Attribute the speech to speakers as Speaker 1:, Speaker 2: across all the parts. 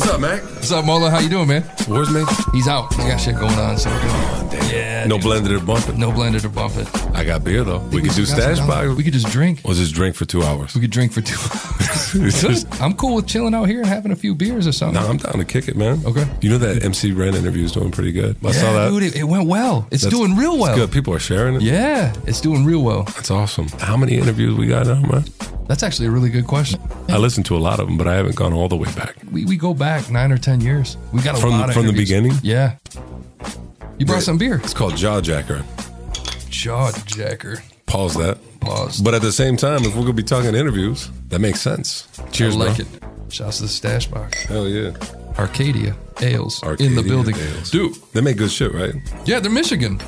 Speaker 1: What's up, Mola? How you doing, man?
Speaker 2: Where's me?
Speaker 1: He's out. He got shit going on. So yeah,
Speaker 2: No blended or bumping.
Speaker 1: no blended or bump it.
Speaker 2: I got beer though. We could do
Speaker 1: Got some
Speaker 2: stash box.
Speaker 1: dollars. We could just drink.
Speaker 2: Or just drink for two hours.
Speaker 1: We could drink for two. Good. I'm cool with chilling out here and having a few beers or something.
Speaker 2: Nah, I'm down to kick it, man.
Speaker 1: Okay.
Speaker 2: You know that MC Ren interview is doing pretty good. I
Speaker 1: yeah,
Speaker 2: saw that.
Speaker 1: dude, it, it went well. It's
Speaker 2: That's-
Speaker 1: doing real well.
Speaker 2: It's good. People are sharing it.
Speaker 1: Yeah, it's doing real well.
Speaker 2: That's awesome. How many interviews we got now, man?
Speaker 1: That's actually a really good question.
Speaker 2: I listened to a lot of them, but I haven't gone all the way back.
Speaker 1: We, we go back nine or ten years. We got a
Speaker 2: From-
Speaker 1: lot of
Speaker 2: from the
Speaker 1: interviews.
Speaker 2: beginning?
Speaker 1: Yeah. You brought some beer.
Speaker 2: It's called Jaw Jacker.
Speaker 1: Jaw jacker.
Speaker 2: Pause that.
Speaker 1: Pause.
Speaker 2: But at the same time, if we're gonna be talking interviews, that makes sense. Cheers,
Speaker 1: I like
Speaker 2: bro.
Speaker 1: it. Shouts to the stash box.
Speaker 2: Hell yeah.
Speaker 1: Arcadia ales in
Speaker 2: Arcadia
Speaker 1: the building.
Speaker 2: Ales.
Speaker 1: Dude,
Speaker 2: They make good shit, right?
Speaker 1: yeah, they're Michigan.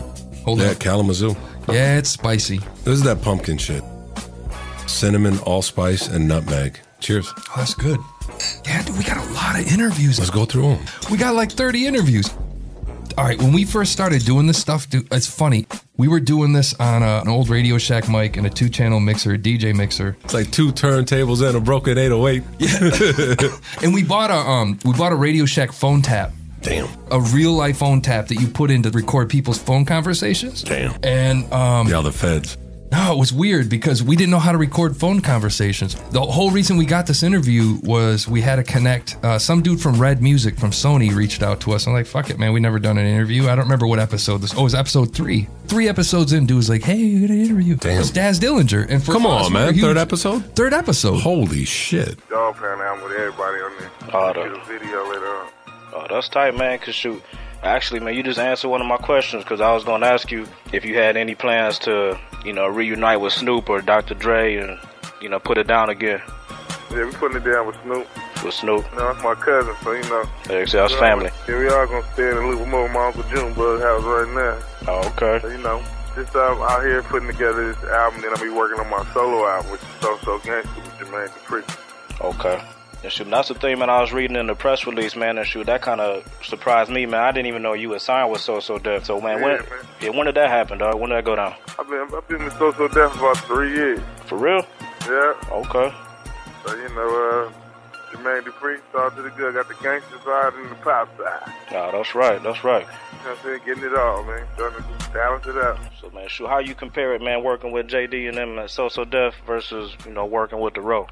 Speaker 1: Hold
Speaker 2: Yeah,
Speaker 1: on.
Speaker 2: Kalamazoo.
Speaker 1: Yeah, it's spicy.
Speaker 2: This is that pumpkin shit. Cinnamon, allspice, and nutmeg. Cheers.
Speaker 1: Oh, that's good. Yeah, dude, we got a lot of interviews.
Speaker 2: Let's go through them.
Speaker 1: We got like 30 interviews. All right, when we first started doing this stuff, dude, it's funny. We were doing this on a, an old Radio Shack mic and a two channel mixer, a DJ mixer.
Speaker 2: It's like two turntables and a broken 808.
Speaker 1: And we bought a um we bought a Radio Shack phone tap.
Speaker 2: Damn.
Speaker 1: A real life phone tap that you put in to record people's phone conversations.
Speaker 2: Damn.
Speaker 1: And um
Speaker 2: Y'all the feds.
Speaker 1: No, it was weird because we didn't know how to record phone conversations. The whole reason we got this interview was we had to connect. Uh, some dude from Red Music from Sony reached out to us. I'm like, fuck it, man. We never done an interview. I don't remember what episode this. Oh, it was episode three. Three episodes in, dude was like, hey, you got an interview.
Speaker 2: Damn.
Speaker 1: It's Daz Dillinger. And for
Speaker 2: Come
Speaker 1: us,
Speaker 2: on,
Speaker 1: we were
Speaker 2: man.
Speaker 1: huge-
Speaker 2: Third episode?
Speaker 1: Third episode.
Speaker 2: Holy shit.
Speaker 3: dog pound album with everybody on there.
Speaker 4: Oh,
Speaker 3: Get
Speaker 4: the-
Speaker 3: a video uh. later on.
Speaker 4: Oh, that's tight, man. Cause shoot, actually, man, you just answered one of my questions. Cause I was gonna ask you if you had any plans to, you know, reunite with Snoop or Dr. Dre and, you know, put it down again
Speaker 3: Yeah, we putting it down with Snoop.
Speaker 4: with Snoop.
Speaker 3: You know, that's my cousin, so you know.
Speaker 4: That's that's family.
Speaker 3: Yeah, we all gonna stay in the loop. I'm over at my Uncle Junebug's house right now.
Speaker 4: Oh,
Speaker 3: So,
Speaker 4: okay.
Speaker 3: you know, just um, out here putting together this album, then I'll be working on my solo album, which is So So Gangsta with Jermaine Dupri.
Speaker 4: Okay. And shoot, that's the thing, man. I was reading in the press release, man, and shoot, that kind of surprised me, man. I didn't even know you had signed with So So Def. So, man, when,
Speaker 3: Yeah, man.
Speaker 4: yeah, when did that happen, dog? When did that go down?
Speaker 3: I've been, I've been with So So Death for about three years.
Speaker 4: For real?
Speaker 3: Yeah,
Speaker 4: Okay.
Speaker 3: so, you know, uh, Jermaine Dupri, it's all to the good. Got the gangster side and the pop side.
Speaker 4: Nah, that's right. That's right.
Speaker 3: You know what I'm saying? Getting it all, man. Trying to balance it out.
Speaker 4: So man, shoot, how you compare it, man, working with JD and them at So So Def versus you know working with the Row?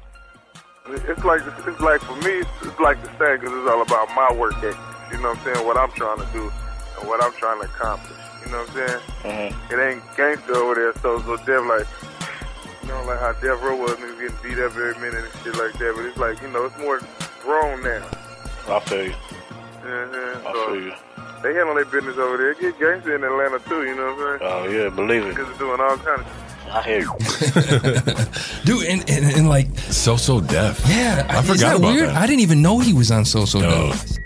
Speaker 3: It's like it's like for me, it's, it's like the same because it's all about my work ethic. You know what I'm saying? What I'm trying to do and what I'm trying to accomplish. You know what I'm saying?
Speaker 4: Mm-hmm.
Speaker 3: It ain't gangster over there, so so Dev like, you know, like how Dev Row was niggas getting beat up every minute and shit like that. But it's like you know, it's more grown now.
Speaker 4: I feel you.
Speaker 3: You know what I'm saying?
Speaker 4: I
Speaker 3: So
Speaker 4: feel you.
Speaker 3: they handle their business over there. It Get gangster in Atlanta too. You know what I'm
Speaker 4: Oh
Speaker 3: saying?
Speaker 4: yeah, believe it.
Speaker 3: Because they're doing all kinds. Of
Speaker 4: I hear you.
Speaker 1: Dude, and, and, and like,
Speaker 2: So, so deaf.
Speaker 1: yeah.
Speaker 2: I
Speaker 1: is
Speaker 2: forgot
Speaker 1: that
Speaker 2: about
Speaker 1: weird?
Speaker 2: that.
Speaker 1: I didn't even know he was on social.
Speaker 2: No.
Speaker 1: Def.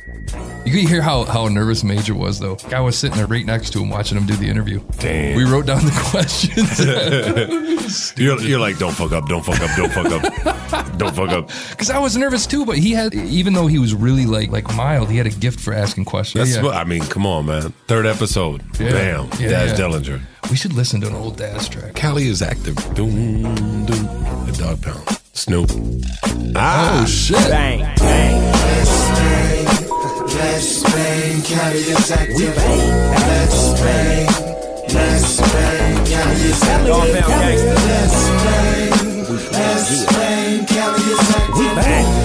Speaker 1: You could hear how, how nervous Major was, though. I was sitting there right next to him watching him do the interview.
Speaker 2: Damn.
Speaker 1: We wrote down the questions.
Speaker 2: you're, you're like, don't fuck up, don't fuck up, don't fuck up, don't fuck up.
Speaker 1: Because I was nervous too, but he had, even though he was really like like mild, he had a gift for asking questions.
Speaker 2: That's
Speaker 1: Yeah.
Speaker 2: what I mean. Come on, man. Third episode.
Speaker 1: Yeah.
Speaker 2: Damn.
Speaker 1: Yeah,
Speaker 2: Daz
Speaker 1: yeah.
Speaker 2: Dellinger.
Speaker 1: we should listen to an old Daz track.
Speaker 2: Cali is active. Doom, doom. The dog pound. Snoop. Ah,
Speaker 1: Shit.
Speaker 5: Let's bang, carry is active. Let's bang, let's bang, carry is active. Let's bang, let's bang, carry is active.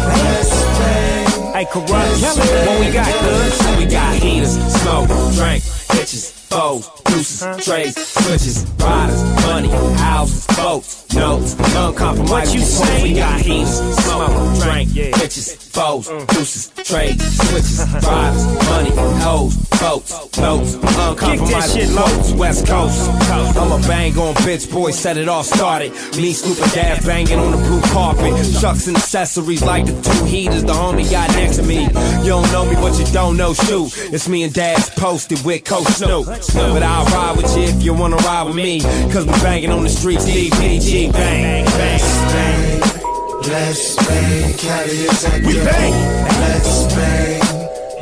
Speaker 5: Let's bang.
Speaker 6: Hey, corrupt. What we got, cuz? We got heaters, smoke, drink, bitches, foes, deuces, trays, switches, riders, money, houses, boats, notes, uncompromised. What you say? We got heaters, smoke, drink, bitches, foes,
Speaker 5: Mm.
Speaker 6: deuces, trades, switches, riders, money, hoes, boats, notes, uncompromised. Kick that shit West Coast. I'm a bang on bitch, boy, set it all started. Me, Snoop, and Dad banging on the blue carpet. Shucks and accessories like the two heaters the homie got next to me. You don't know me, but you don't know shoot. It's me and Dad's posted with Coach Snoop. But I'll ride with you if you wanna ride with me. Cause we banging on the streets, DPG, bang, bang.
Speaker 5: Let's bang, carry is active.
Speaker 6: We bang.
Speaker 5: Let's bang,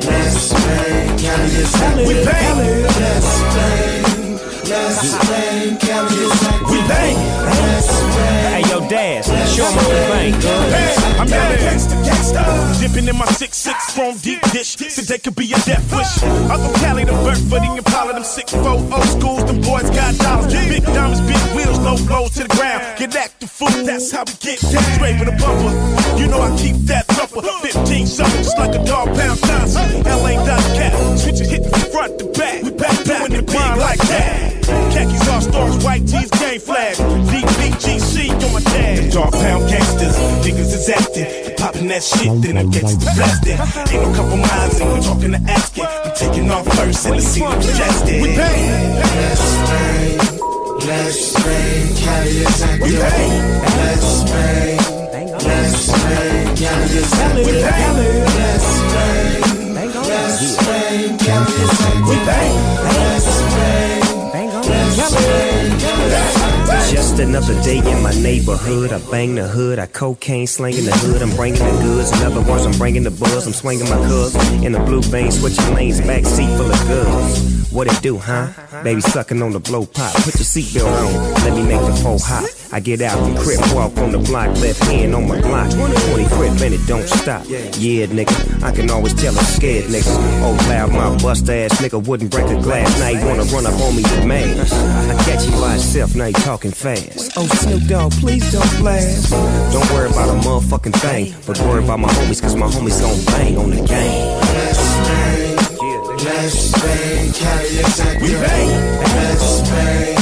Speaker 5: let's bang, carry is active.
Speaker 6: We bang.
Speaker 5: Let's bang, let's bang, carry is active.
Speaker 6: bang.
Speaker 5: Let's bang.
Speaker 6: Hey, yo, Dad, show 'em how we bang. I
Speaker 7: I'm
Speaker 5: Yeah,
Speaker 7: that ass.
Speaker 5: gangsta, gangsta.
Speaker 7: Dipping in my 6-6 chrome deep dish. Today could be a death wish. I'm from Cali, the Burford, and Impala, them 6-4 old schools. Them boys got dollars. Big diamonds, big wheels, low blows to the ground. Get active, fool. That's how we get down. Straight with a bumper. You know I keep that rubber. 15 something, just like a dog pound Johnson. LA dot cat. Switches hitting from front to back. We back doing it big like that. Khakis, all stars, white tees, game flag. DBGC on my dad. Dog pound gangsters, niggas is acting. Popping that shit, then I get you blasted. Ain't no couple miles, and we talking to asking. I'm taking off first, and the scene is congested. We bang,
Speaker 5: Let's bang, let's bang, Cali's
Speaker 7: we
Speaker 5: active.
Speaker 7: bang,
Speaker 5: Let's bang, let's bang, Cali's active. Let's bang, let's bang, Cali's active.
Speaker 7: we bang.
Speaker 5: Let's bang, let's bang, Cali's active.
Speaker 8: Just another day in my neighborhood. I bang the hood, I cocaine slanging the hood. I'm bringing the goods. In other words, I'm bringing the buzz. I'm swinging my cubs in the blue vein, switching lanes, back seat full of goods. What it do, huh? Baby sucking on the blow pop. Put your seatbelt on. Let me make the four hop. I get out and crip walk on the block, left hand on my block. 20 crip and it don't stop. Yeah, nigga, I can always tell a scared nigga. Oh, loud my bust ass nigga wouldn't break a glass. Now you wanna run up on me with man. I catch you by itself, now you talking fast. Oh, Snoop Dogg, please don't blast. Don't worry about a motherfucking thing, but worry about my homies, cause my homies gon' bang on the game.
Speaker 5: Let's bang, let's bang, Cali's active. Let's bang,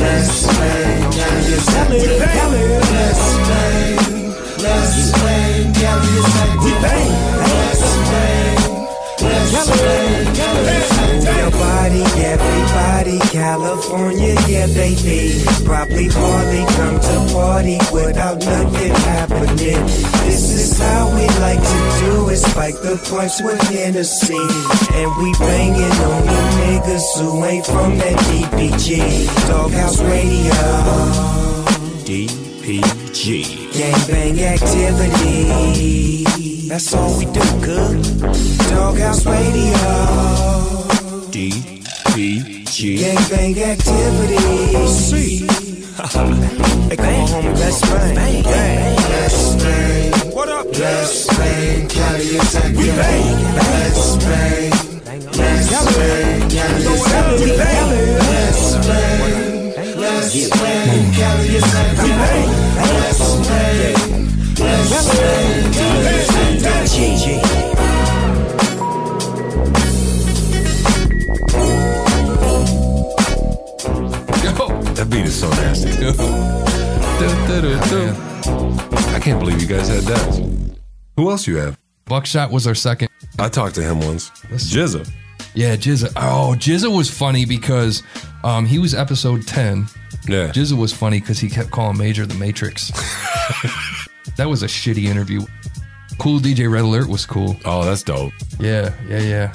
Speaker 5: let's bang, Cali's active. Let's bang, let's bang, Cali's active. Let's bang, let's bang, Cali's active.
Speaker 8: Nobody, everybody, California, yeah, they be. Probably hardly come to party without nothing happening. This is how we like to do it, spike the punch with Hennessy. And we banging on the niggas who ain't from that DPG. Doghouse Radio. DPG. Gangbang activity. That's all we do, good. Doghouse Radio.
Speaker 6: DPG.
Speaker 8: Gangbang activity. See.
Speaker 6: Hey, come on, homie,
Speaker 8: Let's bang. Bang.
Speaker 5: Let's bang,
Speaker 6: What up?
Speaker 5: let's bang, Cali's active. Let's bang, let's bang, Cali's active. Let's bang, let's bang, Cali's active. Let's bang, let's bang, Cali's active.
Speaker 8: GG.
Speaker 1: Yo.
Speaker 2: That beat is so nasty.
Speaker 1: Dude, dude, dude, dude.
Speaker 2: I can't believe you guys had that. Who else you have?
Speaker 1: Buckshot was our second.
Speaker 2: I talked to him once. Jizza.
Speaker 1: Yeah, Jizza. Oh, Jizza was funny because um, he was episode 10.
Speaker 2: Yeah.
Speaker 1: Jizza was funny because he kept calling Major the Matrix. that was a shitty interview. Cool DJ Red Alert was cool.
Speaker 2: Oh, that's dope.
Speaker 1: Yeah, yeah, yeah.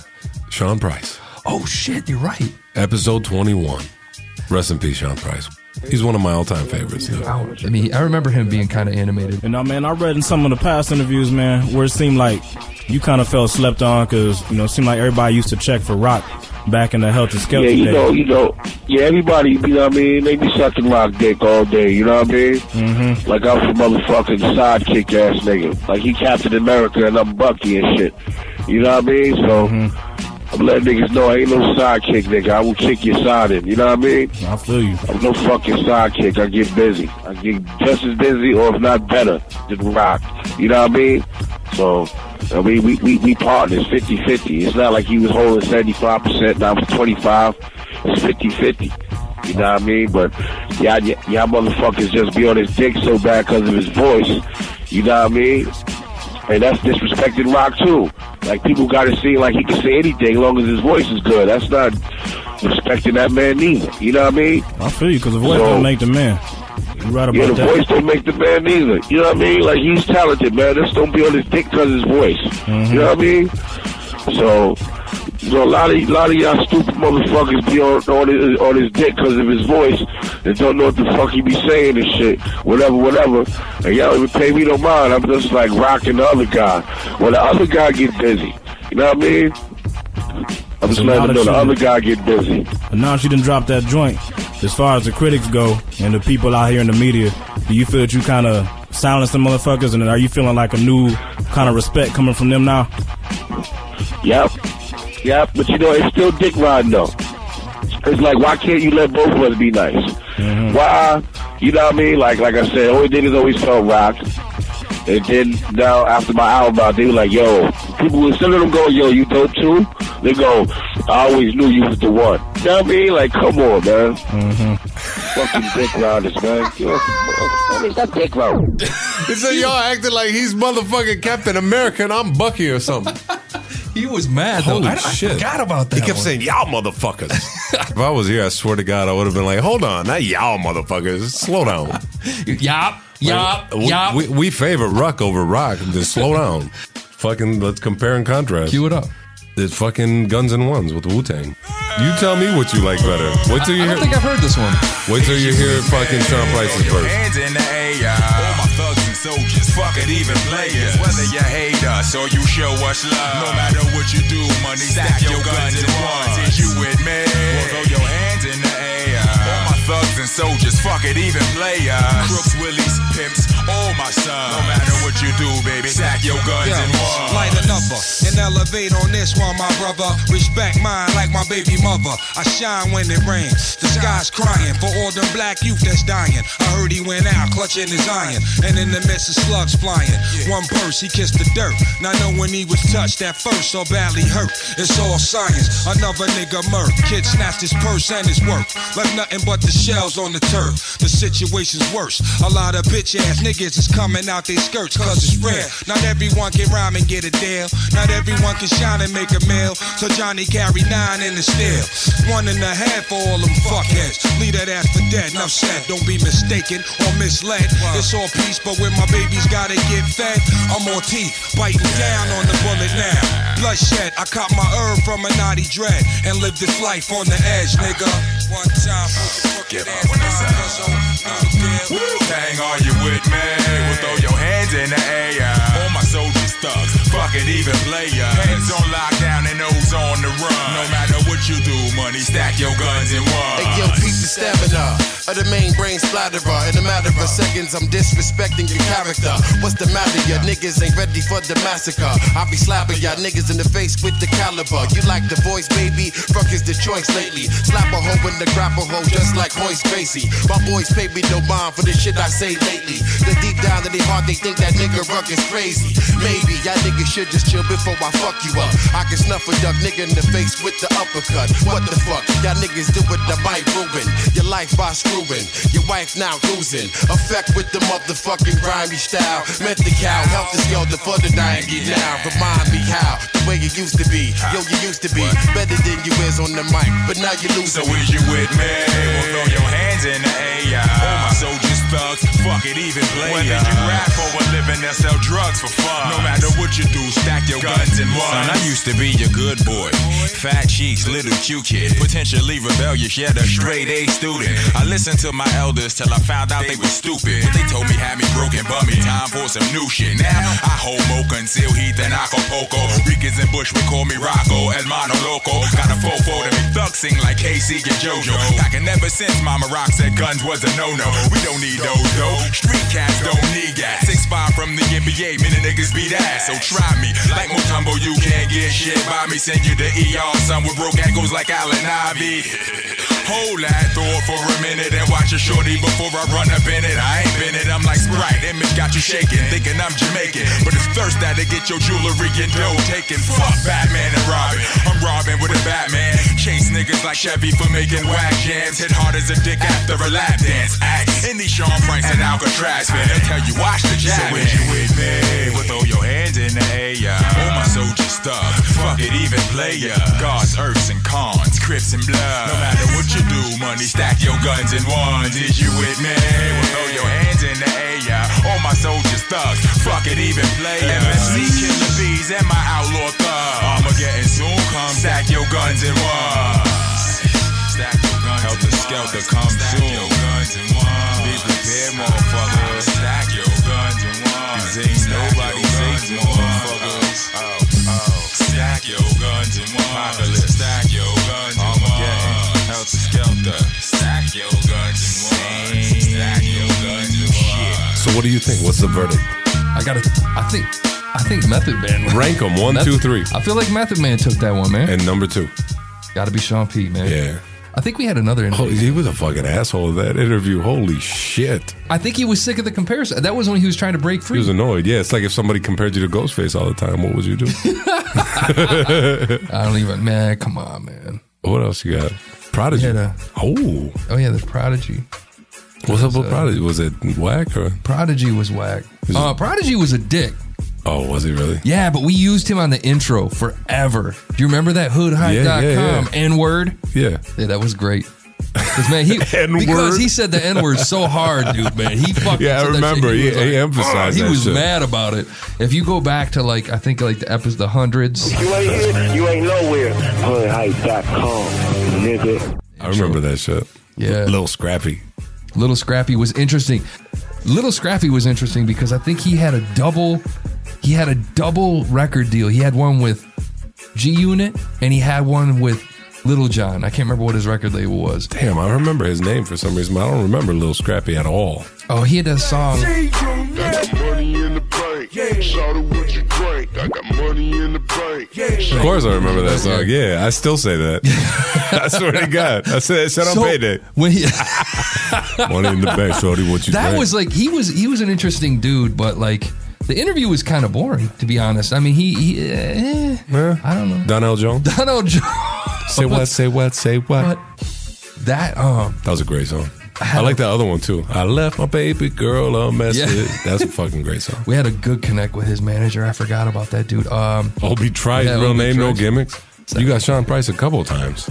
Speaker 2: Sean Price.
Speaker 1: Oh, shit, you're right.
Speaker 2: Episode 21. Rest in peace, Sean Price. He's one of my all time favorites. though.
Speaker 1: Wow. I mean, I remember him being kind of animated.
Speaker 9: You know, man, I read in some of the past interviews, man, where it seemed like you kind of felt slept on because, you know, it seemed like everybody used to check for Rock back in the Health and
Speaker 10: Yeah,
Speaker 9: Skelter
Speaker 10: you
Speaker 9: days.
Speaker 10: know, you know, yeah, everybody, you know what I mean? They be sucking rock dick all day, you know what I mean? Mm-hmm. Like I'm some motherfucking sidekick ass nigga. Like he Captain America and I'm Bucky and shit. You know what I mean? So I'm letting niggas know I ain't no sidekick nigga. I will kick your side in, you know what I mean?
Speaker 9: I feel you.
Speaker 10: I'm no fucking sidekick. I get busy. I get just as busy, or if not better, than Rock. You know what I mean? So, I mean, we, we, we partners 50 50. It's not like he was holding 75%, and I was 25. It's 50 50. You know what I mean? But y'all, y- y'all motherfuckers just be on his dick so bad because of his voice. You know what I mean? And that's disrespecting rock too. Like people gotta see like he can say anything as long as his voice is good. That's not respecting that man neither. You know what I mean?
Speaker 9: I feel you because the voice
Speaker 10: So-
Speaker 9: don't make the man. You right about
Speaker 10: Yeah, the
Speaker 9: that.
Speaker 10: voice don't make the man either. You know what I mean? Like he's talented, man. Just don't be on his dick because his voice.
Speaker 9: Mm-hmm.
Speaker 10: You know what I mean? So, you know, a lot of a lot of y'all stupid motherfuckers be on on his, on his dick because of his voice and don't know what the fuck he be saying and shit, whatever, whatever. And y'all even pay me no mind. I'm just like rocking the other guy. When the other guy get busy, you know what I mean? I'm just
Speaker 9: So
Speaker 10: letting
Speaker 9: now
Speaker 10: him know
Speaker 9: that
Speaker 10: the
Speaker 9: you-
Speaker 10: other guy get busy.
Speaker 9: But now she didn't drop that joint. As far as the critics go and the people out here in the media, do you feel that you kind of silence the motherfuckers? And are you feeling like a new kind of respect coming from them now?
Speaker 10: Yep. Yep. But you know, it's still dick riding though. It's like, why can't you let both of us be nice? Why? You know what I mean? Like, like I said, all we did is always felt rocked. And then now after my album out, they were like, yo, people would some of them go, yo, you dope too? They go, I always knew you was the one. You know what I mean? Like, come on, man. Fucking dick riders, man. Yo, I mean, that dick round.
Speaker 2: so y'all acting like he's motherfucking Captain America and I'm Bucky or something.
Speaker 11: he was mad
Speaker 2: Holy
Speaker 11: though. I,
Speaker 2: shit!
Speaker 11: I forgot about that.
Speaker 2: He kept
Speaker 11: one.
Speaker 2: saying y'all motherfuckers. if I was here, I swear to God, I would have been like, hold on, not y'all motherfuckers. Slow down.
Speaker 11: "Yop, yop,
Speaker 2: we,
Speaker 11: yop."
Speaker 2: We, we favor Ruck over Rock. Just slow down. fucking let's compare and contrast.
Speaker 11: Cue it up.
Speaker 2: It's fucking Guns and Ones with Wu Tang. You tell me what you like better. Wait till
Speaker 11: I
Speaker 2: you hear.
Speaker 11: don't think I've heard this one.
Speaker 2: Wait till you hear fucking Sean Price's verse.
Speaker 12: Hands in the air. All my thugs and soldiers, fuck it, even players. Whether you hate us or you show us love, no matter what you do, money stack your guns and ones. Is you with me? Well, throw your hands in the air. All my thugs and soldiers, fuck it, even players. Crooks, willies, pimps, all my sons. No matter what you do, baby, stack your guns and ones.
Speaker 13: Light a number and elevate on this one, my brother. Respect mine like my baby mother. I shine when it rains. The sky's crying for all the black youth that's dying. I heard he went out clutching his iron, and in the midst of slugs flying, one purse he kissed the dirt. Not knowing he was touched at first so badly hurt. It's all science. Another nigga murk. Kid snatched his purse and his work. Left nothing but the shells on the turf. The situation's worse. A lot of bitch ass niggas is coming out their skirts cause it's rare. Not everyone can rhyme and get a deal. Not everyone can shine and make a meal. So Johnny carry nine in the steel. One and a half for all them fuckheads. Leave that ass for dead. Enough said. Don't be mistaken or misled. It's all peace, but when my babies gotta get fed, I'm on teeth, biting down on the bullet now. Bloodshed, I caught my herb from a naughty dread and lived this life on the edge, nigga. One time for the crooked ass mind, 'cause I'm
Speaker 12: Wu Tang, are you with me? Well, throw your hands in the air. All my soldiers, thugs, fucking even players. Hands on lockdown and nose on the run. No matter what you do, money, stack your guns and one.
Speaker 14: Hey, yo, peep the stamina of the main brain splatterer. In a matter of seconds, I'm disrespecting your character. What's the matter? Ya niggas ain't ready for the massacre. I be slapping ya niggas in the face with the caliber. You like the voice, baby? Fuck is the choice lately. Slap a hoe in the grapple hoe, just like Hoist Gracie. My boys pay me no mind for the shit I say lately. The deep down in their heart, they think that nigga Ruck is crazy. Maybe y'all niggas should just chill before I fuck you up. I can snuff a duck nigga in the face with the uppercut. What the fuck? Y'all niggas do it the Mike Rubin. Your life by screwing. Your wife now cruising. Effect with the motherfucking grimy style. Met the cow, help the skelter for the 90 now. Remind me how the way you used to be. Yo, you used to be better than you is on the mic. But now you losing.
Speaker 12: So is you with me? Well, throw your hands in the air. All my soldiers, thugs, fuck it, even players. Whether you rap for a living or sell drugs for fun. No matter what you do, stack your guns and one. Son, I used to be your good boy. Fat cheeks, little cute kid. Potentially rebellious, yet a straight A student. I listened to my elders till I found out they were stupid. But they told me had me broken, bummy. Time for some new shit. Now I hold moke until Heath and Acapulco. Ricans and Bush would call me Rocco. El Mono Loco. Got a fofo to make thugs sing like KC and JoJo. Packing ever since Mama Rock said guns was a no no. We don't need those though. Street cats don't need gas. Six five from the NBA, many niggas beat ass. So try me. Like Mutombo, you can't get shit by me. Send you to ER, son with broke ankles like Allen Ivy. Hold that thought for a minute and watch a shorty before I run up in it. I ain't been it, I'm like Sprite. Image got you shaking, thinking I'm Jamaican. But it's thirst that'll get your jewelry and dough taken. Fuck Batman and Robin. I'm Robin with a Batman. Chase niggas like Chevy for making whack jams. Hit hard as a dick after a lap dance. Act in these Sean Franks and Alcatraz, man. They'll tell you, watch the jab. So is you with me? Well, throw your hands in the air. All my soldiers stuck. Fuck it, even player. Gods, earths, and cons. Crips and blood. No matter what you do, money stack your guns and ones. Is you with me? Well, throw your hands in the air. All my soldiers thugs. Fuck it, even players. MSC killer bees and my outlaw thug. Armageddon soon come. Stack your guns and ones. Stack your guns Help the skelter come stack soon. Your guns and ones. Be prepared, motherfucker. Stack your guns and ones. Cause ain't nobody safe, motherfucker. Oh, oh. Stack your guns and ones. Apocalypse. Stack your guns and Armageddon. ones. Help the skelter. Stack your guns and ones. Stack your guns and ones.
Speaker 2: So what do you think? What's the verdict?
Speaker 1: I gotta. I think. I think Method Man.
Speaker 2: Rank 'em. One,
Speaker 1: Meth-
Speaker 2: two, three.
Speaker 1: I feel like Method Man took that one, man.
Speaker 2: And number two,
Speaker 1: gotta be Sean P, man.
Speaker 2: Yeah.
Speaker 1: I think we had another interview.
Speaker 2: Oh, he was a fucking asshole in that interview. Holy shit.
Speaker 1: I think he was sick of the comparison. That was when he was trying to break
Speaker 2: He
Speaker 1: free.
Speaker 2: was annoyed. Yeah, it's like if somebody compared you to Ghostface all the time, what would you do?
Speaker 1: I don't even. Man, come on, man.
Speaker 2: what else you got? Prodigy.
Speaker 1: We had a-
Speaker 2: oh.
Speaker 1: Oh yeah, the Prodigy.
Speaker 2: What's up with
Speaker 1: So-
Speaker 2: Prodigy? Was it whack or?
Speaker 1: Prodigy was whack. Uh, Prodigy was a dick.
Speaker 2: Oh, was he really?
Speaker 1: Yeah, but we used him on the intro forever. Do you remember that
Speaker 2: Yeah,
Speaker 1: hoodhype.com
Speaker 2: yeah, yeah.
Speaker 1: N word?
Speaker 2: Yeah.
Speaker 1: Yeah, that was great. 'Cause, man, he
Speaker 2: N-word.
Speaker 1: because he said the N word so hard, dude. Man, he fucking
Speaker 2: Yeah, I
Speaker 1: said that shit.
Speaker 2: remember.
Speaker 1: He,
Speaker 2: He-
Speaker 1: was
Speaker 2: he emphasized
Speaker 1: "Ugh," He
Speaker 2: that
Speaker 1: was
Speaker 2: shit.
Speaker 1: mad about it. If you go back to like I think like the episode the hundreds,
Speaker 15: You ain't here, you ain't nowhere. Hoodhype.com, nigga.
Speaker 2: I remember that shit.
Speaker 1: Yeah.
Speaker 2: Little Scrappy.
Speaker 1: Little Scrappy was interesting. Little Scrappy was interesting because I think he had a double he had a double record deal. He had one with G Unit and he had one with Little John. I can't remember what his record label was.
Speaker 2: Damn, I remember his name for some reason, but I don't remember Little Scrappy at all.
Speaker 1: Oh, he had a song.
Speaker 16: got money in the bank. Yeah. Shout out what you drink. I got money in the bank.
Speaker 2: Of course, I remember that song. Yeah, I still say that. I swear to God, I said that shit on
Speaker 1: So-
Speaker 2: payday.
Speaker 1: When he,
Speaker 2: Money in the bank, shorty. What you?
Speaker 1: that
Speaker 2: drank.
Speaker 1: was like he was he was an interesting dude, but like the interview was kind of boring to be honest. I mean, he, he eh, I don't know.
Speaker 2: Donnell Jones.
Speaker 1: Donald Jones.
Speaker 2: Say what? Say what? Say what?
Speaker 1: That um,
Speaker 2: That was a great song. I like that other one too. I left my baby girl a message.
Speaker 1: Yeah.
Speaker 2: That's a fucking great song.
Speaker 1: We had a good connect with his manager. I forgot about that dude. Um,
Speaker 2: Obi Trice,
Speaker 1: yeah,
Speaker 2: Oh, real
Speaker 1: Obi
Speaker 2: name, no
Speaker 1: Trice.
Speaker 2: gimmicks. You got Sean Price a couple of times.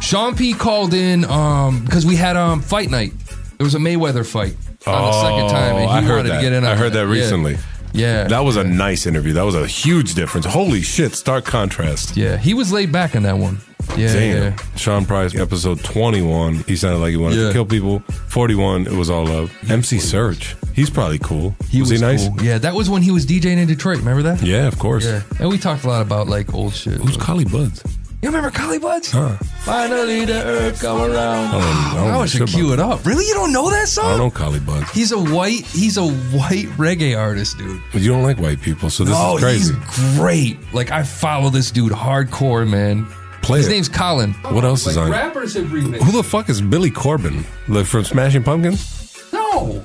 Speaker 1: Sean P called in um because we had um fight night. There was a Mayweather fight on the second time, and he
Speaker 2: Oh, I heard
Speaker 1: wanted
Speaker 2: that.
Speaker 1: to get in. On
Speaker 2: I heard that
Speaker 1: Yeah.
Speaker 2: recently.
Speaker 1: Yeah.
Speaker 2: that was a nice interview. That was a huge difference. Holy shit! Stark contrast.
Speaker 1: Yeah, he was laid back on that one. Yeah,
Speaker 2: Damn.
Speaker 1: yeah.
Speaker 2: Sean Price, episode 21, he sounded like he wanted
Speaker 1: Yeah.
Speaker 2: to kill people. 41, it was all love. MC Surge, he's probably cool.
Speaker 1: He was,
Speaker 2: he nice?
Speaker 1: cool. Yeah, that was when he was DJing in Detroit. Remember that?
Speaker 2: Yeah, of course.
Speaker 1: Yeah, and we talked a lot about like old shit. Who's
Speaker 2: Collie Buds?
Speaker 1: You remember Collie Buds?
Speaker 2: Huh.
Speaker 1: Finally, the earth come around.
Speaker 2: I don't- I don't
Speaker 1: I,
Speaker 2: know
Speaker 1: wish
Speaker 2: shit
Speaker 1: should
Speaker 2: about
Speaker 1: cue it
Speaker 2: that.
Speaker 1: up. Really, you don't know that song?
Speaker 2: I don't know Collie Buds.
Speaker 1: He's a white. He's a white reggae artist, dude.
Speaker 2: But you don't like white people, so this
Speaker 1: No,
Speaker 2: is crazy.
Speaker 1: Oh, he's great. Like I follow this dude hardcore, man.
Speaker 2: Play
Speaker 1: His
Speaker 2: it.
Speaker 1: name's Colin.
Speaker 2: What else is on it?
Speaker 1: Rappers have remixed.
Speaker 2: Who the fuck is Billy Corbin? Like from Smashing Pumpkins?
Speaker 1: No.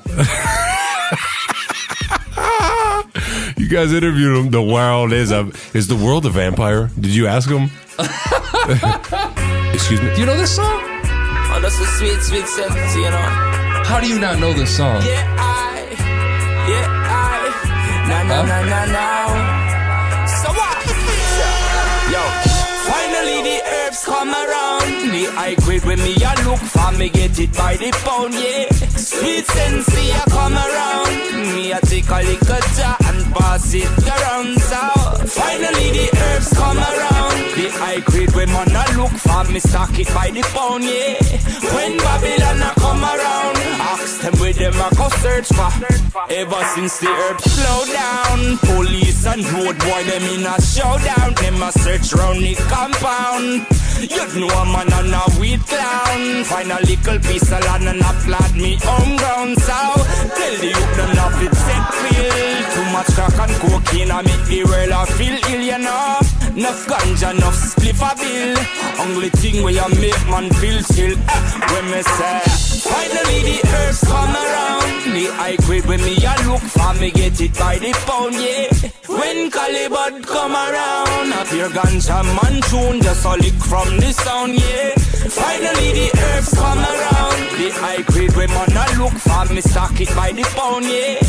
Speaker 2: You guys interviewed him. The world is a is the world a vampire? Did you ask him? Excuse me.
Speaker 1: Do you know this song?
Speaker 17: Oh, that's a sweet, sweet sensation, you know.
Speaker 1: How do you not know this song?
Speaker 17: Yeah, I, yeah, I, na na
Speaker 1: Huh?
Speaker 17: na na now. So what? Yo, finally the herbs come around. The high grade when me I look for, me get it by the pound, yeah. Sweet sensei I come around. Me I take a little jar and pass it around. So finally the herbs come around. The high grade when man I look for, me stock it by the pound, yeah. When Babylon I come around, ask them where them I go search for. Ever since the herbs slow down, police and road boy them in a showdown. Them a search round the compound. You know a man and a weed clown. Find a little piece of land and a plot me home ground. So tell the youth them not fit set feel. Too much crack and cocaine I make the world I feel ill, you know. Enough ganja, enough spliff a bill. Only thing where you make man feel chill. eh, When me say, finally the herbs come around. The high grade when me a look for me get it by the pound, yeah. When Calibut come around, up your ganja man tune just a lick from the sound, yeah. Finally the herbs come around. The high grade when man a look for me stock it by the pound, yeah.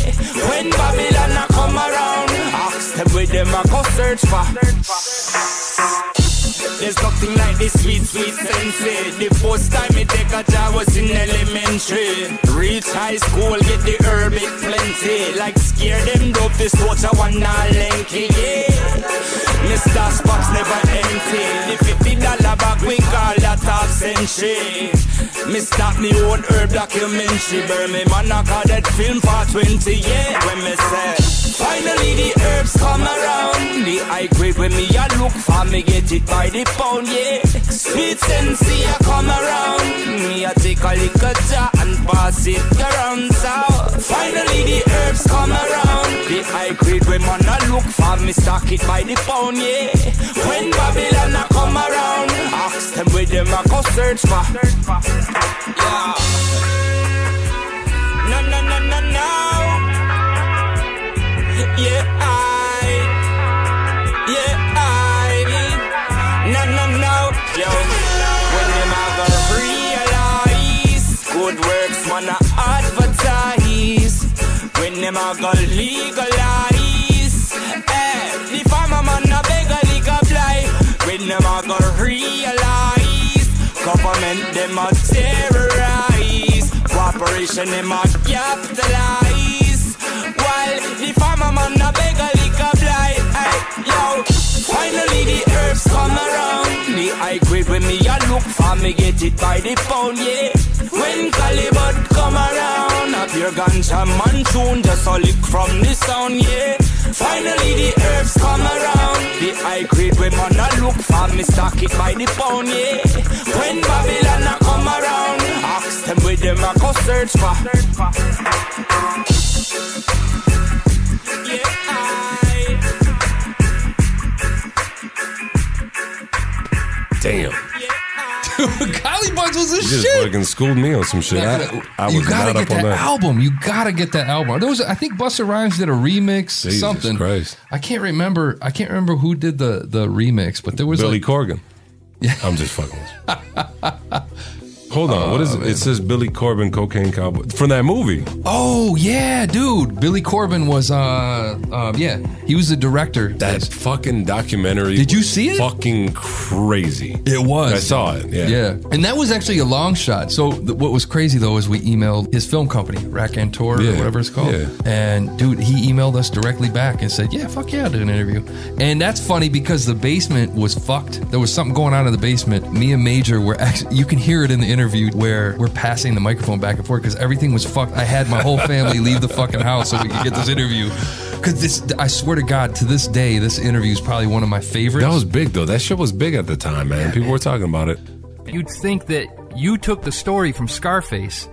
Speaker 17: When Babylon a come around, ask them where them a go search for. There's nothing like this sweet, sweet sensei. The first time me take a job was in elementary. Reach high school, get the herb it plenty. Like scare them dope, this water one not lanky, yeah. Mr. Spock's never empty. The fifty dollar bag we call that half century. Me stop me own herb documentary. Burn me man, I call that film for 20, yeah. When me say, finally the herbs come around. The high grade when me a look for me get it by the pound, yeah. Sweet sensei I come around. Me I take a little jar and pass it around. So finally the look for me stock it by the pound, yeah. When Babylon a come around, ask them where them a go search for. Yeah. No, no, no, no, no. Yeah, I. Yeah, I. No, no, no. Yo, when them a go realize good works wanna advertise. When them a go legalize, eh? The farmer man a beg a legal fly. When them a go realize, government them a terrorize. Corporation them a capitalize. While the farmer man a beg a legal fly, eh? Yo, finally the herbs come around. The high grade when me a look for me get it by the pound, yeah. When Calibut come around, up your ganja man tune just a lick from the sound, yeah. Finally the herbs come around. The high grade when man a look for me stock it by the pound, yeah. When Babylon a come around, ask them with them a go search for. Yeah, I.
Speaker 2: Damn.
Speaker 1: Golly Buds was
Speaker 2: You
Speaker 1: a
Speaker 2: just
Speaker 1: shit.
Speaker 2: fucking schooled me on some shit. I, I was
Speaker 1: you gotta
Speaker 2: not
Speaker 1: get
Speaker 2: up on
Speaker 1: that,
Speaker 2: that.
Speaker 1: album. You gotta get that album. There was, I think, Buster Rhymes did a remix,
Speaker 2: Jesus
Speaker 1: something.
Speaker 2: Christ.
Speaker 1: I can't remember. I can't remember who did the the remix, but there was
Speaker 2: Billy
Speaker 1: like,
Speaker 2: Corgan. I'm just fucking with you. Hold on. what is it? It says Billy Corbin, Cocaine Cowboy. From that movie.
Speaker 1: Oh yeah, dude. Billy Corbin was uh, uh yeah, he was the director.
Speaker 2: That fucking documentary. Did you see it? Fucking crazy.
Speaker 1: It was.
Speaker 2: I saw it. Yeah.
Speaker 1: And that was actually a long shot. So th- what was crazy though is we emailed his film company, Rack and Tour
Speaker 2: Yeah,
Speaker 1: or whatever it's called.
Speaker 2: yeah.
Speaker 1: And dude, he emailed us directly back and said, "Yeah, fuck yeah, I'll do an interview." And that's funny because the basement was fucked. There was something going on in the basement. Me and Major were actually you can hear it in the interview where we're passing the microphone back and forth because everything was fucked. I had my whole family leave the fucking house so we could get this interview. Because this, I swear to God, to this day, this interview is probably one of my favorites.
Speaker 2: That was big though. That shit was big at the time, man. People were talking about it.
Speaker 18: You'd think that you took the story from Scarface.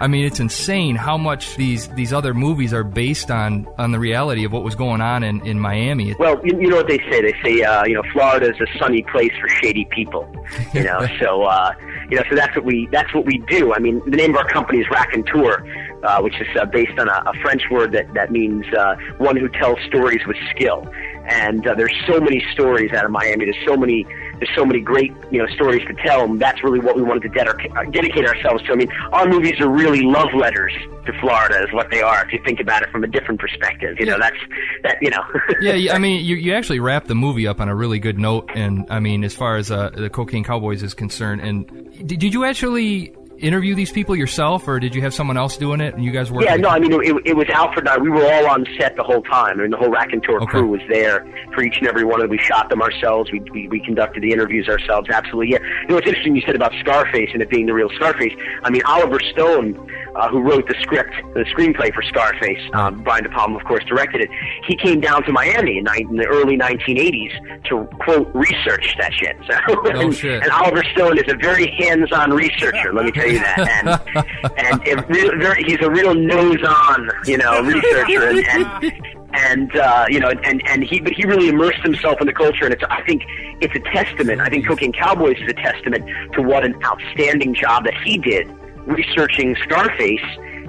Speaker 18: I mean, it's insane how much these, these other movies are based on, on the reality of what was going on in, in Miami.
Speaker 19: Well, you, you know what they say. They say uh, you know Florida is a sunny place for shady people. You know, so uh, you know, so that's what we that's what we do. I mean, the name of our company is Raconteur, uh, which is uh, based on a, a French word that that means uh, one who tells stories with skill. And uh, there's so many stories out of Miami. There's so many there's so many great you know stories to tell. And that's really what we wanted to dedic- uh, dedicate ourselves to. I mean, our movies are really love letters to Florida, is what they are. If you think about it from a different perspective, you know, that's that you know.
Speaker 18: yeah, yeah, I mean, you, you actually wrap the movie up on a really good note, and I mean, as far as uh, the Cocaine Cowboys is concerned, and did, did you actually interview these people yourself, or did you have someone else doing it, and you guys were?
Speaker 19: Yeah, no, I mean, it, it was Alfred and I. We were all on set the whole time. I mean, the whole Rack and Tour crew was there for each and every one of them. We shot them ourselves. We, we, we conducted the interviews ourselves. Absolutely. Yeah. You know, it's interesting you said about Scarface and it being the real Scarface. I mean, Oliver Stone, uh, who wrote the script, the screenplay for Scarface,
Speaker 18: Uh-huh.
Speaker 19: um, Brian De Palma, of course, directed it. He came down to Miami in, ni- in the early 1980s to, quote, research that shit. So, and,
Speaker 18: shit.
Speaker 19: and Oliver Stone is a very hands-on researcher, let me tell you that. And and it really, very, he's a real nose-on, you know, researcher, and and, and uh, you know, and and he, but he really immersed himself in the culture, and it's, I think, it's a testament. I think Cooking Cowboys is a testament to what an outstanding job that he did researching Scarface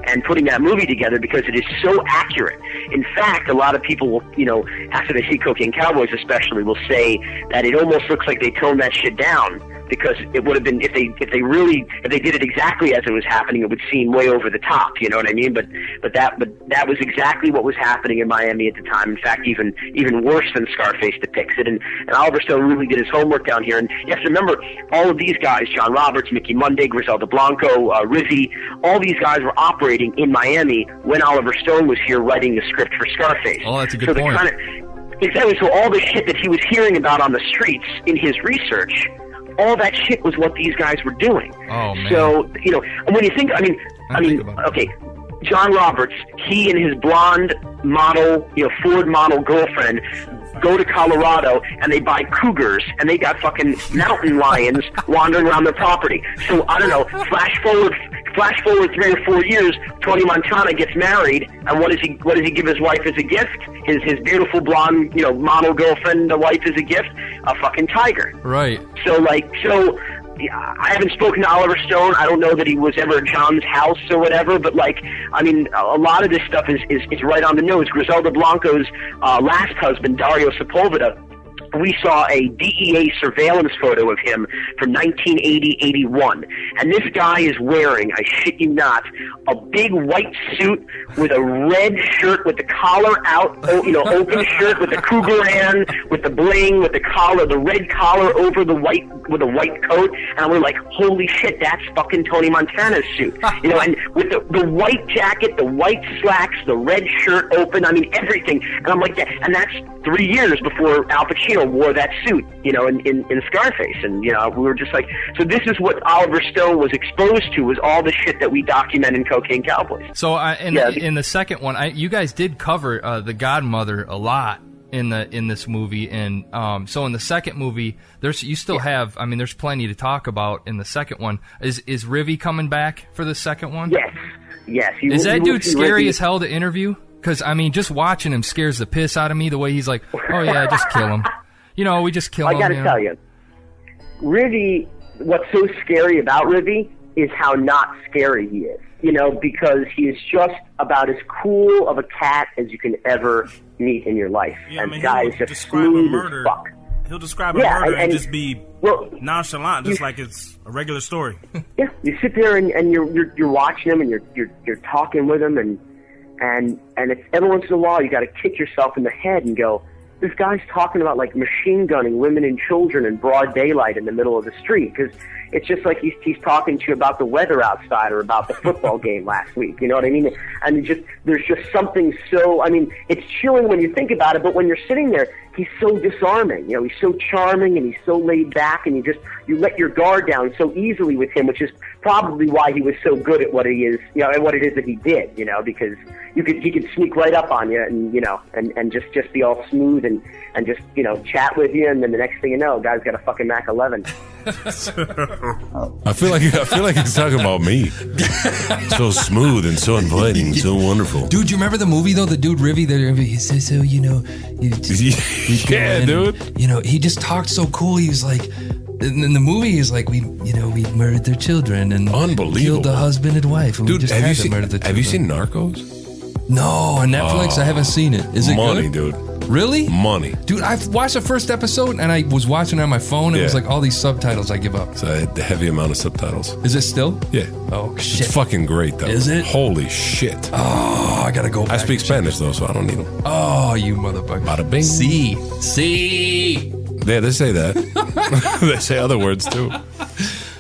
Speaker 19: and putting that movie together because it is so accurate. In fact, a lot of people will, you know, after they see Cocaine Cowboys especially, will say that it almost looks like they toned that shit down because it would have been if they if they really if they did it exactly as it was happening, it would seem way over the top. You know what I mean? But but that but that was exactly what was happening in Miami at the time. In fact, even even worse than Scarface depicts it. And and Oliver Stone really did his homework down here. And you have to remember all of these guys: John Roberts, Mickey Munday, Griselda Blanco, uh, Rizzi. All these guys were operating in Miami when Oliver Stone was here writing the script for Scarface.
Speaker 18: Oh, that's a good
Speaker 19: so the
Speaker 18: point.
Speaker 19: Kind of, exactly. So all the shit that he was hearing about on the streets in his research, all that shit was what these guys were doing.
Speaker 18: Oh man.
Speaker 19: So you know, and when you think, I mean, I, mean, okay, John Roberts, he and his blonde model, you know, Ford model girlfriend go to Colorado and they buy cougars and they got fucking mountain lions wandering around their property. So I don't know. Flash forward Flash forward three or four years, Tony Montana gets married, and what does he what does he give his wife as a gift? His his beautiful blonde, you know, model girlfriend, the wife as a gift, a fucking tiger.
Speaker 18: Right.
Speaker 19: So like so I haven't spoken to Oliver Stone. I don't know that he was ever at John's house or whatever, but like, I mean, a a lot of this stuff is, is, is right on the nose. Griselda Blanco's uh, last husband, Dario Sepulveda, we saw a DEA surveillance photo of him from 1980 81. And this guy is wearing, I shit you not, a big white suit with a red shirt with the collar out, oh, you know, open shirt with the cougar hand, with the bling, with the collar, the red collar over the white, with a white coat. And we're like, holy shit, that's fucking Tony Montana's suit. You know, and with the, the white jacket, the white slacks, the red shirt open, I mean, everything. And I'm like, that, and that's three years before Al Pacino wore that suit, you know, in, in, in Scarface. And, you know, we were just like, so this is what Oliver Stone was exposed to was all the shit that we document in Cocaine Cowboys.
Speaker 18: So I, in,
Speaker 19: Yeah.
Speaker 18: in the second one, I, you guys did cover uh, the Godmother a lot in the in this movie, and um, so in the second movie, there's you still have. I mean, there's plenty to talk about in the second one. Is is Rivy coming back for the second one?
Speaker 19: Yes, yes. you
Speaker 18: is
Speaker 19: will-
Speaker 18: that
Speaker 19: you will
Speaker 18: dude
Speaker 19: see
Speaker 18: scary
Speaker 19: Rivy-
Speaker 18: as hell to interview? Because I mean, just watching him scares the piss out of me. The way he's like, oh yeah, just kill him. You know, we just kill him.
Speaker 19: I gotta
Speaker 18: know?
Speaker 19: tell you, Rivy, what's so scary about Rivy is how not scary he is. You know, because he is just about as cool of a cat as you can ever meet in your life. and
Speaker 4: I mean,
Speaker 19: guy
Speaker 4: he
Speaker 19: is
Speaker 4: would
Speaker 19: just
Speaker 4: describe a
Speaker 19: smooth as
Speaker 4: murder.
Speaker 19: fuck.
Speaker 4: He'll describe a
Speaker 19: Yeah,
Speaker 4: murder
Speaker 19: and-
Speaker 4: and
Speaker 19: and-
Speaker 4: just be nonchalant, just like it's a regular story.
Speaker 19: yeah, you sit there and, and you're, you're you're watching him and you're you're you're talking with him and and and it's every once in a while you got to kick yourself in the head and go, this guy's talking about like machine gunning women and children in broad daylight in the middle of the street because it's just like he's he's talking to you about the weather outside or about the football game last week. You know what I mean? And it just there's just something so I mean it's chilling when you think about it, but when you're sitting there, he's so disarming. You know, he's so charming and he's so laid back, and you just you let your guard down so easily with him, which is probably why he was so good at what he is, you know, and what it is that he did. You know, because you could he could sneak right up on you and you know and and just just be all smooth and and just you know chat with you, and then the next thing you know, guy's got a fucking Mac 11.
Speaker 2: I feel like I feel like he's talking about me. so smooth and so inviting, and so wonderful.
Speaker 1: Dude, you remember the movie though? The dude Rivy, that he says, so you know, you just,
Speaker 2: Yeah,
Speaker 1: dude. You know, he just talked so cool. He was like, in in the movie, he's like, we, you know, we murdered their children and killed the husband and wife. And we
Speaker 2: Dude,
Speaker 1: just
Speaker 2: have
Speaker 1: had
Speaker 2: you
Speaker 1: to
Speaker 2: seen-
Speaker 1: murder the
Speaker 2: have you
Speaker 1: children.
Speaker 2: seen Narcos?
Speaker 1: No, on Netflix,
Speaker 2: Oh,
Speaker 1: I haven't seen it. Is it
Speaker 2: money,
Speaker 1: good? dude? Really?
Speaker 2: Money,
Speaker 1: dude. I watched the first episode and I was watching it on my phone. and It was
Speaker 2: Yeah.
Speaker 1: like all these subtitles. I give up.
Speaker 2: So I had the heavy amount of subtitles.
Speaker 1: Is it still?
Speaker 2: Yeah.
Speaker 1: Oh shit.
Speaker 2: It's fucking great though.
Speaker 1: Is it?
Speaker 2: Holy shit.
Speaker 1: Oh, I gotta go.
Speaker 2: I speak Spanish though, so I don't need them.
Speaker 1: Oh, you motherfucker.
Speaker 2: Bada bing.
Speaker 1: See. See.
Speaker 2: Yeah, they say that. they say other words too.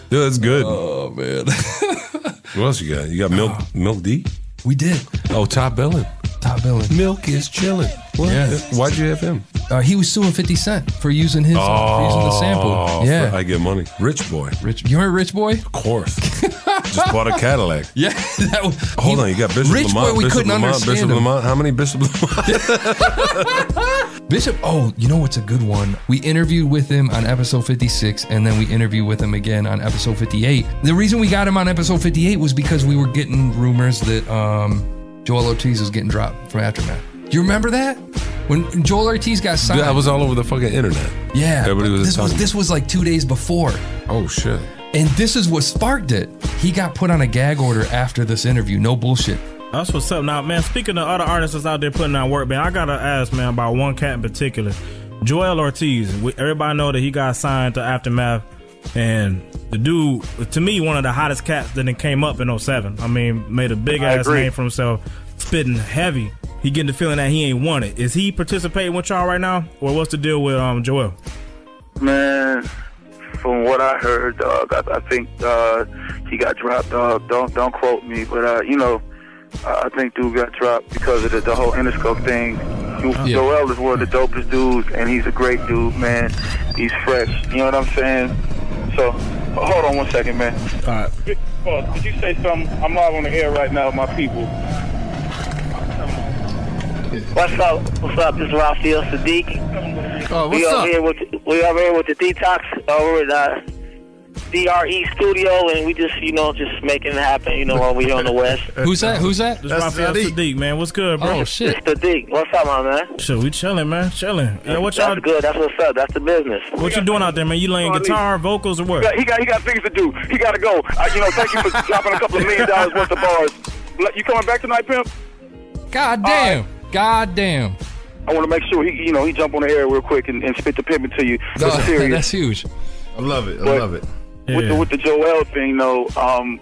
Speaker 2: Dude, that's good.
Speaker 1: Oh man.
Speaker 2: what else you got? You got milk milk D?
Speaker 1: We did.
Speaker 2: Oh, top billing.
Speaker 1: Top billing.
Speaker 2: Milk is chilling. What?
Speaker 1: Yeah.
Speaker 2: Why'd you have him?
Speaker 1: Uh, he was suing 50 Cent for using his for using the sample.
Speaker 2: Oh,
Speaker 1: Yeah.
Speaker 2: I get money. Rich boy.
Speaker 1: Rich. You remember Rich Boy? Of
Speaker 2: course. Just bought a Cadillac.
Speaker 1: Yeah, that was,
Speaker 2: Hold on, you got Bishop
Speaker 1: Rich
Speaker 2: Lamont.
Speaker 1: Boy, we
Speaker 2: Bishop
Speaker 1: couldn't
Speaker 2: Lamont,
Speaker 1: understand
Speaker 2: Bishop
Speaker 1: him.
Speaker 2: Lamont. How many Bishop Lamont?
Speaker 1: Bishop, oh, you know what's a good one? We interviewed with him on episode 56, and then we interviewed with him again on episode 58. The reason we got him on episode 58 was because we were getting rumors that um, Joel Ortiz was getting dropped from Aftermath. You remember that? When Joel Ortiz got signed.
Speaker 2: Dude, I was all over the fucking internet.
Speaker 1: Yeah.
Speaker 2: Everybody was
Speaker 1: this was
Speaker 2: talking.
Speaker 1: this was like two days before.
Speaker 2: Oh shit.
Speaker 1: And this is what sparked it. He got put on a gag order after this interview. No bullshit.
Speaker 9: That's what's up. Now, man, speaking of other artists that's out there putting out work, man, I gotta ask, man, about one cat in particular, Joel Ortiz. We, everybody know that he got signed to Aftermath, and the dude, to me, one of the hottest cats that then came up in 07. I mean, made a big
Speaker 4: I
Speaker 9: ass
Speaker 4: agree.
Speaker 9: name for himself, spitting heavy. He getting the feeling that he ain't won it. Is he participating with y'all right now, or what's the deal with um Joel?
Speaker 20: Man, from what I heard, dog, I, I think uh, he got dropped, dog. Don't don't quote me, but uh, you know, I I think dude got dropped because of the, the whole Interscope thing. Jo-
Speaker 21: Yeah.
Speaker 20: Joel is one of the dopest dudes, and he's a great dude, man. He's fresh. You know what I'm saying? So, hold on one second, man.
Speaker 9: All right.
Speaker 22: Boss, did you say something? I'm live on the air right now with my people.
Speaker 23: What's up? What's up? This is Rafael Sadiq.
Speaker 22: Oh,
Speaker 23: we
Speaker 22: what's
Speaker 23: over
Speaker 22: up?
Speaker 23: here with we over here with the detox over at uh,
Speaker 24: E
Speaker 23: DRE Studio, and we just, you know, just making it happen, you know, while we on the West.
Speaker 18: Who's that? Who's that?
Speaker 9: This is Raphael Sadiq. man. What's good, bro?
Speaker 23: Oh, shit. It's Sadiq. What's up, my man?
Speaker 9: Shit, we chilling, man. Chilling. Yeah, what y'all?
Speaker 23: That's good. That's what's up. That's the business.
Speaker 9: What you doing out there, man? You laying guitar, vocals, or
Speaker 23: He
Speaker 9: what?
Speaker 23: got- he got-
Speaker 22: he got things to do. He got to go. Uh, you know, thank you for dropping a couple of million dollars worth of bars. Like, You coming back tonight, pimp?
Speaker 1: God damn. God damn.
Speaker 22: I want to make sure he, you know, he jump on the air real quick and, and spit the pimping to you.
Speaker 1: No,
Speaker 22: That's serious.
Speaker 1: that's huge.
Speaker 22: I love it.
Speaker 1: I love it.
Speaker 22: With the
Speaker 1: Yeah.
Speaker 22: with the Joel thing though, um,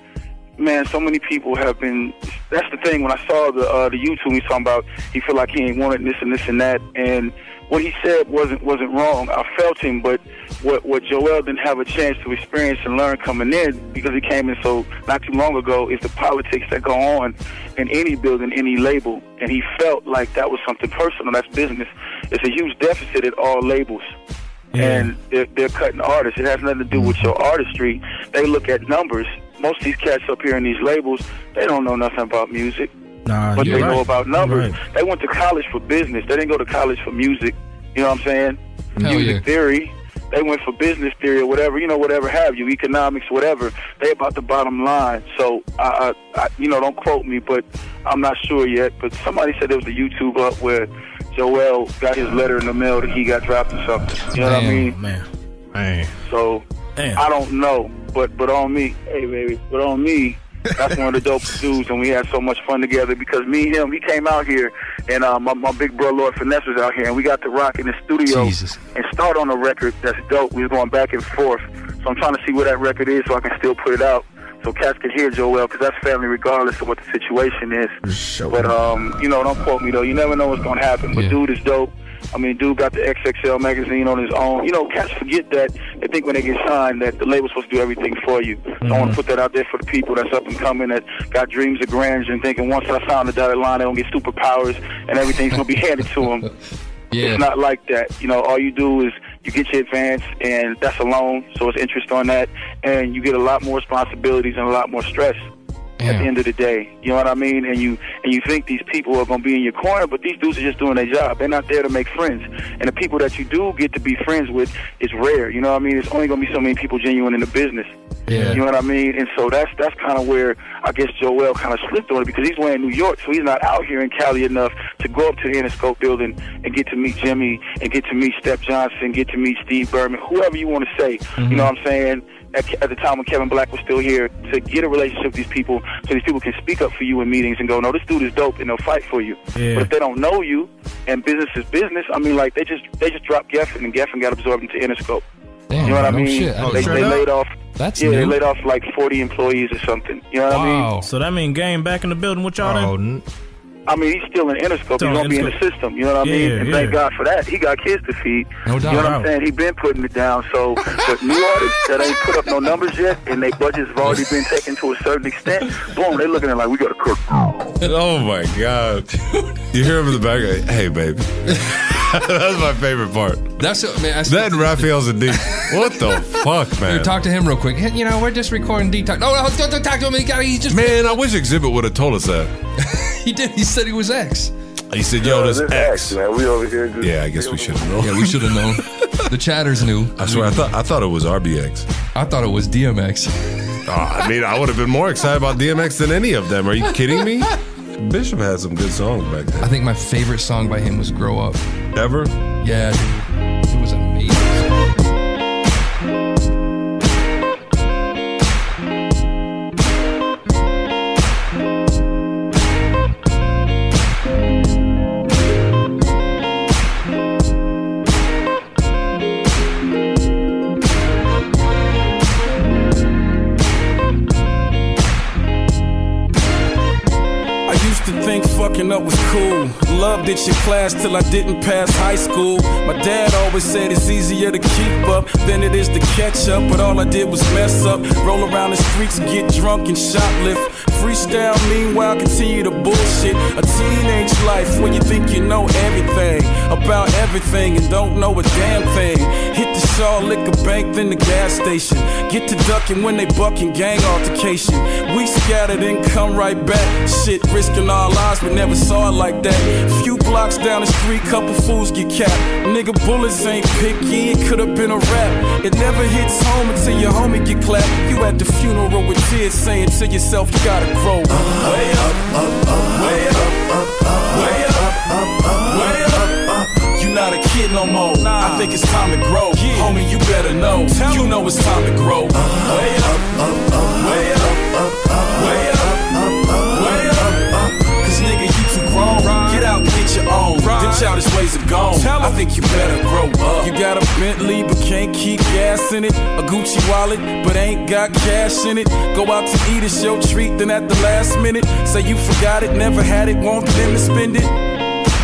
Speaker 22: man, so many people have been. That's the thing. When I saw the uh, the YouTube, he's talking about he feel like he ain't wanted this and this and that, and what he said wasn't wasn't wrong. I felt him, but what what Joel didn't have a chance to experience and learn coming in because he came in so not too long ago is the politics that go on in any building, any label, and he felt like that was something personal. That's business. It's a huge deficit at all labels and they're, they're cutting artists. It has nothing to do with your artistry. They look at numbers. Most of these cats up here in these labels, they don't know nothing about music,
Speaker 9: Nah,
Speaker 22: but
Speaker 9: Uh, you're
Speaker 22: they
Speaker 9: right.
Speaker 22: know about numbers.
Speaker 9: You're right.
Speaker 22: They went to college for business. They didn't go to college for music. You know what I'm saying?
Speaker 1: Hell
Speaker 22: music
Speaker 1: yeah.
Speaker 22: theory. They went for business theory or whatever, you know, whatever have you, economics, whatever. They about the bottom line. So, I, I, I you know, don't quote me, but I'm not sure yet. But somebody said there was a YouTube up where Joel got his letter in the mail that he got dropped or something. You know what I
Speaker 9: Damn,
Speaker 22: mean?
Speaker 9: Man.
Speaker 22: So I don't know, but but on me, hey baby, but on me, that's one of the dopest dudes, and we had so much fun together because me and him, he came out here, and uh, my my big bro Lord Finesse was out here, and we got to rock in the studio and start on a record that's dope. We was going back and forth, so I'm trying to see where that record is so I can still put it out. So cats can hear Joel because that's family regardless of what the situation is. But um, you know, don't quote me though. You never know what's gonna happen. But dude is dope. I mean, dude got the XXL magazine on his own. You know, cats forget that. They think when they get signed that the label's supposed to do everything for you. So I want to put that out there for the people that's up and coming that got dreams of grandeur and thinking once I sign the dotted line, they're going to get superpowers and everything's going to be handed to them.
Speaker 1: Yeah.
Speaker 22: It's not like that. You know, all you do is you get your advance, and that's a loan, so it's interest on that, and you get a lot more responsibilities and a lot more stress at the end of the day. You know what I mean? And you and you think these people are gonna be in your corner, but these dudes are just doing their job. They're not there to make friends. And the people that you do get to be friends with is rare. You know what I mean? It's only gonna be so many people genuine in the business.
Speaker 1: Yeah.
Speaker 22: You know what I mean? And so that's that's kind of where I guess Joel kind of slipped on it because he's way in New York, so he's not out here in Cali enough to go up to the Interscope building and get to meet Jimmy and get to meet Step Johnson, get to meet Steve Berman, whoever you want to say.
Speaker 1: Mm-hmm.
Speaker 22: You know what I'm saying? At, at the time when Kevin Black was still here, to get a relationship with these people so these people can speak up for you in meetings and go, no, this dude is dope and they'll fight for you.
Speaker 9: Yeah.
Speaker 22: But if they don't know you and business is business, I mean, like they just they just dropped Geffen and Geffen got absorbed into Interscope.
Speaker 1: Damn,
Speaker 22: you know what I
Speaker 1: no
Speaker 22: mean?
Speaker 1: shit. Oh,
Speaker 22: They,
Speaker 1: straight
Speaker 22: they
Speaker 1: up?
Speaker 22: laid off.
Speaker 1: That's
Speaker 22: yeah, they
Speaker 1: new.
Speaker 22: laid off like forty employees or something. You know what I mean?
Speaker 9: So that mean game back in the building with y'all
Speaker 18: Oh,
Speaker 9: then?
Speaker 22: I mean, he's still in Interscope.
Speaker 9: Still
Speaker 22: he's gonna be in the
Speaker 9: Interscope.
Speaker 22: system. You know what I mean?
Speaker 9: Yeah,
Speaker 22: and thank
Speaker 9: yeah.
Speaker 22: God for that. He got kids to feed.
Speaker 9: No
Speaker 22: You know
Speaker 9: doubt.
Speaker 22: what I'm saying? He been putting it down. So, but new artists that ain't put up no numbers yet, and their budgets have already been taken to a certain extent. Boom, they looking at it like we got to cook.
Speaker 2: oh my god! You hear him in the back? like, Hey, baby. That's my favorite part.
Speaker 1: That's a, man,
Speaker 2: that Raphael's a dick. What the fuck, man?
Speaker 1: Here, talk to him real quick. Hey, You know, we're just recording detox. No, no, don't, don't talk to him. He got, he just
Speaker 2: man, I wish Exhibit would have told us that.
Speaker 1: he did. He said he was ex.
Speaker 2: He said, "Yo, this X."
Speaker 22: Man, we over here.
Speaker 2: Yeah, I guess we should have known.
Speaker 1: Yeah, we should have known. The chatters knew.
Speaker 2: I swear, I thought I thought it was RBX.
Speaker 1: I thought it was DMX.
Speaker 2: Ah, I mean, I would have been more excited about DMX than any of them. Are you kidding me? Bishop had some good songs back then.
Speaker 1: I think my favorite song by him was "Grow Up."
Speaker 2: Ever?
Speaker 1: Yeah, dude. it was amazing.
Speaker 25: I used to think fucking up was cool. Loved it your class till I didn't pass high school. My dad always said it's easier to keep up than it is to catch up. But all I did was mess up, roll around the streets, get drunk and shoplift. Freestyle, meanwhile, continue to bullshit. A teenage life where you think you know everything about everything and don't know a damn thing. Hit the Shaw Liquor Bank, then the gas station. Get to ducking when they bucking gang altercation. We scattered and come right back. Shit, risking our lives, we never saw it like that. Few blocks down the street, couple fools get capped. Nigga, bullets ain't picky, it could've been a rap. It never hits home until your homie get clapped. You at the funeral with tears saying to yourself, you gotta grow. Way up, up, up, way up, up, up, way up, up, up, way up. You're not a kid no more. I think it's time to grow. Homie, you better know. you know it's time to grow. Way up, up, up, way up, up, up, way up, up, up, way up, up. Cause nigga, you too grown. Get out and get your own. Them childish ways are gone. I think you better grow up. You got a Bentley, but can't keep gas in it. A Gucci wallet, but ain't got cash in it. Go out to eat, it's your treat. Then at the last minute, say you forgot it, never had it, want them to spend it.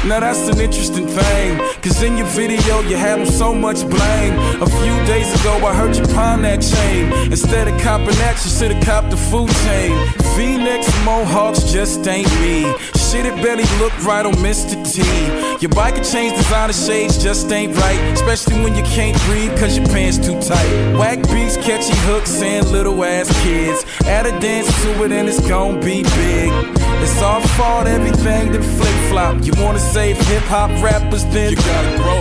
Speaker 25: Now that's an interesting thing. Cause in your video, you had on so much blame. A few days ago, I heard you pawn that chain. Instead of copping that, you should've copped the food chain. V-necks, mohawks just ain't me. Shit, it barely looked right on Mr. T. Your bike can change designer shades, just ain't right. Especially when you can't breathe cause your pants too tight. Whack beats, catchy hooks, and little ass kids. Add a dance to it and it's gonna be big. It's our fault, everything that flip flop. You wanna save hip hop rappers, then you gotta grow.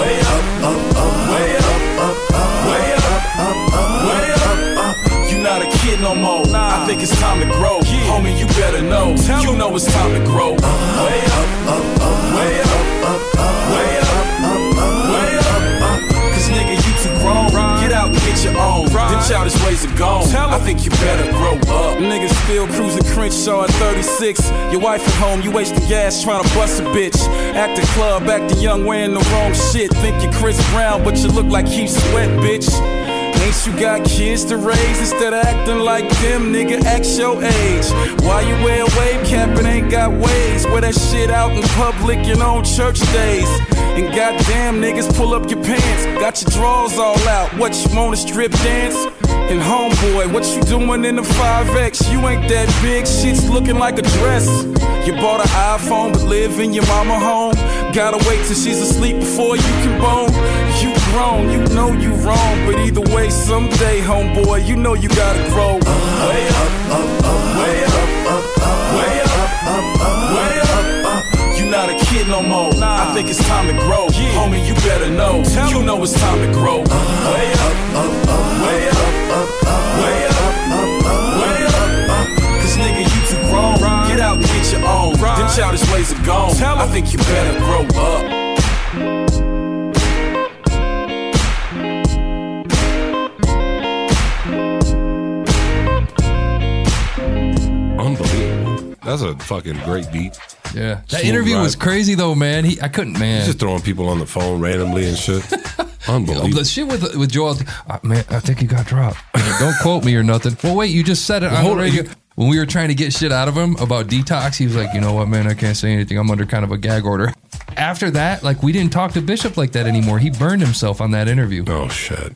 Speaker 25: Way up, up, up, way up, up, up, way up, up, up, way up, up. You're not a kid no more. I think it's time to grow. Homie, you better know. You know it's time to grow. Way up, up, up, way up, up, up, way up, up, up, way up, up. Cause nigga, you too grown. Get out and get your own. Them childish ways are gone. I think you better grow up. Niggas still cruising Crenshaw at 36. Your wife at home, you wasting gas trying to bust a bitch. Acting club, acting young, wearing the wrong shit. Think you're Chris Brown, but you look like Keith Sweat, bitch. Ain't you got kids to raise instead of acting like them, nigga? Act your age. Why you wear a wave cap and ain't got waves? Wear that shit out in public and on church days. And goddamn, niggas, pull up your pants. Got your drawers all out. What you want to strip dance? And homeboy, what you doing in the 5X? You ain't that big, shit's looking like a dress. You bought an iPhone but live in your mama home. Gotta wait till she's asleep before you can bone. You grown, you know you wrong, but either way, someday, homeboy, you know you gotta grow. Way up, up, up, way up, up, up, way up, up, up, way up, up. You're not a kid no more. I think it's time to grow. Homie, you better know. You know it's time to grow. Way up, up, up, way up, up, up, way up, up, up, way up, up. Cause nigga, you too grown. Get out and get your own. Them childish ways are gone. I think you better grow up.
Speaker 2: Unbelievable. That's a fucking great beat.
Speaker 1: Yeah. That
Speaker 2: Smooth
Speaker 1: interview
Speaker 2: ride.
Speaker 1: was crazy though, man. He I couldn't, man.
Speaker 2: He's just throwing people on the phone randomly and shit. Unbelievable.
Speaker 1: the shit with with Joel, uh, man. I think he got dropped. Don't quote me or nothing. Well, wait, you just said it on the
Speaker 2: Hold on,
Speaker 1: radio. When we were trying to get shit out of him about detox, he was like, "You know what, man? I can't say anything. I'm under kind of a gag order." After that, like we didn't talk to Bishop like that anymore. He burned himself on that interview.
Speaker 2: Oh shit.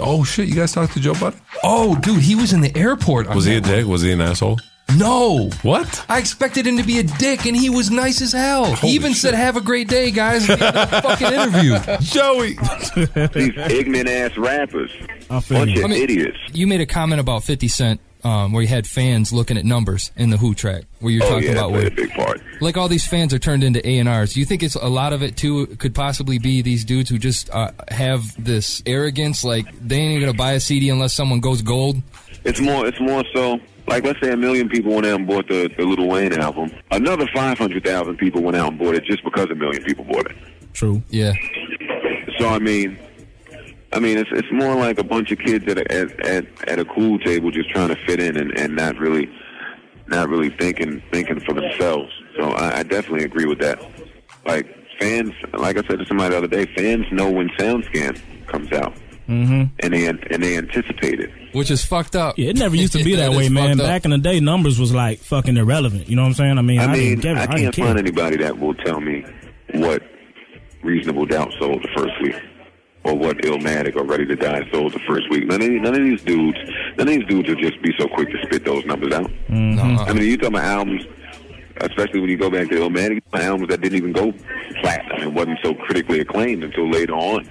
Speaker 2: Oh shit. You guys talked to Joe Budden?
Speaker 1: Oh, dude, he was in the airport. on
Speaker 2: Was he a
Speaker 1: that
Speaker 2: dick? Was he an asshole?
Speaker 1: No.
Speaker 2: What?
Speaker 1: I expected him to be a dick, and he was nice as hell.
Speaker 2: Holy
Speaker 1: he even said, "Have a great day, guys." at the end of the fucking interview.
Speaker 2: Joey.
Speaker 15: These ignorant ass rappers. Bunch
Speaker 18: I
Speaker 15: of
Speaker 18: mean,
Speaker 15: idiots.
Speaker 18: You made a comment about 50 Cent um, where you had fans looking at numbers in the Who track where you're
Speaker 15: Oh,
Speaker 18: talking
Speaker 15: yeah,
Speaker 18: about
Speaker 15: that
Speaker 18: where,
Speaker 15: played a big part.
Speaker 18: like all these fans are turned into A&Rs. Do you think it's a lot of it too could possibly be these dudes who just uh, have this arrogance like they ain't going to buy a CD unless someone goes gold?
Speaker 15: It's more. It's more so. Like let's say a million people went out and bought the, the Little Wayne album. Another five hundred thousand people went out and bought it just because a million people bought it.
Speaker 9: True.
Speaker 18: Yeah.
Speaker 15: So I mean, I mean it's it's more like a bunch of kids at a, at, at at a cool table just trying to fit in and, and not really not really thinking thinking for themselves. So I, I definitely agree with that. Like fans, like I said to somebody the other day, fans know when SoundScan comes out
Speaker 9: Mm-hmm.
Speaker 15: and they an- and they anticipate it.
Speaker 18: Which is fucked up.
Speaker 9: Yeah, it never used to be that,
Speaker 15: That
Speaker 9: way,
Speaker 15: is
Speaker 9: man.
Speaker 15: fucked up.
Speaker 9: Back in the day, numbers was like fucking irrelevant. You know what I'm saying? I mean, I,
Speaker 15: I mean,
Speaker 9: didn't give a-
Speaker 15: I
Speaker 9: I didn't
Speaker 15: can't
Speaker 9: care.
Speaker 15: find anybody that will tell me what Reasonable Doubt sold the first week, or what Illmatic or Ready to Die sold the first week. None of these, none of these dudes, none of these dudes will just be so quick to spit those numbers out.
Speaker 9: Mm-hmm.
Speaker 15: I mean, you talking about albums, especially when you go back to Illmatic, albums that didn't even go platinum and wasn't so critically acclaimed until later on.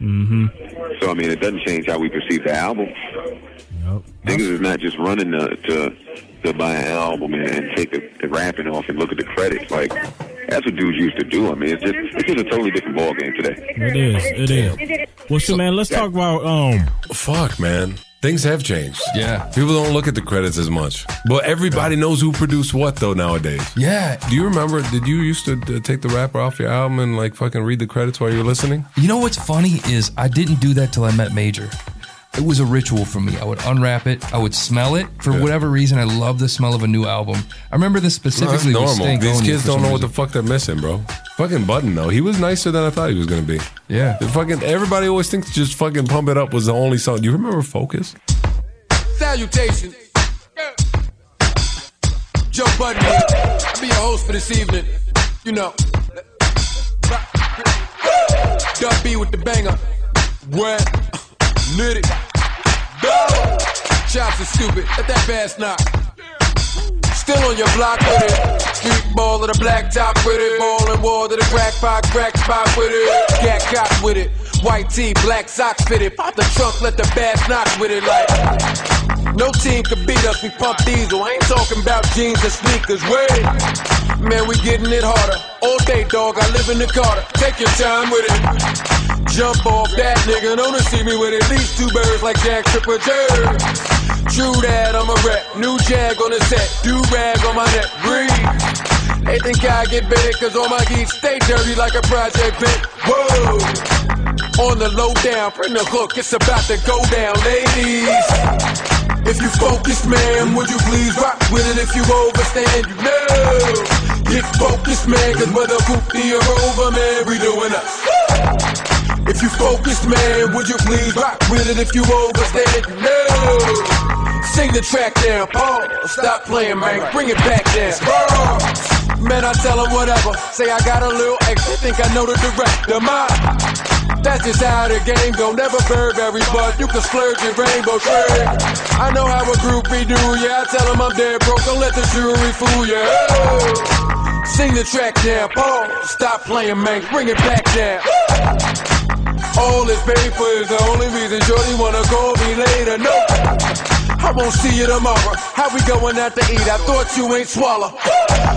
Speaker 9: Mm-hmm.
Speaker 15: So I mean, it doesn't change how we perceive the album. Niggas is not just running to to, to buy an album and, and take the, the rapping off and look at the credits. Like That's what dudes used to do. I mean, it's just it's just a totally different ballgame today.
Speaker 9: It is. It is. Well, shit, man. Let's talk about um.
Speaker 2: Fuck, man. Things have changed.
Speaker 1: Yeah.
Speaker 2: People don't look at the credits as much. But everybody knows who produced what, though, nowadays.
Speaker 1: Yeah.
Speaker 2: Do you remember? Did you used to uh, take the rapper off your album and, like, fucking read the credits while you were listening?
Speaker 1: You know what's funny is I didn't do that till I met Major. It was a ritual for me. I would unwrap it. I would smell it. For whatever reason, I love the smell of a new album. I remember this specifically.
Speaker 2: No,
Speaker 1: with
Speaker 2: that's normal.
Speaker 1: Stank
Speaker 2: These
Speaker 1: Oni
Speaker 2: kids
Speaker 1: for
Speaker 2: don't
Speaker 1: some
Speaker 2: know what
Speaker 1: reason.
Speaker 2: the fuck they're missing, bro. Fucking Button though, he was nicer than I thought he was gonna be.
Speaker 1: Yeah,
Speaker 2: the fucking everybody always thinks just fucking Pump It Up was the only song. Do you remember Focus?
Speaker 26: Salutations. Joe Budden here. I'll be your host for this evening. You know. Dub B with the banger. Wet. Nitty. Go. Chops are stupid. Let that bass knock. Still on your block with it. Street ball to the black top with it. Ball and wall to the crack pot, crack spot with it. Gat cop with it. White tee, black socks fitted. Pop the trunk, let the bass knock with it like. No team could beat us, we pump diesel. I ain't talking about jeans and sneakers. Wait, man, we getting it harder. All day, dog, I live in the Carter. Take your time with it. Jump off that nigga, don't see me with at least two birds like Jack Tripper Jerry. True that, I'm a rep. New jag on the set, do rag on my neck. Breathe. They think I get big, cause all my geeks stay dirty like a project pit. Whoa! On the low down, print the hook, it's about to go down, ladies. If you focus, man, would you please rock with it if you overstand? You know, get focused, man, cause mother poopy or over, man, we doing us. If you focus, man, would you please rock with it if you overstand? You know, sing the track down, Paul, stop playing, man, bring it back down. Bro. Man, I tell him whatever, say I got a little extra, think I know the director, my. That's just how the game go. Never Burberry, but you can splurge your rainbow trick. I know how a groupie do, yeah. I tell 'em I'm dead broke. Don't let the jewelry fool you. Oh. Sing the track down, Paul. Stop playing, man. Bring it back down. All this paper is the only reason Jordy wanna call me later. No, I won't see you tomorrow. How we going out to eat? I thought you ain't swallow.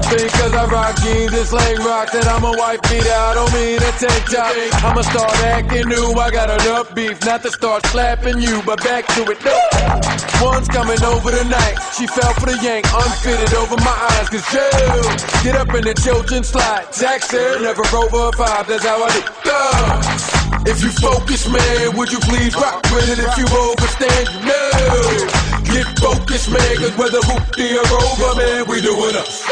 Speaker 26: Because I rock jeans, this slang rock that I'm a white beater. I don't mean a tank top. I'ma start acting new. I got enough beef not to start slapping you, but back to it. No, one's coming over tonight. She fell for the yank, unfitted over my eyes. Cause jail, get up in the children slide. Jackson, never over a five. That's how I do. Duh. If you focus, man, would you please rock with it? If you overstand, you know. Get focused, man, cause whether hoopty or over, man, we doing us.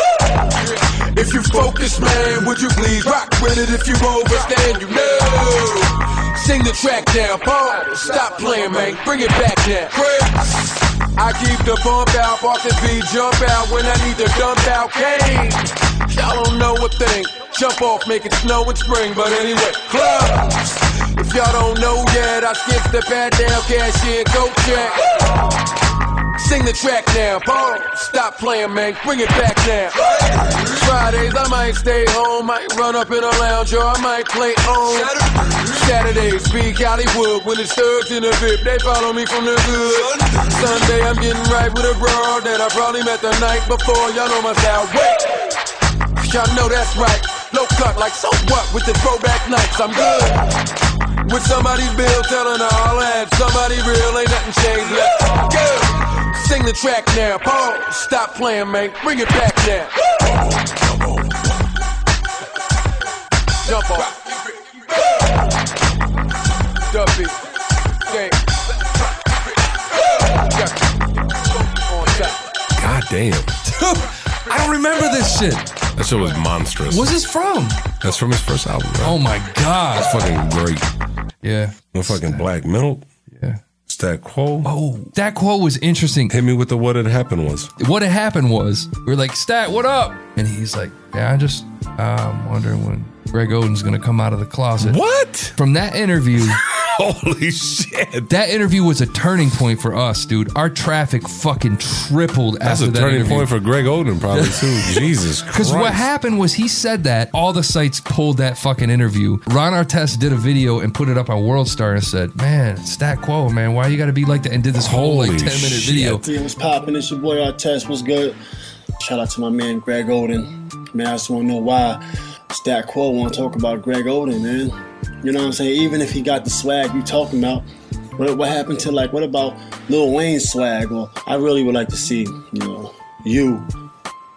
Speaker 26: If you focus, man, would you please rock with it? If you overstand, you know. Sing the track down, Paul. Stop playing, man. Bring it back now. Chris. I keep the bump out, park the beat, jump out when I need to dump out game. Y'all don't know a thing. Jump off, make it snow in spring, but anyway, clubs. If y'all don't know yet, I skip the bad down cashier, go check. Sing the track now, Paul. Stop playing, man. Bring it back now. Fridays, I might stay home, might run up in a lounge, or I might play on. Saturdays, big Hollywood. When it's thugs in the VIP, they follow me from the hood. Sunday, I'm getting right with a bro that I probably met the night before. Y'all know my style. Wait. Y'all know that's right. Low cut, like so what? With the throwback nights, I'm good. With somebody's bill telling her all that somebody real ain't nothing changed. Let's go. Sing the track now, Paul. Stop playing, man. Bring it back now. Jump off. Duffy. Gang. On top.
Speaker 2: God damn.
Speaker 1: I don't remember this shit.
Speaker 2: That shit was monstrous.
Speaker 1: What's this from?
Speaker 2: That's from his first album, right?
Speaker 1: Oh my god.
Speaker 2: That's fucking great.
Speaker 1: Yeah.
Speaker 2: The fucking Black Milk.
Speaker 1: Yeah.
Speaker 2: Stat Quo.
Speaker 1: Oh. That quote was interesting.
Speaker 2: Hit me with the what had happened was.
Speaker 1: What had happened was we were like, Stat, what up? And he's like, Yeah, I just uh, I'm wondering when Greg Oden's gonna come out of the closet.
Speaker 2: What?
Speaker 1: From that interview.
Speaker 2: Holy shit.
Speaker 1: That interview was a turning point for us, dude. Our traffic fucking tripled
Speaker 2: That's
Speaker 1: after
Speaker 2: a
Speaker 1: that
Speaker 2: turning
Speaker 1: interview.
Speaker 2: point for Greg Oden, probably too. Jesus Christ.
Speaker 1: Because what happened was he said that all the sites pulled that fucking interview. Ron Artest did a video and put it up on WorldStar and said, "Man, stat quo, man. Why you got to be like that?" And did this whole like ten minute video.
Speaker 7: Yeah, what's poppin'? It's your boy Artest. What's good? Shout out to my man Greg Golden. Man, I just want to know why
Speaker 6: that quote want to talk about Greg Oden, man. You know what I'm saying? Even if he got the swag you talking about, what, what happened to like what about Lil Wayne's swag? Or I really would like to see, you know, you.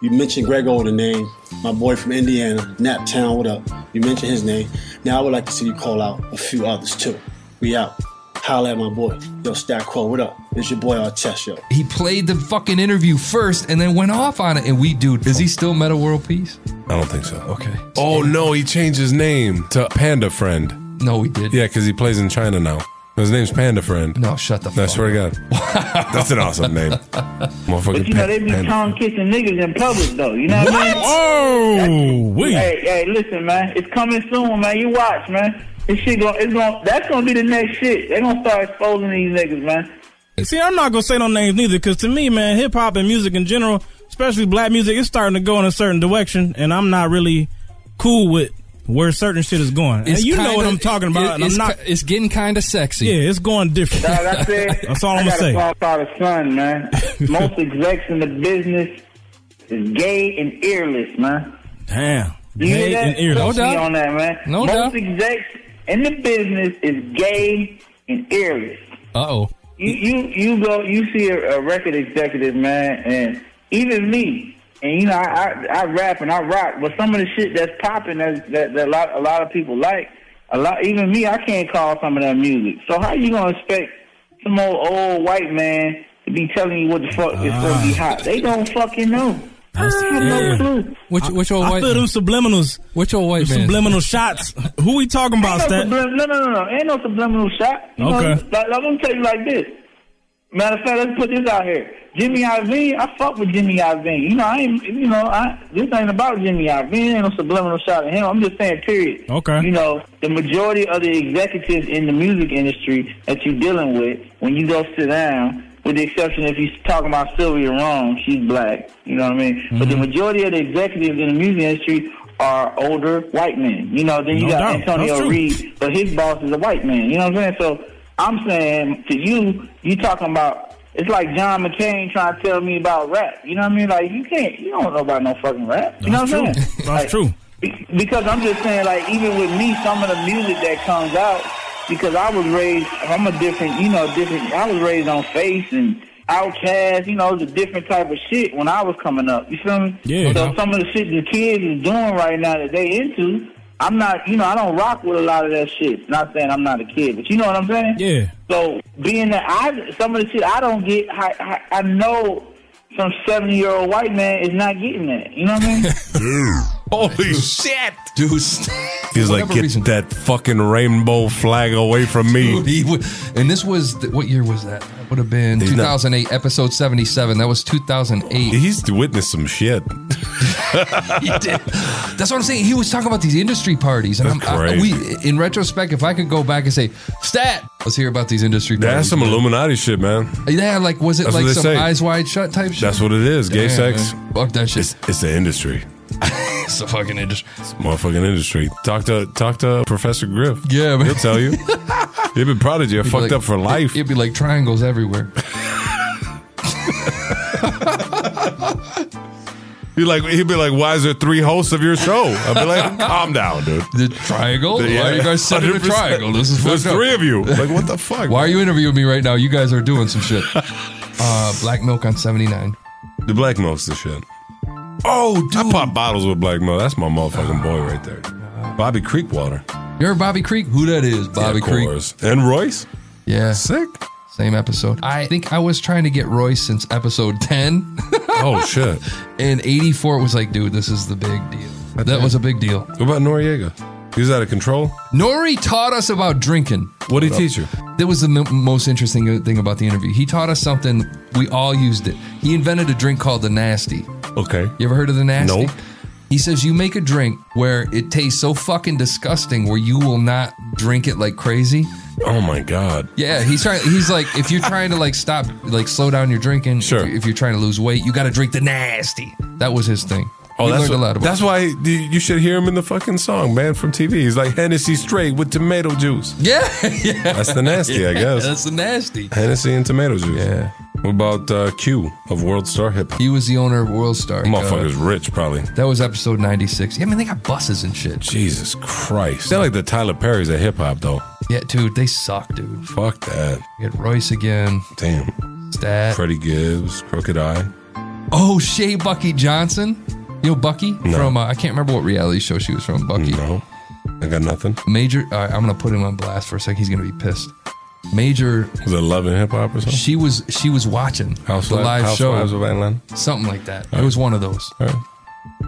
Speaker 6: You mentioned Greg Oden name, my boy from Indiana, Naptown. What up? You mentioned his name. Now I would like to see you call out a few others too. We out. Holla at my boy. Yo, Stack Quo, what up? It's your boy Artest, yo.
Speaker 1: He played the fucking interview first and then went off on it. And we, dude, is he still Meta World Peace?
Speaker 2: I don't think so.
Speaker 1: Okay.
Speaker 2: Oh no, he changed his name to Panda Friend.
Speaker 1: No, he did.
Speaker 2: Yeah, because he plays in China now. His name's Panda Friend.
Speaker 1: No, shut the.
Speaker 2: I swear to God, that's an awesome name. Motherfucking
Speaker 7: But you know, they be
Speaker 2: Panda.
Speaker 7: tongue kissing niggas in public, though. You know what, I mean?
Speaker 2: Oh,
Speaker 7: we. Hey, hey, listen, man. It's coming soon, man. You watch, man. This shit going, it's going, that's going to be the next shit. They're going to start exposing these niggas, man.
Speaker 9: See, I'm not gonna say no names neither, because to me, man, hip hop and music in general, especially black music, it's starting to go in a certain direction, and I'm not really cool with where certain shit is going. and
Speaker 18: It's
Speaker 9: you know
Speaker 18: kinda-
Speaker 9: what I'm talking
Speaker 18: it-
Speaker 9: about. and
Speaker 18: it's
Speaker 9: I'm not.
Speaker 18: ki- it's getting kind of sexy.
Speaker 9: Yeah, it's going different.
Speaker 7: Dog, I said,
Speaker 9: That's all I'm
Speaker 7: I
Speaker 9: gonna say.
Speaker 7: gotta call out a son, man. Most execs in the business is gay and earless, man.
Speaker 9: Damn.
Speaker 7: You hear
Speaker 9: Gay
Speaker 7: that?
Speaker 9: and earless.
Speaker 7: Trust me on that, man.
Speaker 9: No
Speaker 7: Most
Speaker 9: doubt.
Speaker 7: execs in the business is gay and earless.
Speaker 18: Uh oh.
Speaker 7: You you you go you see a, a record executive man and even me and you know I, I I rap and I rock but some of the shit that's popping that that, that a, lot, a lot of people like a lot even me I can't call some of that music so how you gonna expect some old old white man to be telling you what the fuck is gonna be hot they don't fucking know I have no clue
Speaker 18: Which which old
Speaker 7: I
Speaker 18: white?
Speaker 7: feel them
Speaker 9: subliminals.
Speaker 18: Which old white man?
Speaker 9: Subliminal shots. Who we talking about,
Speaker 7: Ain't no,
Speaker 9: Stat?
Speaker 7: sublim- no, no, no, no. Ain't no subliminal shot. You
Speaker 9: Okay.
Speaker 7: Know, like, I'm gonna tell you like this. Matter of fact, let's put this out here. Jimmy Iovine, I fuck with Jimmy Iovine. You know, I ain't, you know, I this ain't about Jimmy Iovine. Ain't no subliminal shot of him. I'm just saying, period.
Speaker 9: Okay.
Speaker 7: You know, the majority of the executives in the music industry that you're dealing with, when you go sit down, with the exception if you're talking about Sylvia Rome, she's black. You know what I mean? But the
Speaker 9: Mm-hmm.
Speaker 7: majority of the executives in the music industry are older white men. You know, then you
Speaker 9: No
Speaker 7: got
Speaker 9: doubt. That's
Speaker 7: Antonio
Speaker 9: true.
Speaker 7: Reed, but his boss is a white man. You know what I'm saying? So I'm saying to you, you talking about it's like John McCain trying to tell me about rap. You know what I mean? Like you can't, you don't know about no fucking rap. You know what I'm saying?
Speaker 9: That's true.
Speaker 7: Be- because I'm just saying, like, even with me, some of the music that comes out, because I was raised, I'm a different, you know, different. I was raised on Face and Outkast, you know, it was a different type of shit when I was coming up. You feel me?
Speaker 9: Yeah.
Speaker 7: So some of the shit the kids is doing right now that they into, I'm not, you know, I don't rock with a lot of that shit. Not saying I'm not a kid, but you know what I'm saying?
Speaker 9: Yeah.
Speaker 7: So being that I, some of the shit I don't get, I, I, I know some 70 year old white man is not getting that. You know what I mean?
Speaker 2: Holy shit,
Speaker 1: dude!
Speaker 2: He's like,
Speaker 1: Whatever
Speaker 2: get
Speaker 1: reason.
Speaker 2: that fucking rainbow flag away from me.
Speaker 1: Dude, he would- and this was th- what year was that? That would have been
Speaker 2: He's not-
Speaker 1: 2008, episode 77. That was 2008.
Speaker 2: He's witnessed some shit.
Speaker 1: he did. That's what I'm saying. He was talking about these industry parties, and I'm,
Speaker 2: That's
Speaker 1: I,
Speaker 2: crazy.
Speaker 1: we, in retrospect, if I could go back and say, "Stat, let's hear about these industry
Speaker 2: That's
Speaker 1: parties."
Speaker 2: some Illuminati shit, man.
Speaker 1: yeah, like was it
Speaker 2: That's
Speaker 1: like
Speaker 2: what they
Speaker 1: some
Speaker 2: say.
Speaker 1: eyes wide shut type shit?
Speaker 2: That's what it is. Gay
Speaker 1: Damn,
Speaker 2: sex.
Speaker 1: man. Fuck that shit.
Speaker 2: It's, it's the industry.
Speaker 1: it's a fucking industry. It's
Speaker 2: motherfucking industry. Talk to talk to Professor Griff.
Speaker 1: Yeah, man.
Speaker 2: He'll tell you. He'll be proud of you.
Speaker 1: He'd be
Speaker 2: fucked
Speaker 1: like-
Speaker 2: up for life.
Speaker 1: It'd be like triangles everywhere.
Speaker 2: He like he'd be like, "Why is there three hosts of your show?" I'd be like, "Calm down, dude."
Speaker 1: The triangle?
Speaker 2: Yeah.
Speaker 1: Why are you guys sitting in a
Speaker 2: 100%.
Speaker 1: triangle? This is
Speaker 2: There's
Speaker 1: fucked up.
Speaker 2: three of you. Like, what the fuck?
Speaker 1: Why are you interviewing me right now? You guys are doing some shit. Uh, Black Milk on 79.
Speaker 2: The black milk's the shit.
Speaker 1: Oh, dude.
Speaker 2: I pop bottles with black milk. That's my motherfucking boy right there. Bobby Creek water.
Speaker 1: You're Bobby Creek? Who that is? Bobby
Speaker 2: of
Speaker 1: Creek.
Speaker 2: course. And Royce?
Speaker 1: Yeah.
Speaker 2: Sick.
Speaker 1: Same episode. I think I was trying to get Royce since episode 10.
Speaker 2: oh, shit.
Speaker 1: And 84 was like, dude, this is the big deal. That was a big deal.
Speaker 2: What about Noriega? He was out of control.
Speaker 1: Nori taught us about drinking.
Speaker 2: What did he teach you?
Speaker 1: That was the m- most interesting thing about the interview. He taught us something we all used it. He invented a drink called the Nasty.
Speaker 2: Okay.
Speaker 1: You ever heard of the Nasty?
Speaker 2: Nope.
Speaker 1: He says you make a drink where it tastes so fucking disgusting where you will not drink it like crazy.
Speaker 2: Oh my god.
Speaker 1: Yeah, he's trying. He's like, if you're trying to like stop, like slow down your drinking. Sure. If, you- if you're trying to lose weight, you got to drink the nasty. That was his thing.
Speaker 2: Oh,
Speaker 1: we
Speaker 2: that's
Speaker 1: learned
Speaker 2: what-
Speaker 1: a lot about.
Speaker 2: That's why you- you should hear him in the fucking song, man, from TV. He's like Hennessy straight with tomato juice.
Speaker 1: Yeah, yeah.
Speaker 2: That's the nasty, I
Speaker 1: Yeah,
Speaker 2: guess.
Speaker 1: That's the nasty.
Speaker 2: Hennessy and tomato juice.
Speaker 1: Yeah.
Speaker 2: What about uh, Q of World Star Hip Hop?
Speaker 1: He was the owner of World Star. Uh,
Speaker 2: Motherfucker's rich, probably.
Speaker 1: That was episode 96. Yeah, I mean, they got buses and shit.
Speaker 2: Jesus Christ. They're like the Tyler Perry's of hip hop, though.
Speaker 1: Yeah, dude, they suck, dude.
Speaker 2: Fuck that.
Speaker 1: You got Royce again.
Speaker 2: Damn.
Speaker 1: Stat.
Speaker 2: Freddie Gibbs, Crooked Eye.
Speaker 1: Oh, Shay Bucky Johnson. You know Bucky from uh, I can't remember what reality show she was from. Bucky.
Speaker 2: No, I got nothing.
Speaker 1: Major. Uh, I'm gonna put him on blast for a second. He's gonna be pissed. Major.
Speaker 2: Was it Love and Hip Hop or something?
Speaker 1: She was. She was watching
Speaker 2: Housewives-
Speaker 1: the live show.
Speaker 2: Housewives of Atlanta?
Speaker 1: Something like that.
Speaker 2: All
Speaker 1: It
Speaker 2: right.
Speaker 1: was one of those.
Speaker 2: All right.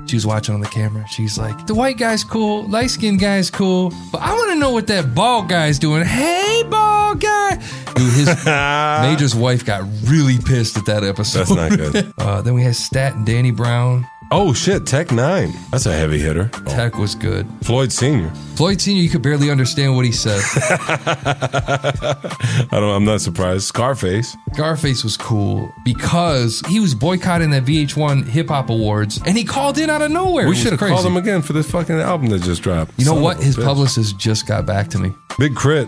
Speaker 1: She was watching on the camera. She's like, the white guy's cool, light skinned guy's cool, but I want to know what that bald guy's doing. Hey, bald guy. Dude, his Major's wife got really pissed at that episode.
Speaker 2: That's not good.
Speaker 1: uh, then we had Stat and Danny Brown.
Speaker 2: Oh shit, Tech Nine. That's a heavy hitter.
Speaker 1: Tech was good.
Speaker 2: Floyd Senior.
Speaker 1: Floyd Senior, you could barely understand what he said.
Speaker 2: I don't. I'm not surprised. Scarface.
Speaker 1: Garface was cool because he was boycotting that VH1 Hip Hop Awards, and he called in out of nowhere. It
Speaker 2: we
Speaker 1: was
Speaker 2: should have
Speaker 1: crazy.
Speaker 2: called him again for this fucking album that just dropped.
Speaker 1: You know
Speaker 2: Son of
Speaker 1: what?
Speaker 2: a
Speaker 1: His
Speaker 2: bitch.
Speaker 1: publicist just got back to me.
Speaker 2: Big Crit.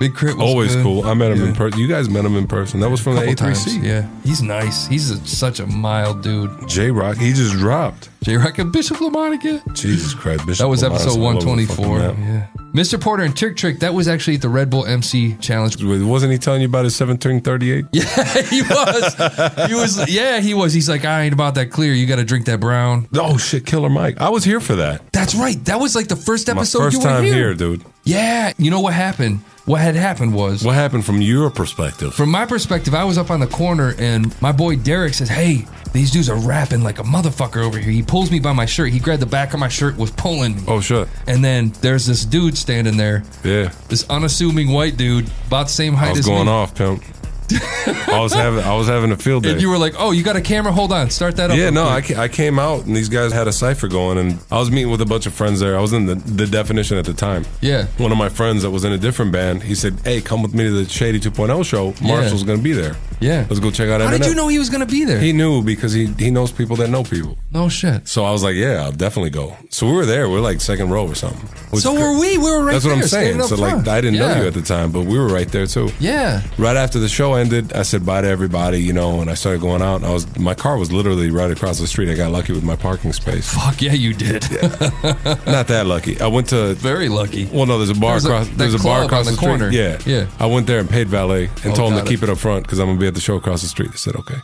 Speaker 1: Big Crit was
Speaker 2: always
Speaker 1: good.
Speaker 2: cool. I met him
Speaker 1: Yeah.
Speaker 2: in person. You guys met him in person. That was from the
Speaker 1: Couple
Speaker 2: A3C.
Speaker 1: times, Yeah, he's nice. He's a, such a mild dude.
Speaker 2: J Rock. He just dropped.
Speaker 1: J Rock and Bishop LaMonica.
Speaker 2: Jesus Christ, Bishop
Speaker 1: That was
Speaker 2: Lamar's
Speaker 1: episode
Speaker 2: all over the
Speaker 1: 124.
Speaker 2: fucking map.
Speaker 1: Yeah. Mr. Porter and Trick Trick. That was actually at the Red Bull MC Challenge.
Speaker 2: Wasn't he telling you about his 1738?
Speaker 1: Yeah, he was. he was. Yeah, he was. He's like, I ain't about that clear. You got to drink that brown.
Speaker 2: Oh shit, Killer Mike. I was here for that.
Speaker 1: That's right. That was like the first
Speaker 2: My
Speaker 1: episode.
Speaker 2: first
Speaker 1: you were
Speaker 2: time
Speaker 1: here.
Speaker 2: here, dude.
Speaker 1: Yeah. You know what happened? What had happened was
Speaker 2: What happened from your perspective?
Speaker 1: From my perspective, I was up on the corner and my boy Derek says, Hey, these dudes are rapping like a motherfucker over here. He pulls me by my shirt. He grabbed the back of my shirt, was pulling me.
Speaker 2: Oh, sure.
Speaker 1: And then there's this dude standing there,
Speaker 2: Yeah.
Speaker 1: this unassuming white dude, about the same height
Speaker 2: I was
Speaker 1: as
Speaker 2: going
Speaker 1: me.
Speaker 2: off, pimp. I was having I was having a field day.
Speaker 1: And you were like, Oh, you got a camera? Hold on, start that up.
Speaker 2: yeah,
Speaker 1: real
Speaker 2: no,
Speaker 1: quick."
Speaker 2: I, ca- I came out and these guys had a cipher going, and I was meeting with a bunch of friends there. I was in the, the definition at the time.
Speaker 1: Yeah.
Speaker 2: One of my friends that was in a different band, he said, Hey, come with me to the Shady 2.0 show.
Speaker 1: Yeah.
Speaker 2: Marshall's going to be there.
Speaker 1: Yeah.
Speaker 2: Let's go check out
Speaker 1: How did
Speaker 2: Eminem."
Speaker 1: you know he was going to be there?
Speaker 2: He knew because he, he knows people that know people.
Speaker 1: no shit.
Speaker 2: So I was like, Yeah, I'll definitely go. So we were there. We are like second row or something. Which
Speaker 1: So
Speaker 2: is cra-
Speaker 1: were we. We were right
Speaker 2: That's what
Speaker 1: there,
Speaker 2: I'm saying.
Speaker 1: standing up
Speaker 2: So, like,
Speaker 1: front.
Speaker 2: I didn't
Speaker 1: Yeah.
Speaker 2: know you at the time, but we were right there too.
Speaker 1: Yeah.
Speaker 2: Right after the show ended, I said bye to everybody, you know, and I started going out. And I was my car was literally right across the street. I got lucky with my parking space.
Speaker 1: Fuck yeah, you did.
Speaker 2: Not that lucky. I went to
Speaker 1: very lucky.
Speaker 2: Well, no, there's a bar
Speaker 1: There's a-
Speaker 2: across.
Speaker 1: that
Speaker 2: there's a
Speaker 1: club
Speaker 2: bar
Speaker 1: on
Speaker 2: across
Speaker 1: the
Speaker 2: the, street.
Speaker 1: corner.
Speaker 2: Yeah,
Speaker 1: Yeah.
Speaker 2: I went there and paid valet and
Speaker 1: Oh,
Speaker 2: told them to
Speaker 1: got
Speaker 2: keep it up front because I'm gonna be at the show across the street. They said okay.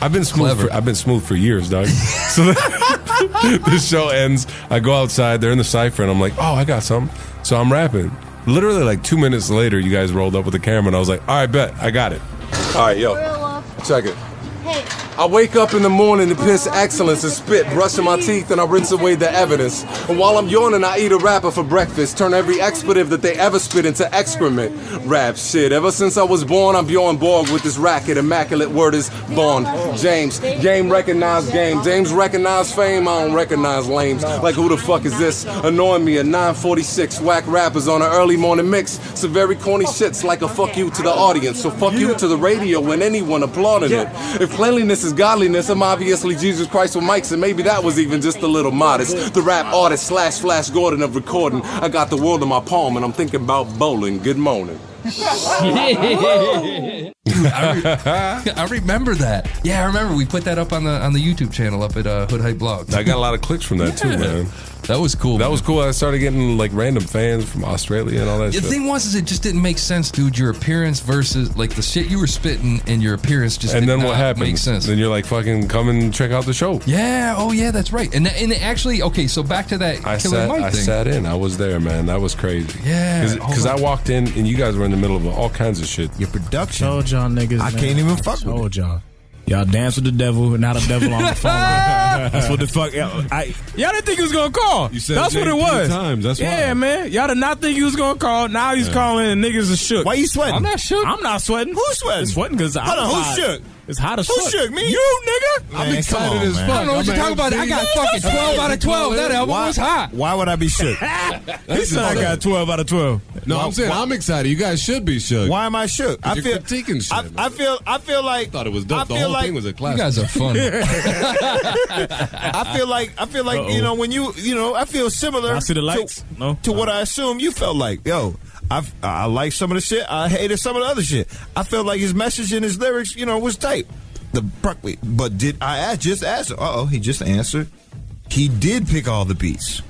Speaker 2: I've been smooth.
Speaker 1: Clever.
Speaker 2: For, I've been smooth for years, dog. so the, the show ends. I go outside. They're in the cipher, and I'm like, oh, I got something. So I'm rapping. Literally, like two minutes later, you guys rolled up with the camera, and I was like, all right, bet, I got it. All right, yo, check it.
Speaker 26: I wake up in the morning to piss excellence and spit, brushing my teeth, and I rinse away the evidence. And while I'm yawning, I eat a rapper for breakfast, turn every expletive that they ever spit into excrement. Rap shit. Ever since I was born, I'm Bjorn Borg with this racket. Immaculate word is Bond. James. Game recognized game. James recognized fame. I don't recognize lames. Like who the fuck is this? Annoying me at 946. Whack rappers on an early morning mix. Some very corny shits like a fuck you to the audience. So fuck you to the radio when anyone applauding it. If cleanliness is godliness, I'm obviously Jesus Christ with mics, and maybe that was even just a little modest. The rap artist slash Flash Gordon of recording. I got the world in my palm, and I'm thinking about bowling. Good morning.
Speaker 1: Dude, I, re- I remember that. Yeah, I remember. We put that up on the on the YouTube channel up at uh, Hood Hype Blog.
Speaker 2: I got a lot of clicks from that too,
Speaker 1: Yeah.
Speaker 2: man.
Speaker 1: That was cool.
Speaker 2: That was cool. I started getting like random fans from Australia and all that.
Speaker 1: The
Speaker 2: shit.
Speaker 1: thing was, is it just didn't make sense, dude. Your appearance versus like the shit you were spitting, and your appearance just
Speaker 2: and
Speaker 1: did
Speaker 2: then what
Speaker 1: not
Speaker 2: happens?
Speaker 1: Make sense.
Speaker 2: Then you're like, fucking come and check out the show.
Speaker 1: Yeah. Oh, yeah. That's right. And that, and actually, okay. So back to that
Speaker 2: I
Speaker 1: Killer
Speaker 2: sat,
Speaker 1: Mike
Speaker 2: I
Speaker 1: thing.
Speaker 2: sat in. I was there, man. That was crazy.
Speaker 1: Yeah.
Speaker 2: Because I walked in and you guys were in the middle of all kinds of shit. Your
Speaker 9: production. Told y'all niggas.
Speaker 2: I
Speaker 9: man.
Speaker 2: can't even fuck with
Speaker 9: Told y'all. Y'all dance with the devil, not a devil on the phone. That's what the fuck. Y'all, I, y'all didn't think he was gonna call.
Speaker 2: You said
Speaker 9: That's
Speaker 2: his
Speaker 9: what it
Speaker 2: name
Speaker 9: was.
Speaker 2: three times, that's why.
Speaker 9: yeah, man. Y'all did not think he was gonna call. Now he's
Speaker 2: Yeah.
Speaker 9: calling and niggas are shook.
Speaker 2: Why you sweating?
Speaker 9: I'm not shook. I'm not sweating. Who's sweating? sweating because I'm
Speaker 5: Hold on, who's
Speaker 9: hot.
Speaker 5: shook?
Speaker 9: It's hot as
Speaker 5: Who
Speaker 9: fuck.
Speaker 5: shook, me?
Speaker 9: You nigga.
Speaker 5: Man, come on, man.
Speaker 9: I don't know what you're talking about. I got fucking 12 out of 12. That album
Speaker 5: Why-
Speaker 9: was hot.
Speaker 5: Why would I be shook?
Speaker 9: He said I got 12 out of 12.
Speaker 5: No, I'm saying
Speaker 8: I'm excited. You guys should be shook.
Speaker 5: Why am I shook? I
Speaker 8: You're
Speaker 5: feel
Speaker 8: critiquing shit,
Speaker 5: I,
Speaker 8: man.
Speaker 5: I feel I feel like
Speaker 8: thought it was
Speaker 5: I
Speaker 8: dope. The
Speaker 5: feel
Speaker 8: whole
Speaker 5: like,
Speaker 8: thing was a classic. You guys are funny.
Speaker 5: I feel like I feel like
Speaker 9: Uh-oh.
Speaker 5: you know when you you know I feel similar.
Speaker 9: I see the lights.
Speaker 5: To,
Speaker 9: No.
Speaker 5: to what I assume you felt like. Yo,
Speaker 27: I I like some of the shit. I hated some of the other shit. I felt like his message and his lyrics, you know, was tight. The Buckley, but did I ask, just answer? Uh oh, he just answered. He did pick all the beats.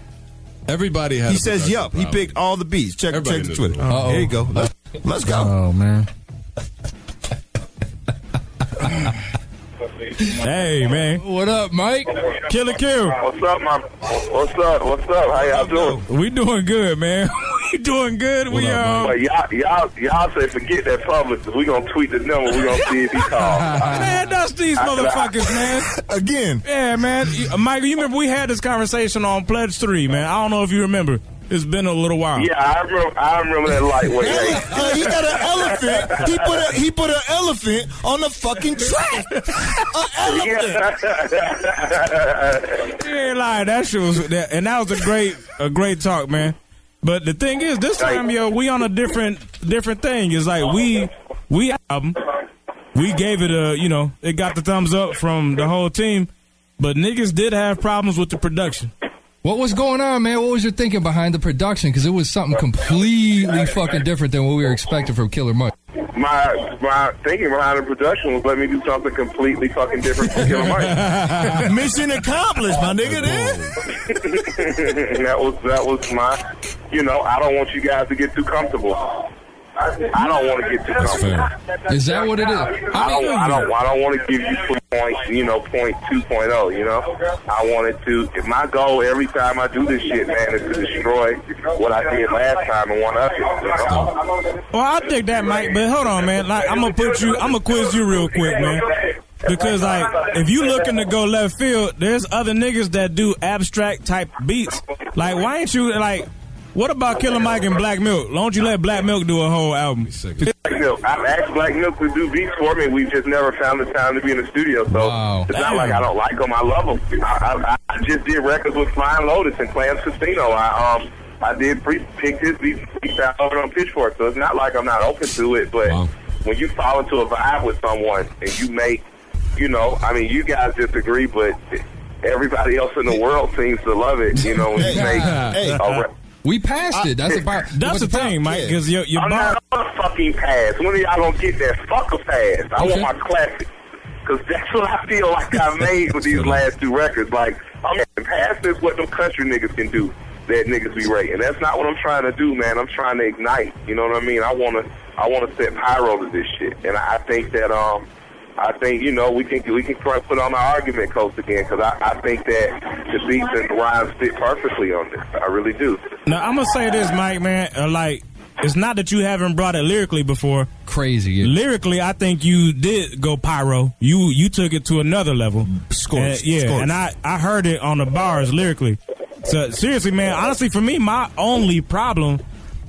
Speaker 28: Everybody has.
Speaker 27: He says, "Yup, he picked all the beats." Check
Speaker 28: Everybody
Speaker 27: check the
Speaker 28: does.
Speaker 27: Twitter.
Speaker 28: Uh-oh.
Speaker 27: There you go. Let's, let's go.
Speaker 29: Oh man.
Speaker 9: Hey man,
Speaker 1: what up, Mike?
Speaker 9: Killer Q.
Speaker 30: What's up, man? What's up? What's up? How y'all doing?
Speaker 9: We doing good, man. we doing good. we um.
Speaker 30: But y'all, y'all, y'all say forget that public. We gonna tweet the number. We gonna see if he calls.
Speaker 9: Man, that's these
Speaker 30: Uh, I- uh, I-
Speaker 9: motherfuckers, man.
Speaker 27: Again.
Speaker 9: Yeah, man. You- uh, Michael, you remember we had this conversation on Pledge 3, man. I don't know if you remember. It's been a little while.
Speaker 30: Yeah, I remember. I remember that lightweight. race.
Speaker 27: Hey, he got an elephant. He put a, he put an elephant on the fucking track. An
Speaker 30: elephant.
Speaker 9: You ain't lying. That shit was, that, and that was a great, a great talk, man. But the thing is, this time, yo, we on a different, different thing. It's like we, we album, we gave it a, you know, it got the thumbs up from the whole team. But niggas did have problems with the production.
Speaker 1: What was going on, man? What was your thinking behind the production? Because it was something completely fucking different than what we were expecting from Killer Mike.
Speaker 30: My my thinking behind the production was let me do something completely fucking different from Killer Mike.
Speaker 27: elephant. Mission accomplished, my nigga. Then.
Speaker 30: that was that was my, you know, I don't want you guys to get too comfortable. I don't want to get too comfortable.
Speaker 1: Is that what it is?
Speaker 30: I don't, I don't, I don't want to give you point, you know, point two point oh. You know, I wanted to. If my goal every time I do this shit, man, is to destroy what I did last time and one up it. You know?
Speaker 9: Well, I think Oh, that might, but hold on, man. Like, I'm gonna put you, I'm gonna quiz you real quick, man. Because like, if you looking to go left field, there's other niggas that do abstract type beats. Like, why ain't you like? What about Killer Mike and Black Milk? Why don't you let Black Milk do a whole album?
Speaker 30: Black Milk. I've asked Black Milk to do beats for me. We've just never found the time to be in the studio. So it's not like I don't like them. I love them. I, I, I just did records with Flying Lotus and Clams Casino. I um I did pre- pick his beats beats out over on Pitchfork. So it's not like I'm not open to it. But when you fall into a vibe with someone and you make, you know, I mean, you guys disagree, but everybody else in the world seems to love it. You know, when you make
Speaker 1: Hey.
Speaker 30: a re-
Speaker 1: We passed it. That's about.
Speaker 30: That's the thing, Mike, 'cause your- your I'm bar- not fucking pass. When are y'all gonna get that fucker pass? I want my classic. Cause that's what I feel like I made with these last two records. Like, I'm getting past this what them country niggas can do. That niggas be rating. That's not what I'm trying to do, man. I'm trying to ignite. You know what I mean? I wanna, I wanna set pyro to this shit. And I I think that, um, I think you know we can we can try to put on our argument coast again because I, I think that the beats and rhymes fit perfectly on this. I really do.
Speaker 9: Now I'm gonna say this, Mike, man. Uh, like, it's not that you haven't brought it lyrically before.
Speaker 1: Crazy.
Speaker 9: Lyrically, I think you did go pyro. You you took it to another level.
Speaker 27: Scorched,
Speaker 9: And- yeah,
Speaker 27: scorched.
Speaker 9: and I I heard it on the bars lyrically. So seriously, man. Honestly, for me, my only problem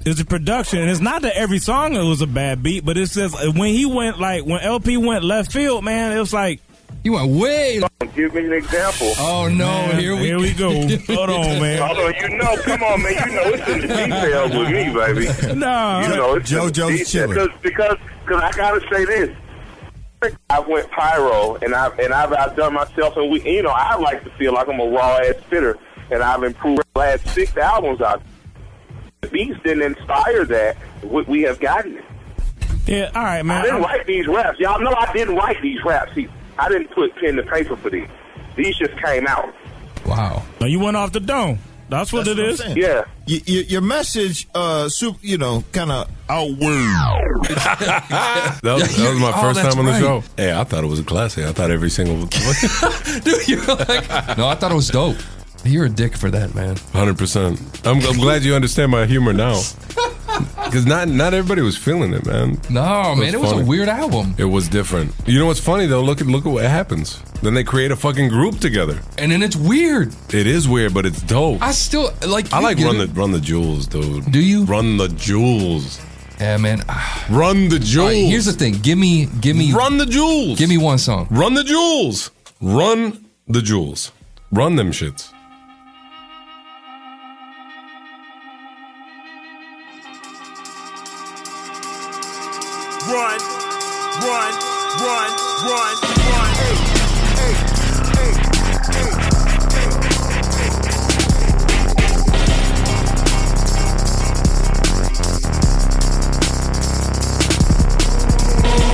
Speaker 9: is the production. And it's not that every song was a bad beat, but it's just uh, when he went like when LP went left field, man. It was like
Speaker 1: you went way.
Speaker 30: Give me an example.
Speaker 1: Oh no! here we
Speaker 9: here we go. Hold on, man.
Speaker 30: Although you know, come on, man, you know it's in the details with me, baby.
Speaker 9: No,
Speaker 30: you know it's in the
Speaker 27: JoJo's
Speaker 30: details.
Speaker 27: chilling.
Speaker 30: because because because I gotta say this. I went pyro and I and I've outdone myself, and we you know I like to feel like I'm a raw ass spitter, and I've improved the last six albums. I the beats didn't inspire that. We, we have gotten it.
Speaker 9: Yeah, all right, man.
Speaker 30: I didn't write these raps. Y'all know I didn't write these raps. See, I didn't put pen to paper for these. These just came out.
Speaker 1: Wow.
Speaker 9: No, you went off the dome. That's what it is.
Speaker 30: Yeah.
Speaker 27: Y- y- your message, uh, sup- you know, kind of outweighed.
Speaker 2: That was, that was my
Speaker 27: Oh,
Speaker 2: first
Speaker 27: that's
Speaker 2: time on the
Speaker 27: right.
Speaker 2: show. Yeah, I thought it was a classic. I thought every single
Speaker 1: No, I thought it was dope. You're a dick for that, man.
Speaker 2: Hundred percent. I'm, I'm glad you understand my humor now, because not not everybody was feeling it, man.
Speaker 1: No, man, it was a weird album.
Speaker 2: It was different. You know what's funny though? Look at look at what happens. Then they create a fucking group together,
Speaker 1: and then it's weird.
Speaker 2: It is weird, but it's dope.
Speaker 1: I still like.
Speaker 2: I
Speaker 1: you
Speaker 2: like
Speaker 1: get
Speaker 2: run the
Speaker 1: it.
Speaker 2: run the jewels, dude.
Speaker 1: Do you
Speaker 2: run the jewels?
Speaker 1: Yeah, man.
Speaker 2: Run the jewels.
Speaker 1: All right, here's the thing. Give me, give me.
Speaker 2: Run the jewels.
Speaker 1: Give me one song.
Speaker 2: Run the jewels. Run the jewels. Run them shits.
Speaker 10: Run, run, run, run, run. Hey, hey, hey, hey, hey, hey, hey.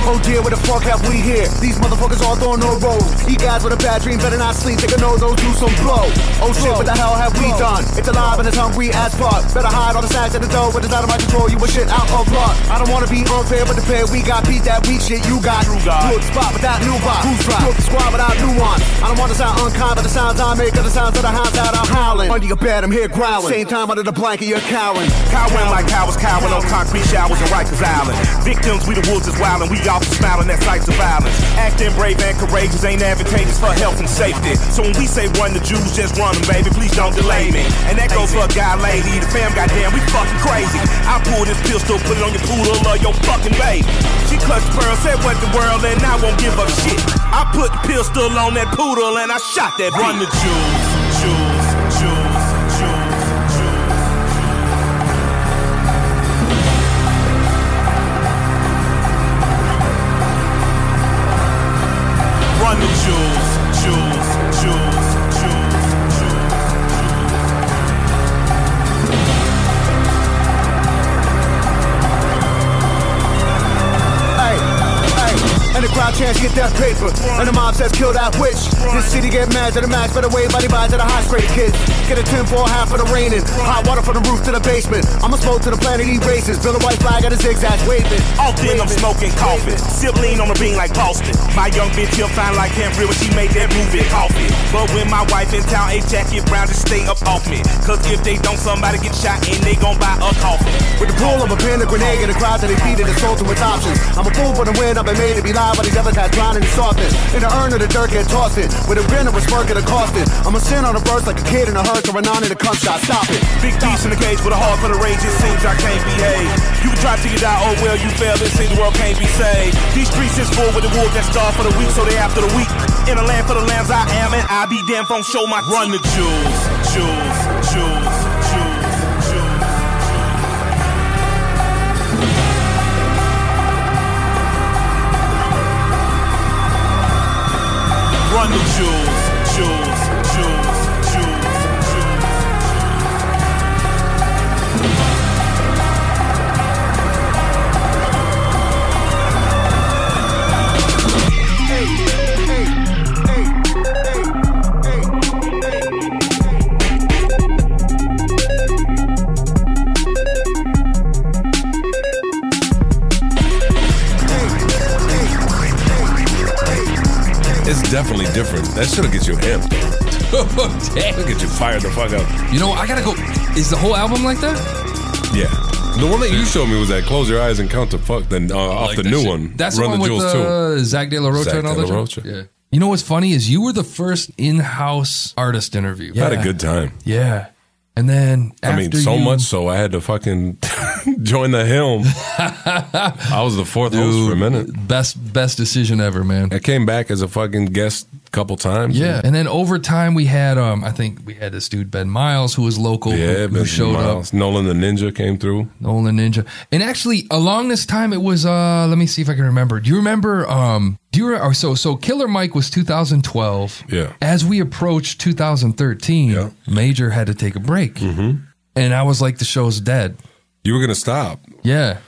Speaker 31: care Oh, where the fuck have we here? These motherfuckers all throwing no roll. You guys with a bad dream better not sleep. They can know those do some blow. Oh shit, what the hell have we done? It's alive and it's hungry as fuck. Better hide all the sacks at the door when it's out of my control. You a shit out of luck. I don't wanna be unfair, but the pair we got beat that weak shit you got. You got. Good spot without new vibe. Who's right? Good squad without nuance. I don't wanna sound unkind, but the sounds I make are the sounds of the hounds out I'm howling. Under your bed, I'm here growling. Same time under the blanket, you're cowering.
Speaker 32: Cowering like cowards, cowering on concrete showers in Rikers Island. Victims, we the wolves is wildin', we often smiling at sights of violence. Acting brave and courageous ain't advantageous for health and safety. So when we say run, the Jews just running, baby, please don't delay me. And that goes for a guy, lady, the fam, goddamn, we fucking crazy. I pull this pistol, put it on your poodle or your fucking baby. She clutched pearl, said what the world, and I won't give up shit. I put the pistol on that poodle and I shot that. Run the Jews, Jews, Jews, Jews. Run the jewels, jewels, jewels, jewels, jewels.
Speaker 31: Hey, hey, and the crowd chants get that paper. And the mob says kill that witch. This city get mad to the max, but the way body buys to the high straight kids. Get a 10 for a half for the raining. Hot water from the roof to the basement. I'ma smoke to the planet erases. Build a white flag at a zigzag waving.
Speaker 32: Often I'm smoking coffin. Sip lean on the bean like Boston. My young bitch here fine like Henry when she made that move in coffee. But when my wife in town, a jacket brown just stay up off me. Cause if they don't, somebody get shot and they gon' buy a coffin.
Speaker 31: With the pull of a pin, a grenade, and a crowd that they feed and assaulted with options. I'm a fool for the win, I've been made to be live, but these others had drowned in the softness. In the urn of the dirt, get tossed it. With a grin of a smirk at a cost it. I'm a sin on a burst like a kid in a hearse or a non in a cum shot. Stop it.
Speaker 32: Big piece in the cage with a heart for the rage, it seems I can't behave. You try till you die, oh well, you fail, it seems the world can't be saved. These streets is full with the wolves that starve for the weak, so they after the weak. In the land for the lambs I am, and I be damn phone show my Run the jewels, jewels, jewels, jewels, jewels. Run the jewels, jewels, jewels, jewels, jewels.
Speaker 2: It's definitely different. That should've get you amped. That'll get you fired the fuck up.
Speaker 1: You know, I gotta go. Is the whole album like that?
Speaker 2: Yeah. The one that you showed me was that "Close Your Eyes and Count to Fuck." Then uh, off
Speaker 1: like
Speaker 2: the
Speaker 1: that
Speaker 2: new
Speaker 1: shit.
Speaker 2: one,
Speaker 1: That's
Speaker 2: Run
Speaker 1: the one
Speaker 2: the Jewels
Speaker 1: with
Speaker 2: too.
Speaker 1: uh, Zach De La Rocha
Speaker 2: Zach
Speaker 1: and all
Speaker 2: De La
Speaker 1: that. shit?
Speaker 2: Rocha.
Speaker 1: Yeah. You know what's funny is you were the first in-house artist interview.
Speaker 2: Had a good time.
Speaker 1: Yeah. And then
Speaker 2: I mean,
Speaker 1: after
Speaker 2: so
Speaker 1: you-
Speaker 2: much so I had to fucking join the helm. I was the fourth host for a minute.
Speaker 1: Best best decision ever, man.
Speaker 2: I came back as a fucking guest a couple times.
Speaker 1: Yeah, and then over time we had um I think we had this dude Ben Miles who was local who-
Speaker 2: yeah,
Speaker 1: who,
Speaker 2: Benson
Speaker 1: showed up.
Speaker 2: Miles. Nolan the Ninja came through.
Speaker 1: Nolan the Ninja. And actually, along this time, it was. uh Let me see if I can remember. Do you remember? um Do you re- or so so? Killer Mike was 2012.
Speaker 2: Yeah.
Speaker 1: As we approached 2013, Major had to take a break, and I was like, the show's dead.
Speaker 2: Mm-hmm. You were gonna stop.
Speaker 1: Yeah.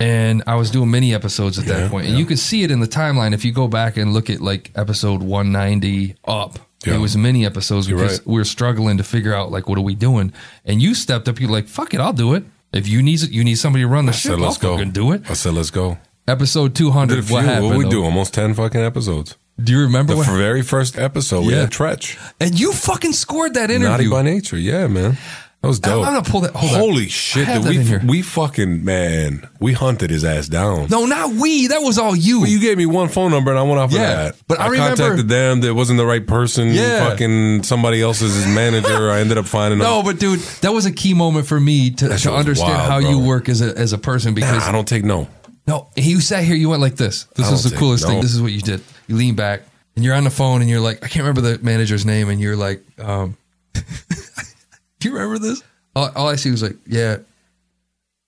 Speaker 1: And I was doing mini episodes at that point. and you can see it in the timeline if you go back and look at like episode 190 up.
Speaker 2: Yeah.
Speaker 1: It was mini episodes
Speaker 2: You're
Speaker 1: because
Speaker 2: right.
Speaker 1: we were struggling to figure out like what are we doing. And you stepped up. You're like, "Fuck it, I'll do it. If you need you need somebody to run the
Speaker 2: I
Speaker 1: ship,
Speaker 2: said,
Speaker 1: I'll
Speaker 2: let's go.
Speaker 1: fucking do it."
Speaker 2: I said, let's go.
Speaker 1: Episode
Speaker 2: Did
Speaker 1: 200.
Speaker 2: a few.
Speaker 1: what happened?
Speaker 2: What we
Speaker 1: though?
Speaker 2: do? Almost ten fucking episodes.
Speaker 1: Do you remember
Speaker 2: the
Speaker 1: what-
Speaker 2: very first episode? We
Speaker 1: Yeah.
Speaker 2: had Tretch.
Speaker 1: And you fucking scored that
Speaker 2: Naughty
Speaker 1: interview.
Speaker 2: by nature. Yeah, man. That was
Speaker 1: I'm
Speaker 2: dope.
Speaker 1: gonna pull that- hold on.
Speaker 2: Holy
Speaker 1: I
Speaker 2: shit! Did
Speaker 1: have that in
Speaker 2: we
Speaker 1: here.
Speaker 2: we fucking man. We hunted his ass down.
Speaker 1: No, not we. That was all you.
Speaker 2: you gave me one phone number and I went off
Speaker 1: Yeah,
Speaker 2: of that.
Speaker 1: but I remember-
Speaker 2: contacted them. That wasn't the right person.
Speaker 1: Yeah.
Speaker 2: Fucking somebody else's his manager. I ended up finding
Speaker 1: No,
Speaker 2: out.
Speaker 1: but dude, that was a key moment for me to,
Speaker 2: shit
Speaker 1: to
Speaker 2: was
Speaker 1: understand
Speaker 2: wild,
Speaker 1: how you
Speaker 2: bro.
Speaker 1: work as a as a person because
Speaker 2: Nah, I don't take no.
Speaker 1: No, he sat here. You went like this. This
Speaker 2: I
Speaker 1: is
Speaker 2: don't
Speaker 1: the
Speaker 2: take
Speaker 1: coolest thing.
Speaker 2: no.
Speaker 1: This is what you did. You lean back and you're on the phone and you're like, I can't remember the manager's name. And you're like, um, Do you remember this? all, all I see was like, Yeah,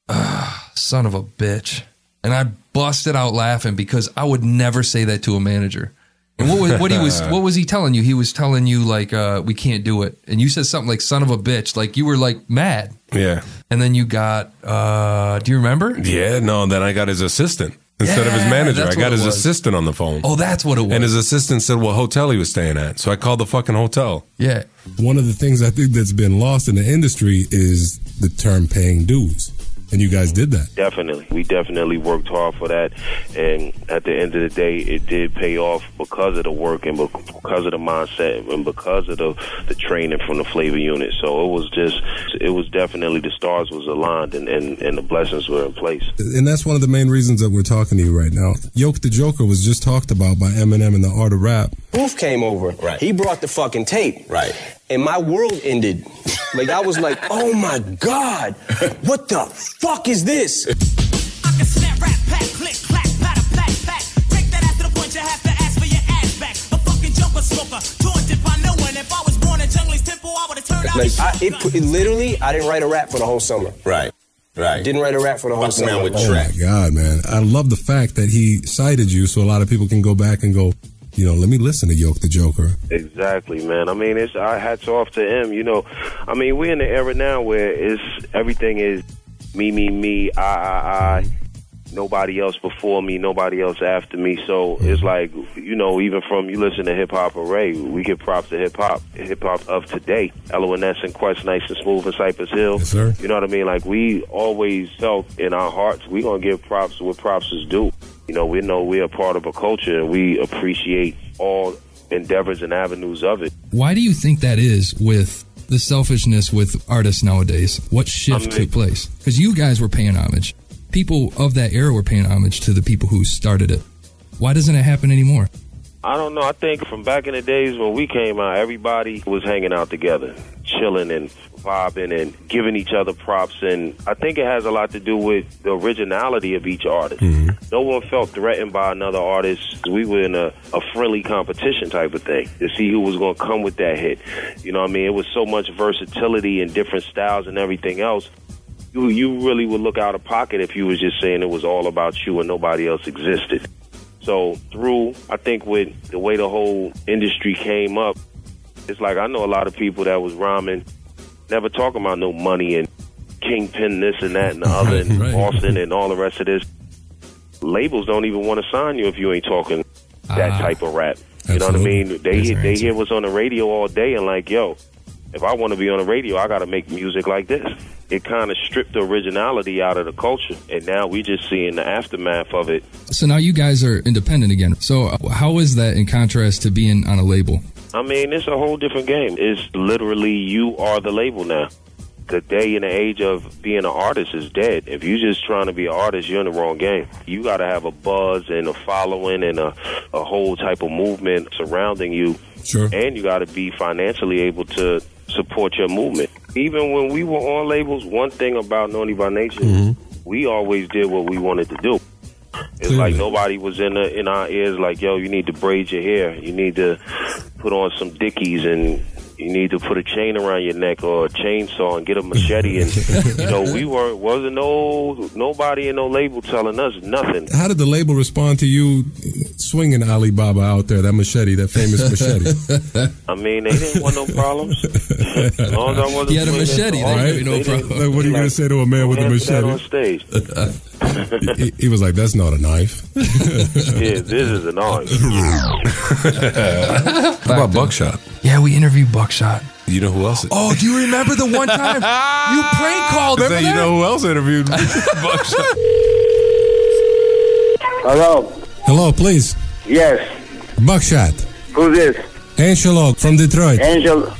Speaker 1: Ah, son of a bitch. And I busted out laughing because I would never say that to a manager. And what was what he was what was he telling you? He was telling you like uh, we can't do it. And you said something like son of a bitch, like you were like mad.
Speaker 2: Yeah.
Speaker 1: And then you got uh, do you remember?
Speaker 2: Yeah. No. Then I got his assistant. instead of his
Speaker 1: Yeah,
Speaker 2: manager. I
Speaker 1: that's
Speaker 2: got
Speaker 1: what it
Speaker 2: his
Speaker 1: was.
Speaker 2: assistant on the phone.
Speaker 1: Oh, that's what it was.
Speaker 2: And his assistant said what hotel he was staying at. So I called the fucking hotel.
Speaker 1: Yeah.
Speaker 12: One of the things I think that's been lost in the industry is the term paying dues. And you guys did that.
Speaker 33: Definitely. We definitely worked hard for that. And at the end of the day, it did pay off because of the work and bec- because of the mindset and because of the, the training from the flavor unit. So it was just, it was definitely the stars was aligned and, and, and the blessings were in place.
Speaker 12: And that's one of the main reasons that we're talking to you right now. Yoke the Joker was just talked about by Eminem in the Art of Rap.
Speaker 21: Booth came over. Right. He brought the fucking tape. Right. And my world ended. like I was like, oh my god, what the fuck is this?
Speaker 34: Pack, click, clack, patter, pack, pack. Take that ass to the point you have to ask for your ass back. A fucking jumper smoker, taunted by no one. If I was born in Junglie's temple, I would've turned out.
Speaker 21: Like I, it, put- it literally, I didn't write a rap for the whole summer. Right.
Speaker 33: Right.
Speaker 21: Didn't write a rap for the whole
Speaker 33: Fuck
Speaker 21: summer.
Speaker 33: around
Speaker 21: Oh,
Speaker 12: oh my god, man! I love the fact that he cited you, so a lot of people can go back and go, you know, let me listen to Yoke the Joker.
Speaker 33: Exactly, man. I mean, it's I hats off to him. You know, I mean, we're in the era now where it's everything is me, me, me, I, I, I. Nobody else before me, nobody else after me. So
Speaker 12: Mm-hmm.
Speaker 33: it's like, you know, even from you listen to Hip Hop Array, we give props to hip hop, hip hop of today. LONS and Quest, Nice and Smooth and Cypress Hill.
Speaker 12: Yes, sir.
Speaker 33: You know what I mean? Like, we always felt in our hearts, we're going to give props what props is due. You know, we know we're a part of a culture and we appreciate all endeavors and avenues of it.
Speaker 1: Why do you think that is with the selfishness with artists nowadays? What
Speaker 33: I
Speaker 1: shift
Speaker 33: mean-
Speaker 1: took place? Because you guys were paying homage. People of that era were paying homage to the people who started it. Why doesn't it happen anymore?
Speaker 33: I don't know. I think from back in the days when we came out, everybody was hanging out together, chilling and vibing and giving each other props. And I think it has a lot to do with the originality of each artist. No one felt threatened by another artist. We were in a, a friendly competition type of thing to see who was going to come with that hit. You know what I mean? It was so much versatility and different styles and everything else. You, you really would look out of pocket if you was just saying it was all about you and nobody else existed. So through, I think with the way the whole industry came up, it's like I know a lot of people that was rhyming, never talking about no money and kingpin this and that and the other and Boston and all the rest of this. Labels don't even want to sign you if you ain't talking that
Speaker 35: Ah.
Speaker 33: type of rap. You know what I
Speaker 35: Absolutely.
Speaker 33: mean? They
Speaker 35: There's
Speaker 33: hear,
Speaker 35: your
Speaker 33: they
Speaker 35: answer.
Speaker 33: hear what's on the radio all day and like, yo, if I want to be on the radio, I got to make music like this. It kind of stripped the originality out of the culture, and now we just seeing the aftermath of it
Speaker 1: So now you guys are independent again. So uh, how is that in contrast to being on a label?
Speaker 33: I mean, it's a whole different game. It's literally you are the label now. The day and the age of being an artist is dead. If you're just trying to be an artist, you're in the wrong game. You got to have a buzz and a following and a, a whole type of movement surrounding you.
Speaker 12: Sure.
Speaker 33: And you got to be financially able to support your movement. Even when we were on labels, one thing about Naughty by Nature, we always did what we wanted to do. It's like nobody was in the, in our ears like, yo, you need to braid your hair. You need to put on some dickies and you need to put a chain around your neck or a chainsaw and get a machete and you know, we weren't wasn't no nobody in no label telling us nothing.
Speaker 12: How did the label respond to you swinging Alibaba out there? That machete, that famous machete.
Speaker 33: I mean, they didn't want no problems. As long as I wasn't
Speaker 12: He had a
Speaker 33: swinging,
Speaker 12: machete,
Speaker 33: all
Speaker 12: they-
Speaker 33: they-
Speaker 12: no
Speaker 33: they didn't-
Speaker 12: problem. Like, what are you gonna say to a man with a
Speaker 33: "Don't answer that
Speaker 12: machete?"
Speaker 33: on stage?
Speaker 12: he, he was like, "That's not a knife."
Speaker 33: yeah, this is an art.
Speaker 2: How about Buckshot?
Speaker 1: Yeah, we interviewed Buckshot.
Speaker 2: You know who else?
Speaker 1: Oh, do you remember the one time you prank called?
Speaker 2: Say, you know who else interviewed Buckshot?
Speaker 24: Hello.
Speaker 12: Hello, please.
Speaker 24: Yes.
Speaker 12: Buckshot.
Speaker 24: Who's this?
Speaker 12: Angelo from Detroit.
Speaker 24: Angel.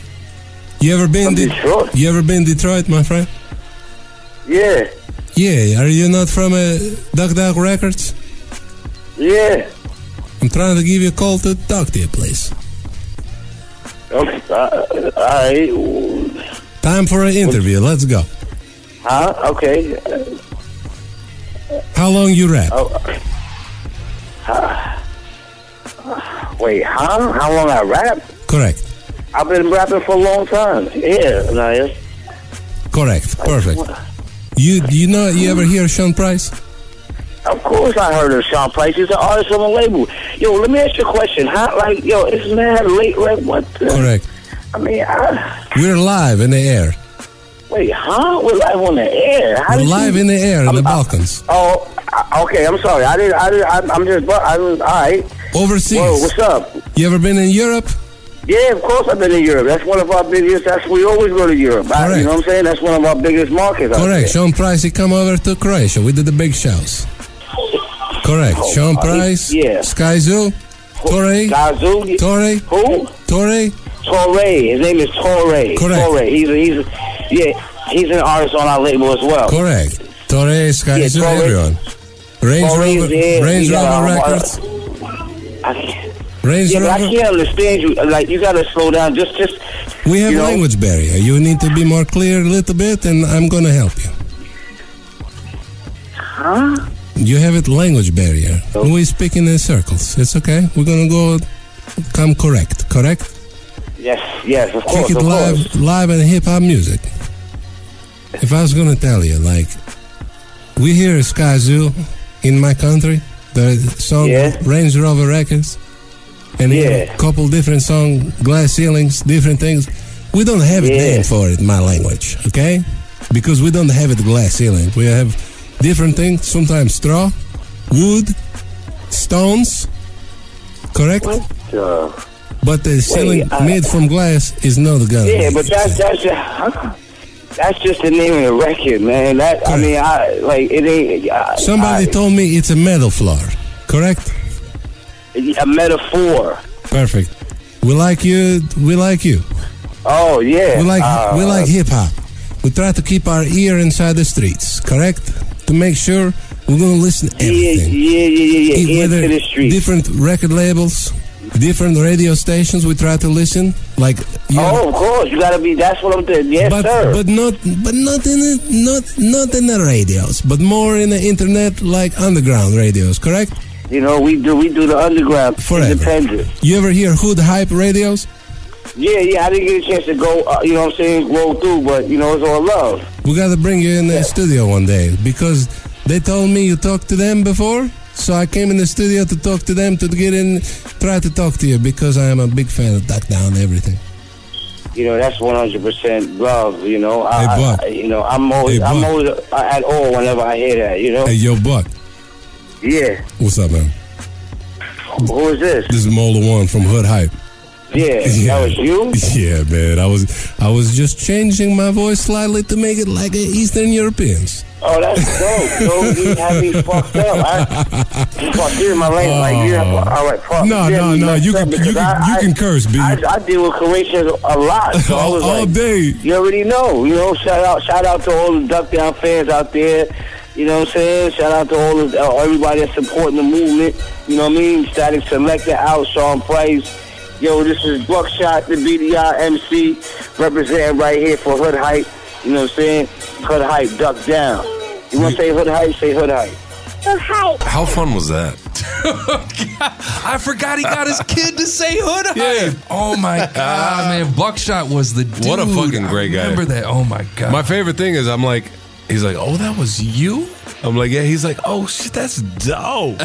Speaker 12: You ever been De- You ever been Detroit, my friend?
Speaker 24: Yeah.
Speaker 12: Yeah. Are you not from uh, Duck Duck Records?
Speaker 24: Yeah.
Speaker 12: I'm trying to give you a call to talk to you, please.
Speaker 24: Okay. Uh, I.
Speaker 12: Time for an interview. Let's go.
Speaker 24: Huh? Okay. Uh,
Speaker 12: How long you rap?
Speaker 24: Oh. Uh, wait. Huh? How long I rap?
Speaker 12: Correct.
Speaker 24: I've been rapping for a long time. Yeah. Nice.
Speaker 12: Correct. Perfect. You you know you ever hear Sean Price?
Speaker 24: Of course, I heard of Sean Price. He's an artist on the label. Yo, let me ask you a question. How? Like, yo, it's mad late. Like, what? The,
Speaker 12: Correct.
Speaker 24: I mean, I,
Speaker 12: We're live in the air.
Speaker 24: Wait, huh? We're live on the air. How
Speaker 11: We're
Speaker 24: did you-
Speaker 11: live in the air in the Balkans.
Speaker 24: Oh, I- okay. I'm sorry. I didn't. I didn't. I'm- I'm just. bu- I was all right.
Speaker 11: Overseas.
Speaker 24: Whoa, what's up?
Speaker 11: You ever been in Europe?
Speaker 24: Yeah, of course I've been in Europe. That's one of our biggest. That's we always go to Europe. I- you know what I'm saying? That's one of our biggest markets. out
Speaker 11: Correct. Sean Price, he come over to Croatia. We did the big shows. Correct.
Speaker 24: Oh,
Speaker 11: Sean
Speaker 24: uh,
Speaker 11: Price.
Speaker 24: yeah.
Speaker 11: Sky Zoo. Torre.
Speaker 24: Gazu.
Speaker 11: Torre.
Speaker 24: Who?
Speaker 11: Torre.
Speaker 24: Torre. His name is Torre.
Speaker 11: Correct.
Speaker 24: Torre. He's a, he's a, yeah. He's an artist on our label as well.
Speaker 11: Correct. Torre, Sky
Speaker 24: Yeah,
Speaker 11: Zoo,
Speaker 24: Torre.
Speaker 11: everyone. Range
Speaker 24: Torre's
Speaker 11: Rover,
Speaker 24: there.
Speaker 11: Range
Speaker 24: We got
Speaker 11: Rover
Speaker 24: our-
Speaker 11: Records.
Speaker 24: uh, I can't-
Speaker 11: Range
Speaker 24: yeah, but I
Speaker 11: Rover.
Speaker 24: can't understand you. Like you gotta slow down. Just, just.
Speaker 11: We have
Speaker 24: you know,
Speaker 11: language barrier. You need to be more clear a little bit, and I'm going to help you.
Speaker 24: Huh? Oh.
Speaker 11: You have it language barrier. We're speaking in circles. It's okay. We're going to go come correct. Correct?
Speaker 24: Yes, yes, of course,
Speaker 11: Kick it
Speaker 24: of
Speaker 11: live,
Speaker 24: course.
Speaker 11: live and hip hop music. If I was gonna tell you, like, we hear Sky Zoo in my country, the song Range Rover Records, and hear a couple different song, glass ceilings, different things. We don't have a name for it in my language, okay? Because we don't have it glass ceiling. We have different things. Sometimes straw, wood, stones. Correct.
Speaker 24: Uh,
Speaker 11: But the ceiling
Speaker 24: I-
Speaker 11: made from glass is not gonna.
Speaker 24: uh, Yeah, but that's that's just, that's just the name of the record, man. That I mean, I like it ain't I,
Speaker 11: Somebody told me it's a metal floor, correct?
Speaker 24: I- a metaphor.
Speaker 11: Perfect. We like you. We like you.
Speaker 24: Oh yeah,
Speaker 11: We like
Speaker 24: uh,
Speaker 11: we like hip hop. We try to keep our ear inside the streets, correct? To make sure we're gonna listen to everything.
Speaker 24: Yeah, yeah, yeah,
Speaker 11: E-
Speaker 24: yeah. Ear
Speaker 11: whether
Speaker 24: to the street.
Speaker 11: different record labels, different radio stations, we try to listen. Like you
Speaker 24: Oh, of course, you gotta be. That's what I'm doing. Yes,
Speaker 11: but,
Speaker 24: sir.
Speaker 11: But not, but not in the, not not in the radios, but more in the internet, like underground radios. Correct?
Speaker 24: you know, we do we do the underground
Speaker 11: Forever.
Speaker 24: independent.
Speaker 11: You ever hear hood hype radios?
Speaker 24: Yeah, yeah. I didn't get a chance to go. Uh, you know what I'm saying? Roll through, but you know, it's all love.
Speaker 11: We gotta bring you in the studio one day because they told me you talked to them before. So I came in the studio to talk to them to get in, try to talk to you because I am a big fan of Duck Down Everything.
Speaker 24: You know, that's 100 percent love. You know, I,
Speaker 11: Hey, Buck.
Speaker 24: I, you know, I'm always,
Speaker 11: Hey,
Speaker 24: I'm
Speaker 11: Buck.
Speaker 24: always uh, at all whenever I hear that. You know.
Speaker 11: Hey, yo, Buck,
Speaker 24: Yeah.
Speaker 11: what's up, man?
Speaker 24: Who is this?
Speaker 11: This is Mola One from Hood Hype.
Speaker 24: Yeah, that was you.
Speaker 11: Yeah, man. I was I was just changing my voice slightly to make it like a Eastern Europeans.
Speaker 24: Oh, that's dope. Don't be happy fucked up. I, fuck, you're in my lane. Like, you're all right. Fuck.
Speaker 11: Oh. No,
Speaker 24: Yeah,
Speaker 11: no,
Speaker 24: you
Speaker 11: no.
Speaker 24: messed
Speaker 11: You
Speaker 24: up
Speaker 11: can you
Speaker 24: because
Speaker 11: can,
Speaker 24: I-
Speaker 11: you
Speaker 24: I-
Speaker 11: can curse, B. Oh,
Speaker 24: I, I deal with Croatians a lot. So I was
Speaker 11: All
Speaker 24: like,
Speaker 11: day.
Speaker 24: You already know. You know, shout out, shout out to all the Duck Down fans out there. You know what I'm saying? Shout out to all of uh, everybody that's supporting the movement. You know what I mean? Static Selector out, Sean Price. Yo, this is Buckshot, the BDI MC, representing right here for Hood Hype. You know what I'm saying? Hood Hype, Duck Down. You want to say Hood Hype? Say Hood Hype. Hood Hype.
Speaker 2: How fun was that?
Speaker 1: I forgot he got his kid to say hood hype. Oh my god, man! Buckshot was the dude.
Speaker 2: What a fucking great
Speaker 1: I
Speaker 2: guy.
Speaker 1: remember that? Oh my god.
Speaker 2: My favorite thing is I'm like, he's like, oh, that was you? I'm like, yeah. He's like, oh shit, that's dope.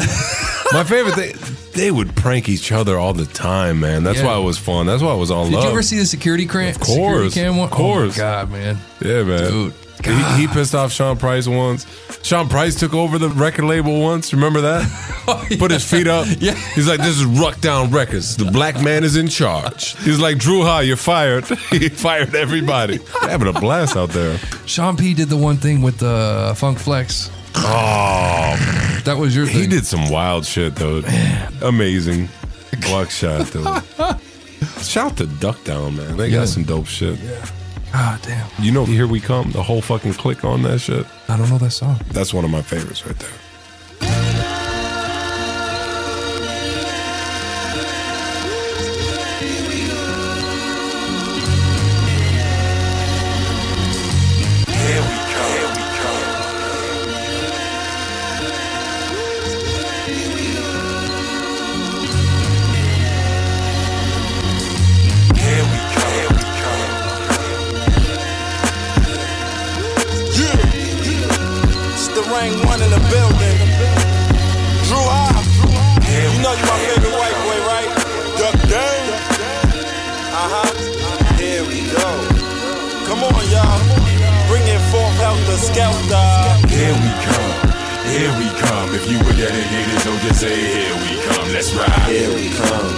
Speaker 2: My favorite thing, they would prank each other all the time, man. That's
Speaker 1: Yeah.
Speaker 2: why it was fun. That's why it was all
Speaker 1: Did
Speaker 2: love.
Speaker 1: you ever see the security cam?
Speaker 2: Of course,
Speaker 1: security cam one?
Speaker 2: of course.
Speaker 1: Oh my god, man.
Speaker 2: Yeah, man. He, he pissed off Sean Price once. Sean Price took over the record label once. Remember that?
Speaker 1: Oh,
Speaker 2: Put his feet up. Yeah. He's like, this is Ruckdown Records. The black man is in charge. He's like, Drew Ha, you're fired. he fired everybody. They're having a blast out there.
Speaker 1: Sean P did the one thing with the uh, Funk Flex.
Speaker 2: Oh,
Speaker 1: that was your.
Speaker 2: He did some wild shit though. Amazing block shot though.
Speaker 1: Ah,
Speaker 2: Shout out to Duck Down, man. They
Speaker 1: Yeah.
Speaker 2: got some dope shit.
Speaker 1: God damn.
Speaker 2: You know, here we come. The whole fucking click on that shit.
Speaker 1: I don't know that song.
Speaker 2: That's one of my favorites right there.
Speaker 36: Here we come. Here we come. Here we come. Here we come.
Speaker 10: Yeah. It's the rank one in the building. Drew I. You know you my favorite white boy, right? Duck Uh-huh. down. Uh huh. Here we go. Come on, y'all.
Speaker 12: shelter. Here we come, here we come. If you were dedicated, so just say, Here we come, let's ride. Here we come.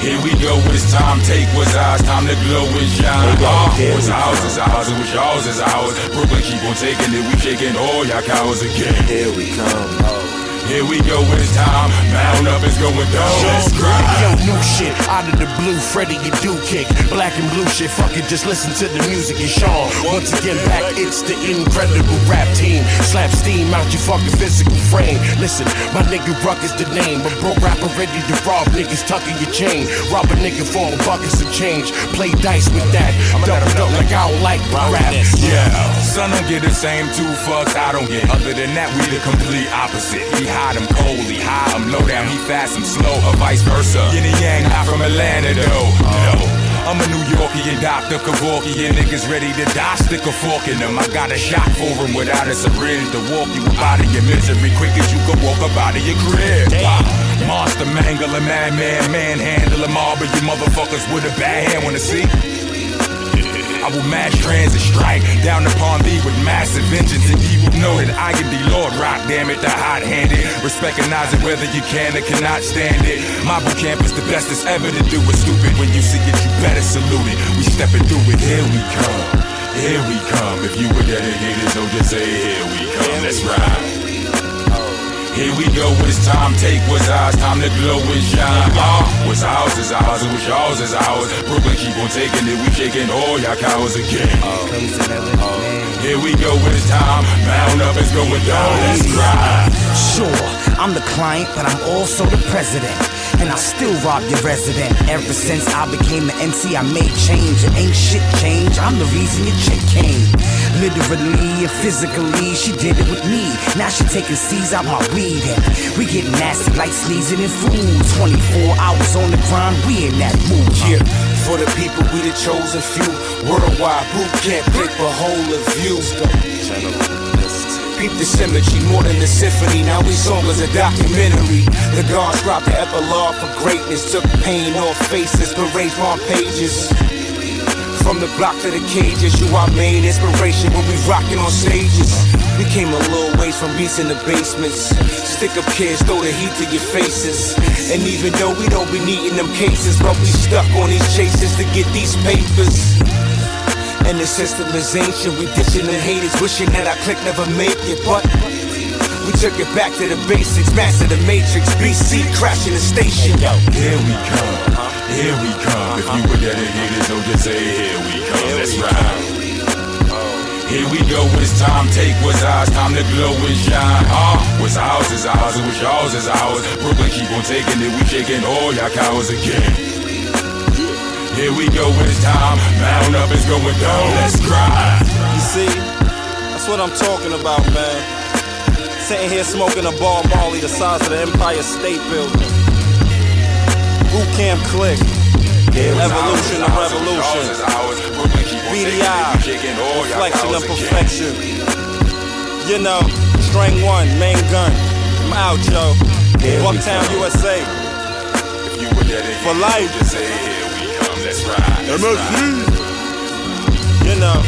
Speaker 12: Here we go, it's time, take what's ours, time to glow and shine. Oh, what's ours is ours, and what's yours is ours. Brooklyn keep on taking it, we shaking all y'all cows again. Here we come, Here we go, it's time, mound up, it's going down. Let's
Speaker 14: Yo, new shit, out of the blue, Freddy and do kick. Black and blue shit, fuck it, just listen to the music and Sean. Once again, back, it's the incredible rap team. Slap steam out your fucking physical frame. Listen, my nigga Ruck is the name. A broke rapper ready to rob niggas tucking your chain. Rob a nigga for a bucket some change. Play dice with that. Double, double, like I don't like rap.
Speaker 12: Yeah, son don't get the same two fucks I don't get. Other than that, we the complete opposite. He hot, I'm cold, he high, I'm low down, he fast, I'm slow, or vice versa. Yin and yang, not from Atlanta though. No. I'm a New Yorkie and Dr. Kevorkian niggas ready to die, stick a fork in them. I got a shot for him without a syringe to walk you up out of your misery quick as you can walk up out of your crib. Wow. Monster mangler, madman, manhandle him all, but you motherfuckers with a bad hand wanna see? I will mash transit strike down upon thee with massive vengeance, and ye will know that I am the Lord Rock. Damn it, the hot-handed, recognizing whether you can or cannot stand it. My boot camp is the best it's ever to do it. Stupid, when you see it, you better salute it. We stepping through it. Here we come, here we come. If you were dedicated, so just say here we come. Let's ride. Here we go, it's time, take what's ours, time to glow and shine. Ah, what's ours is ours, and what's yours is ours. Brooklyn keep on taking it, we shaking all y'all cows again. Oh, Here we go, it's time, mound up, it's going down, let's ride.
Speaker 24: Sure, I'm the client, but I'm also the president. And I still rob your resident. Ever since I became the MC, I made change. It ain't shit change. I'm the reason your chick came. Literally and physically, she did it with me. Now she taking C's out my weed. And we get nasty like sneezing and food. 24 hours on the grind, we in that mood.
Speaker 12: Yeah, for the people, we the chosen few. Worldwide boot camp, pick a whole of you. Peep the symmetry more than the symphony. Now we song as a documentary. The gods dropped the epilogue for greatness. Took pain off faces, parades on pages. From the block to the cages, you our main inspiration when we rocking on stages. We came a little ways from beats in the basements. Stick up kids, throw the heat to your faces. And even though we don't be needing them cases, but we stuck on these chases to get these papers. And the system is ancient, we ditching the haters, wishing that our click never make it, but. We took it back to the basics, master the matrix, BC crashing the station. Yo, Here we come, here we come. If you were dedicated, so just say here we come. Let's ride. Here we go, it's time, take what's ours, time to glow and shine. Ah, what's ours is ours, and what's yours is ours. Brooklyn keep on taking it, we shaking all y'all cows again. Here we go, it's time, mound up, it's going down, let's ride.
Speaker 10: You see, that's what I'm talking about, man. Sitting here smoking a bar Marley the size of the Empire State Building. Boot camp click. Evolution of revolution. BDI. Reflection of perfection. You know, string one, main gun. I'm out, yo. Bucktown, USA. For life. MSG. You know.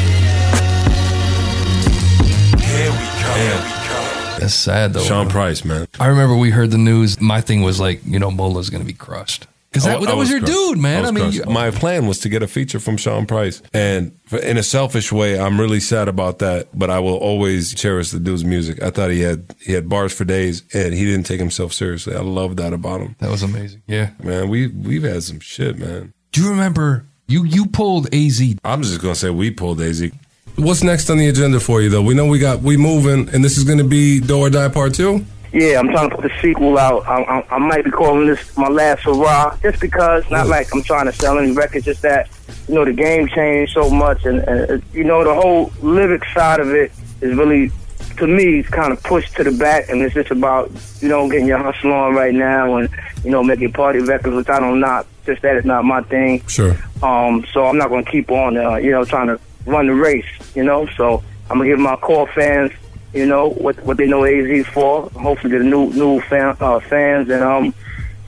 Speaker 12: Here we come, here we come.
Speaker 1: That's sad though.
Speaker 2: Sean Price, man.
Speaker 1: I remember we heard the news. My thing was like, you know, Mola's going to be crushed because
Speaker 2: I-
Speaker 1: that,
Speaker 2: Oh, I
Speaker 1: that was, your
Speaker 2: crushed.
Speaker 1: dude, man. I,
Speaker 2: was
Speaker 1: mean, oh.
Speaker 2: crushed. my plan was to get a feature from Sean Price, and f- in a selfish way, I'm really sad about that. But I will always cherish the dude's music. I thought he had he had bars for days, and he didn't take himself seriously. I love that about him.
Speaker 1: That was amazing. Yeah,
Speaker 2: man. We we've had some shit, man.
Speaker 1: Do you remember you you pulled AZ?
Speaker 2: I'm just gonna say we pulled AZ.
Speaker 37: What's next on the agenda for you, though? We know we got we moving, and this is going to be Do or Die Part Two.
Speaker 24: Yeah, I'm trying to put the sequel out. I, I, I might be calling this my last hurrah, just because. Not like I'm trying to sell any records, just that you know the game changed so much, and, and uh, you know the whole lyric side of it is really, to me, it's kind of pushed to the back, and it's just about you know getting your hustle on right now, and you know making party records, which I don't not just that is not my thing.
Speaker 37: Sure.
Speaker 24: Um, so I'm not going to keep on, uh, you know, trying to run the race, you know. So I'm gonna give my core fans, you know, what what they know AZ is for. Hopefully, the new new fan, uh, fans and um,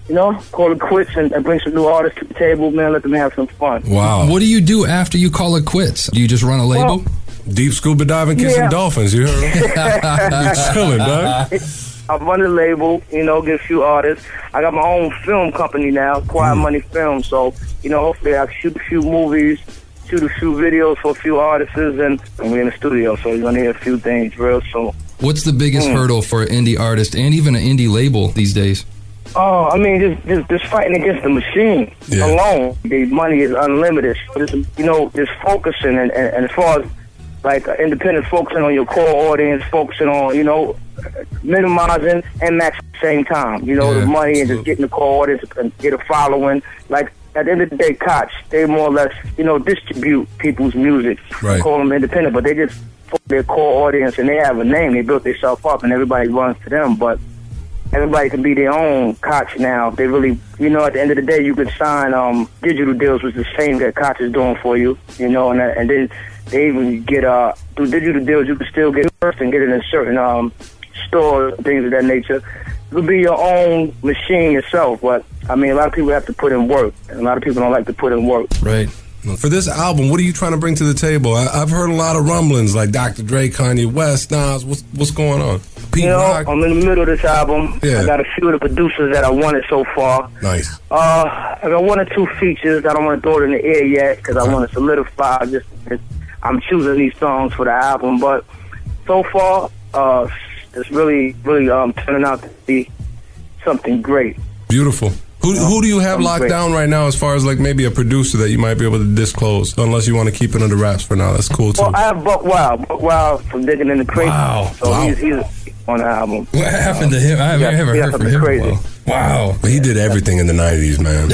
Speaker 24: you know, call it quits and, and bring some new artists to the table, man. Let them have some fun.
Speaker 1: What do you do after you call it quits? Do you just run a label?
Speaker 2: Deep scuba diving, kissing
Speaker 24: Yeah.
Speaker 2: dolphins. You heard him? you chilling, dog.
Speaker 24: I run the label, you know, get a few artists. I got my own film company now, Quiet
Speaker 2: Mm.
Speaker 24: Money Film. So, you know, hopefully I shoot a few movies, shoot a few videos for a few artists, and we're in the studio. So you're gonna hear a few things real soon.
Speaker 1: What's the biggest
Speaker 24: Mm.
Speaker 1: hurdle for an indie artist and even an indie label these days?
Speaker 24: Oh, I mean, just just, just fighting against the machine alone. The money is unlimited. So Just, you know, just focusing and, and, and as far as like uh, independent focusing on your core audience, focusing on you know minimizing and max at the same time. You know, the money and just getting the core audience and get a following. Like at the end of the day, Koch, they more or less you know distribute people's music.
Speaker 25: Right.
Speaker 24: Call them independent, but they just fuck their core audience and they have a name. They built themselves up and everybody runs to them, but everybody can be their own Koch now. If they really, you know, at the end of the day, you can sign um, digital deals, which is the same that Koch is doing for you, you know, and, uh, and then they even get, uh, through digital deals, you can still get first and get it in certain um, stores, things of that nature. It could be your own machine yourself, but I mean, a lot of people have to put in work, and a lot of people don't like to put in work.
Speaker 1: Right.
Speaker 2: For this album, what are you trying to bring to the table? I, I've heard a lot of rumblings, like Dr. Dre, Kanye West, Nas. What's what's going on?
Speaker 24: you know, I'm in the middle of this album. I got a few of the producers that I wanted so far.
Speaker 2: Nice.
Speaker 24: Uh, I got one or two features. I don't want to throw it in the air yet because I want to solidify. Just I'm choosing these songs for the album, but so far, uh, it's really, really um, turning out to be something great.
Speaker 2: Beautiful. Who, who do you have
Speaker 24: I'm
Speaker 2: locked
Speaker 24: great.
Speaker 2: down right now as far as like maybe a producer that you might be able to disclose? Unless you want to keep it under wraps for now. That's cool too.
Speaker 24: Well, I have Buck Wild. Buck Wild from Digging in the Crazy.
Speaker 2: Wow.
Speaker 24: So He's, he's on the album.
Speaker 1: What happened to him? I haven't, I haven't heard from him. in a while. Wow.
Speaker 2: He did everything in the 90s, man.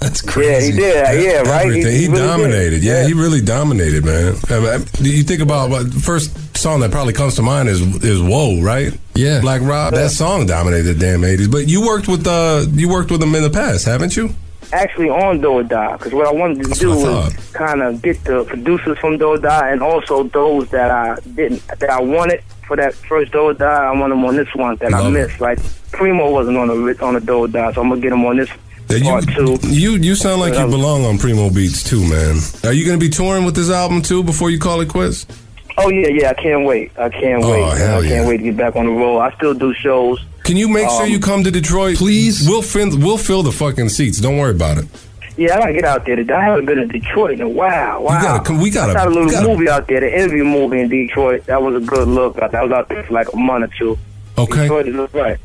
Speaker 1: That's
Speaker 24: crazy. Yeah, he did. Yeah, right?
Speaker 2: Everything. He,
Speaker 24: he really did.
Speaker 2: dominated. Yeah, he really dominated, man. I mean, I- you think about what the first song that probably comes to mind is is Whoa, right? Yeah. Black Rob. That song dominated the damn 80s. But you worked with uh you worked with him in the past, haven't you?
Speaker 24: actually on Do or Die because what I wanted to do was kind of get the producers from Do or Die and also those that I didn't that I wanted for that first Do or Die. I want them on this one that I
Speaker 2: Love it.
Speaker 24: missed. Like Primo wasn't on the on the Do or Die, so I'm gonna get him on this part two.
Speaker 2: You you sound like you belong on Primo Beats too, man. Are you going to be touring with this album too before you call it quits?
Speaker 24: Oh yeah, yeah, I can't wait. I can't
Speaker 2: Oh,
Speaker 24: wait.
Speaker 2: hell
Speaker 24: I can't
Speaker 2: yeah.
Speaker 24: wait to get back on the road. I still do shows.
Speaker 2: Can you make sure
Speaker 24: Um,
Speaker 2: you come to Detroit, please? We'll fin- we'll fill the fucking seats. Don't worry about it.
Speaker 24: Yeah, I gotta get out there. today. I haven't been to Detroit in a while. Wow,
Speaker 2: gotta come- we gotta-
Speaker 24: I shot a
Speaker 2: we
Speaker 24: little
Speaker 2: gotta-
Speaker 24: movie out there, the interview movie in Detroit. That was a good look. I was out there for like a month or two.
Speaker 1: Okay.
Speaker 24: Detroit is right.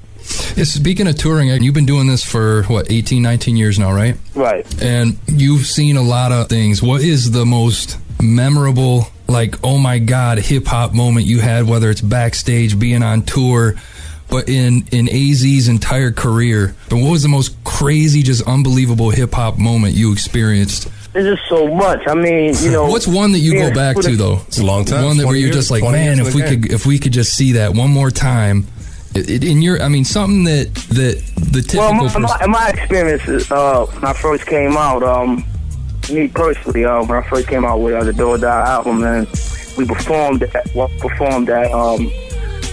Speaker 1: Yeah, speaking of touring, you've been doing this for what 18, 19 years now, right?
Speaker 24: Right.
Speaker 1: And you've seen a lot of things. What is the most memorable, like, oh my god, hip hop moment you had? Whether it's backstage, being on tour, but in in Az's entire career, but what was the most crazy, just unbelievable hip hop moment you experienced?
Speaker 24: There's just so much. I mean, you know,
Speaker 1: What's one that you go back to though?
Speaker 2: It's a long time.
Speaker 1: One that where
Speaker 2: 20
Speaker 1: you're
Speaker 2: years,
Speaker 1: just like,
Speaker 2: 20
Speaker 1: man,
Speaker 2: years
Speaker 1: if
Speaker 2: in
Speaker 1: we
Speaker 2: the
Speaker 1: could, if we could just see that one more time. It, it, in your, I mean, something that that the typical
Speaker 24: Well, my,
Speaker 1: person-
Speaker 24: my, my experience uh, when I first came out, um, me personally, uh, when I first came out with uh, the Door Die album, and we performed at, well, performed at um,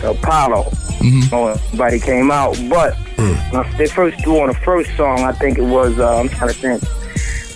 Speaker 24: the Apollo.
Speaker 1: Mm-hmm.
Speaker 24: So everybody came out, but
Speaker 1: Mm.
Speaker 24: when I- they first threw on the first song. I think it was uh, I'm trying to think.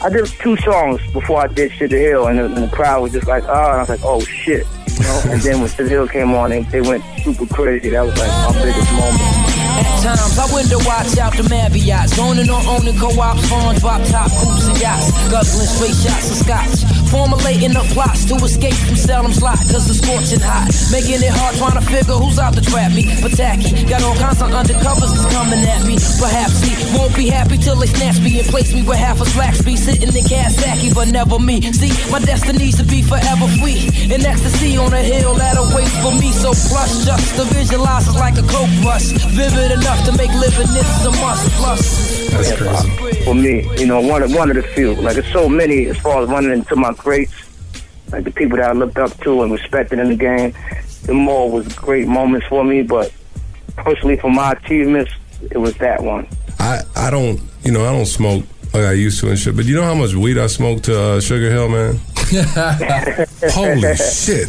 Speaker 24: I did two songs before I did Sugar Hill, and the, and the crowd was just like, oh, and I was like, oh shit. You know? and then when Sugar Hill came on, they, they went super crazy. That was like my biggest moment.
Speaker 15: At times, I window watch out the Marriotts, owning or owning co-ops, farms, drop top coops and yachts, guzzling straight shots of scotch, formulating up plots to escape from Salem's slot, cause it's scorching hot, making it hard trying to figure who's out to trap me, but tacky, got all kinds of undercovers that's coming at me, perhaps he won't be happy till they snatch me and place me where half a slack be sitting in Kawasaki, but never me, see, my destiny's to be forever free, in ecstasy on a hill that awaits for me, so plush, just to visualize is like a coke rush, vivid enough to make living this a must, plus.
Speaker 24: That's crazy. For me, you know, one of, one of the few. Like, it's so many as far as running into my greats, like the people that I looked up to and respected in the game. The more was great moments for me, but personally, for my achievements, it was that one.
Speaker 2: I, I don't, you know, I don't smoke like I used to and shit. But you know how much weed I smoked to uh, Sugar Hill, man? Holy shit.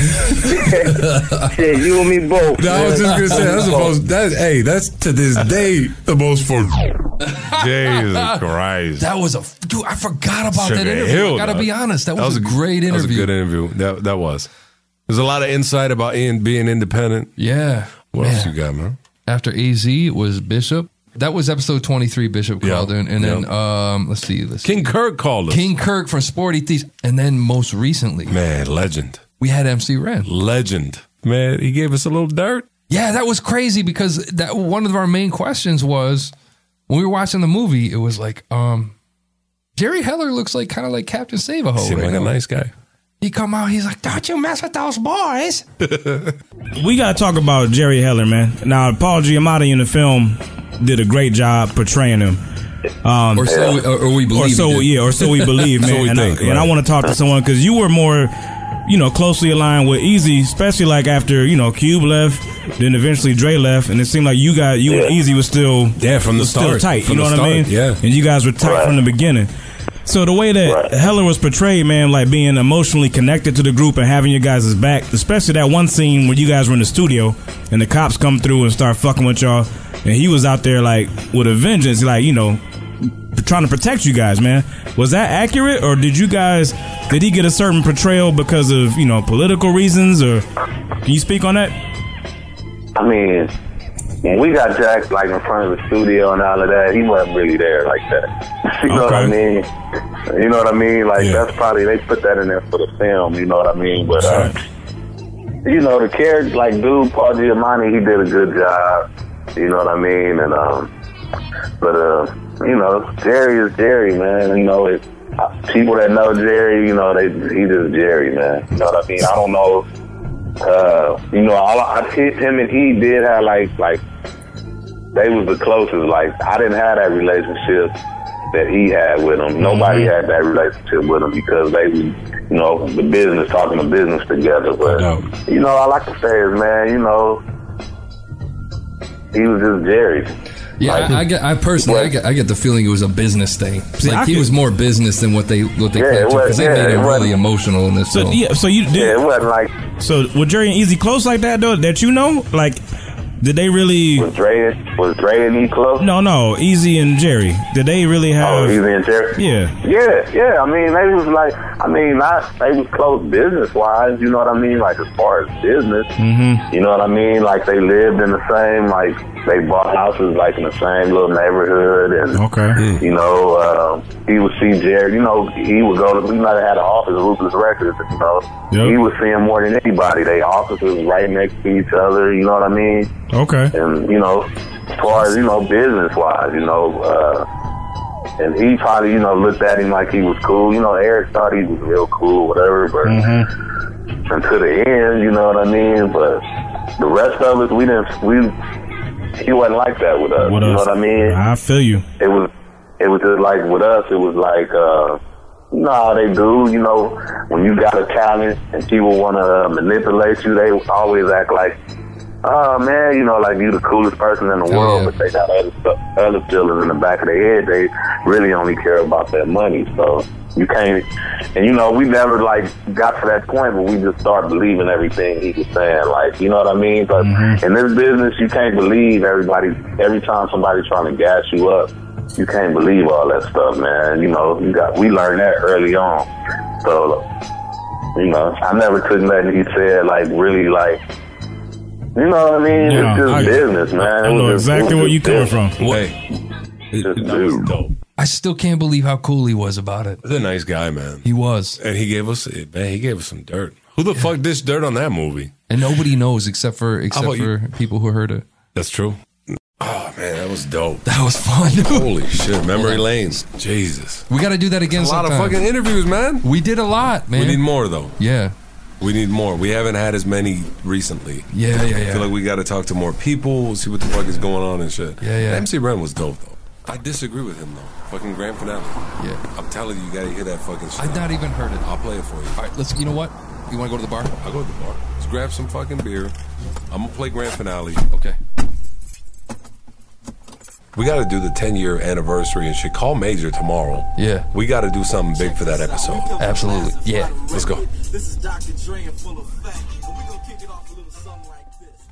Speaker 24: shit, you and me both.
Speaker 2: Oh. No, I was just gonna say that's the most. That hey, that's to this day the most for Jesus Christ.
Speaker 1: That was a f- dude. I forgot about
Speaker 2: Sugar
Speaker 1: that interview.
Speaker 2: Hill,
Speaker 1: I gotta
Speaker 2: dog.
Speaker 1: be honest. That, was, a great
Speaker 2: That was a
Speaker 1: interview.
Speaker 2: good interview. That that was. There's a lot of insight about Ian being independent.
Speaker 1: Yeah.
Speaker 2: What else
Speaker 1: Man.
Speaker 2: you got, man?
Speaker 1: After AZ it was Bishop. That was episode 23, Bishop called in. And then, um, let's see. Let's
Speaker 2: King Kirk called us.
Speaker 1: King Kirk from Sporty Thieves. And then most recently,
Speaker 2: man, legend.
Speaker 1: We had MC Ren.
Speaker 2: Legend. Man, he gave us a little dirt.
Speaker 1: Yeah, that was crazy because that one of our main questions was when we were watching the movie, it was like, um, Jerry Heller looks like kind of like Captain Save a Ho.
Speaker 2: Seemed like a nice guy.
Speaker 1: He come out, he's like, Don't you mess with those boys.
Speaker 9: we gotta talk about Jerry Heller, man. Now, Paul Giamatti in the film did a great job portraying him. Um,
Speaker 32: Or so we- or- or we believe
Speaker 9: or
Speaker 32: he
Speaker 9: so
Speaker 32: did.
Speaker 9: yeah, or so we believe,
Speaker 32: So
Speaker 9: man.
Speaker 32: we
Speaker 9: and
Speaker 32: think,
Speaker 9: I, and I
Speaker 32: right.
Speaker 9: want to talk to someone because you were more, you know, closely aligned with Easy, especially like after you know Cube left, then eventually Dre left, and it seemed like you got you and Easy was still
Speaker 2: yeah from the
Speaker 9: still
Speaker 2: start.
Speaker 9: tight.
Speaker 2: From
Speaker 9: you know
Speaker 2: the
Speaker 9: what I mean?
Speaker 2: start, yeah.
Speaker 9: and you guys were tight from the beginning. So the way that Heller was portrayed, man, like being emotionally connected to the group and having your guys' back, especially that one scene where you guys were in the studio and the cops come through and start fucking with y'all, and he was out there like with a vengeance, like you know, trying to protect you guys, man. Was that accurate, or did you guys did he get a certain portrayal because of you know political reasons, or can you speak on that?
Speaker 38: I mean, when we got Jack like in front of the studio and all of that, he wasn't really there like that. you know what I mean? You know what I mean? Like that's probably they put that in there for the film. You know what I mean? But uh, you know the character, like dude, Paul Giamatti, he did a good job. You know what I mean? And um, but uh, you know, Jerry is Jerry, man. You know it. People that know Jerry, you know, they he just Jerry, man. You know what I mean? I don't know uh, you know, all I, I hit him and he did have like like they was the closest. Like I didn't have that relationship that he had with him. Nobody had that relationship with him because they was, you know, the business talking the business together. But you know, all I can say is, man, you know, he was just Jerry.
Speaker 32: Yeah, I, I get. I personally, I get, I get the feeling it was a business thing. It's
Speaker 38: See, I
Speaker 32: like he
Speaker 38: could-
Speaker 32: was more business than what they what they
Speaker 38: Yeah,
Speaker 32: yeah,
Speaker 38: it was-
Speaker 32: because they
Speaker 38: yeah,
Speaker 32: made
Speaker 38: it
Speaker 32: him
Speaker 38: wasn't-
Speaker 32: really emotional in this
Speaker 9: So
Speaker 32: film.
Speaker 9: yeah, so you did.
Speaker 38: it wasn't like.
Speaker 9: So were Jerry and Easy close like that though? That you know, like, did they really? Was
Speaker 38: Dre was Dre and E close?
Speaker 9: No, no, Easy and Jerry. Did they really have?
Speaker 38: Oh, Easy and Jerry.
Speaker 9: Yeah.
Speaker 38: Yeah, yeah. I mean, they was like, I mean, not they was close business wise. You know what I mean? Like as far as business,
Speaker 9: Mm-hmm.
Speaker 38: You know what I mean? Like they lived in the same, like they bought houses like in the same little neighborhood, and
Speaker 9: okay,
Speaker 38: you know, uh, he would see Jared. You know, he would go to. We might have had an office, Ruthless Records. You know, he would see him more than anybody. They offices right next to each other. You know what I mean?
Speaker 9: Okay.
Speaker 38: And you know, as far as you know, business wise, you know, uh, and he probably you know looked at him like he was cool. You know, Eric thought he was real cool, whatever, but until the end, you know what I mean? But the rest of us, we didn't, we, he wasn't like that with us.
Speaker 9: What
Speaker 38: you
Speaker 9: else?
Speaker 38: know what I mean?
Speaker 9: I feel you.
Speaker 38: It was, it was just like with us, it was like, uh, no, they do. You know, when you got a talent and people want to manipulate you, they always act like, oh man, you know, like you the coolest person in the world, but they got other stuff, other feelings in the back of their head. They really only care about their money. So you can't, and you know, we never like got to that point where we just start believing everything he was saying. Like, you know what I mean? But in this business, you can't believe everybody. Every time somebody's trying to gas you up, you can't believe all that stuff, man. You know, you got we learned that early on. So, you know, I never took nothing he said like really like. You know what I mean?
Speaker 9: Yeah,
Speaker 38: it's just
Speaker 9: I-
Speaker 38: business, man.
Speaker 9: I
Speaker 38: It was
Speaker 9: know
Speaker 38: just-
Speaker 9: exactly
Speaker 38: it was
Speaker 9: where you
Speaker 38: just
Speaker 9: coming
Speaker 38: business.
Speaker 9: from.
Speaker 38: Just business.
Speaker 1: I still can't believe how cool he was about it.
Speaker 2: He's a nice guy, man.
Speaker 1: He was.
Speaker 2: And he gave us man, he gave us some dirt. Who the fuck dished dirt on that movie?
Speaker 1: And nobody knows except for except for
Speaker 2: about you-
Speaker 1: people who heard it.
Speaker 2: That's true. Oh man, that was dope.
Speaker 1: That was fun.
Speaker 2: Holy shit. Memory lanes. Jesus.
Speaker 1: We got to do that again.
Speaker 2: A lot of
Speaker 1: sometime.
Speaker 2: fucking interviews, man.
Speaker 1: We did a lot, man.
Speaker 2: We need more though.
Speaker 1: Yeah.
Speaker 2: We need more. We haven't had as many recently.
Speaker 1: Yeah, yeah,
Speaker 2: I
Speaker 1: yeah.
Speaker 2: feel like we got to talk to more people, see what the fuck is going on and shit.
Speaker 1: Yeah, yeah.
Speaker 2: MC Ren was dope though. I disagree with him though. Fucking grand finale.
Speaker 1: Yeah.
Speaker 2: I'm telling you, you gotta hear that fucking shit.
Speaker 1: I've not even heard it.
Speaker 2: I'll play it for you.
Speaker 1: All right, let's. You know what? You want to go to the bar?
Speaker 2: I'll go to the bar. Let's grab some fucking beer. I'm gonna play grand finale.
Speaker 1: Okay.
Speaker 2: We gotta do the 10 year anniversary and shit. Call Major tomorrow.
Speaker 1: Yeah.
Speaker 2: We gotta do something big for that episode.
Speaker 1: Absolutely. Yeah.
Speaker 2: Let's go.
Speaker 25: This is Dr. Dre in full effect. And we gonna kick it off a little something like this.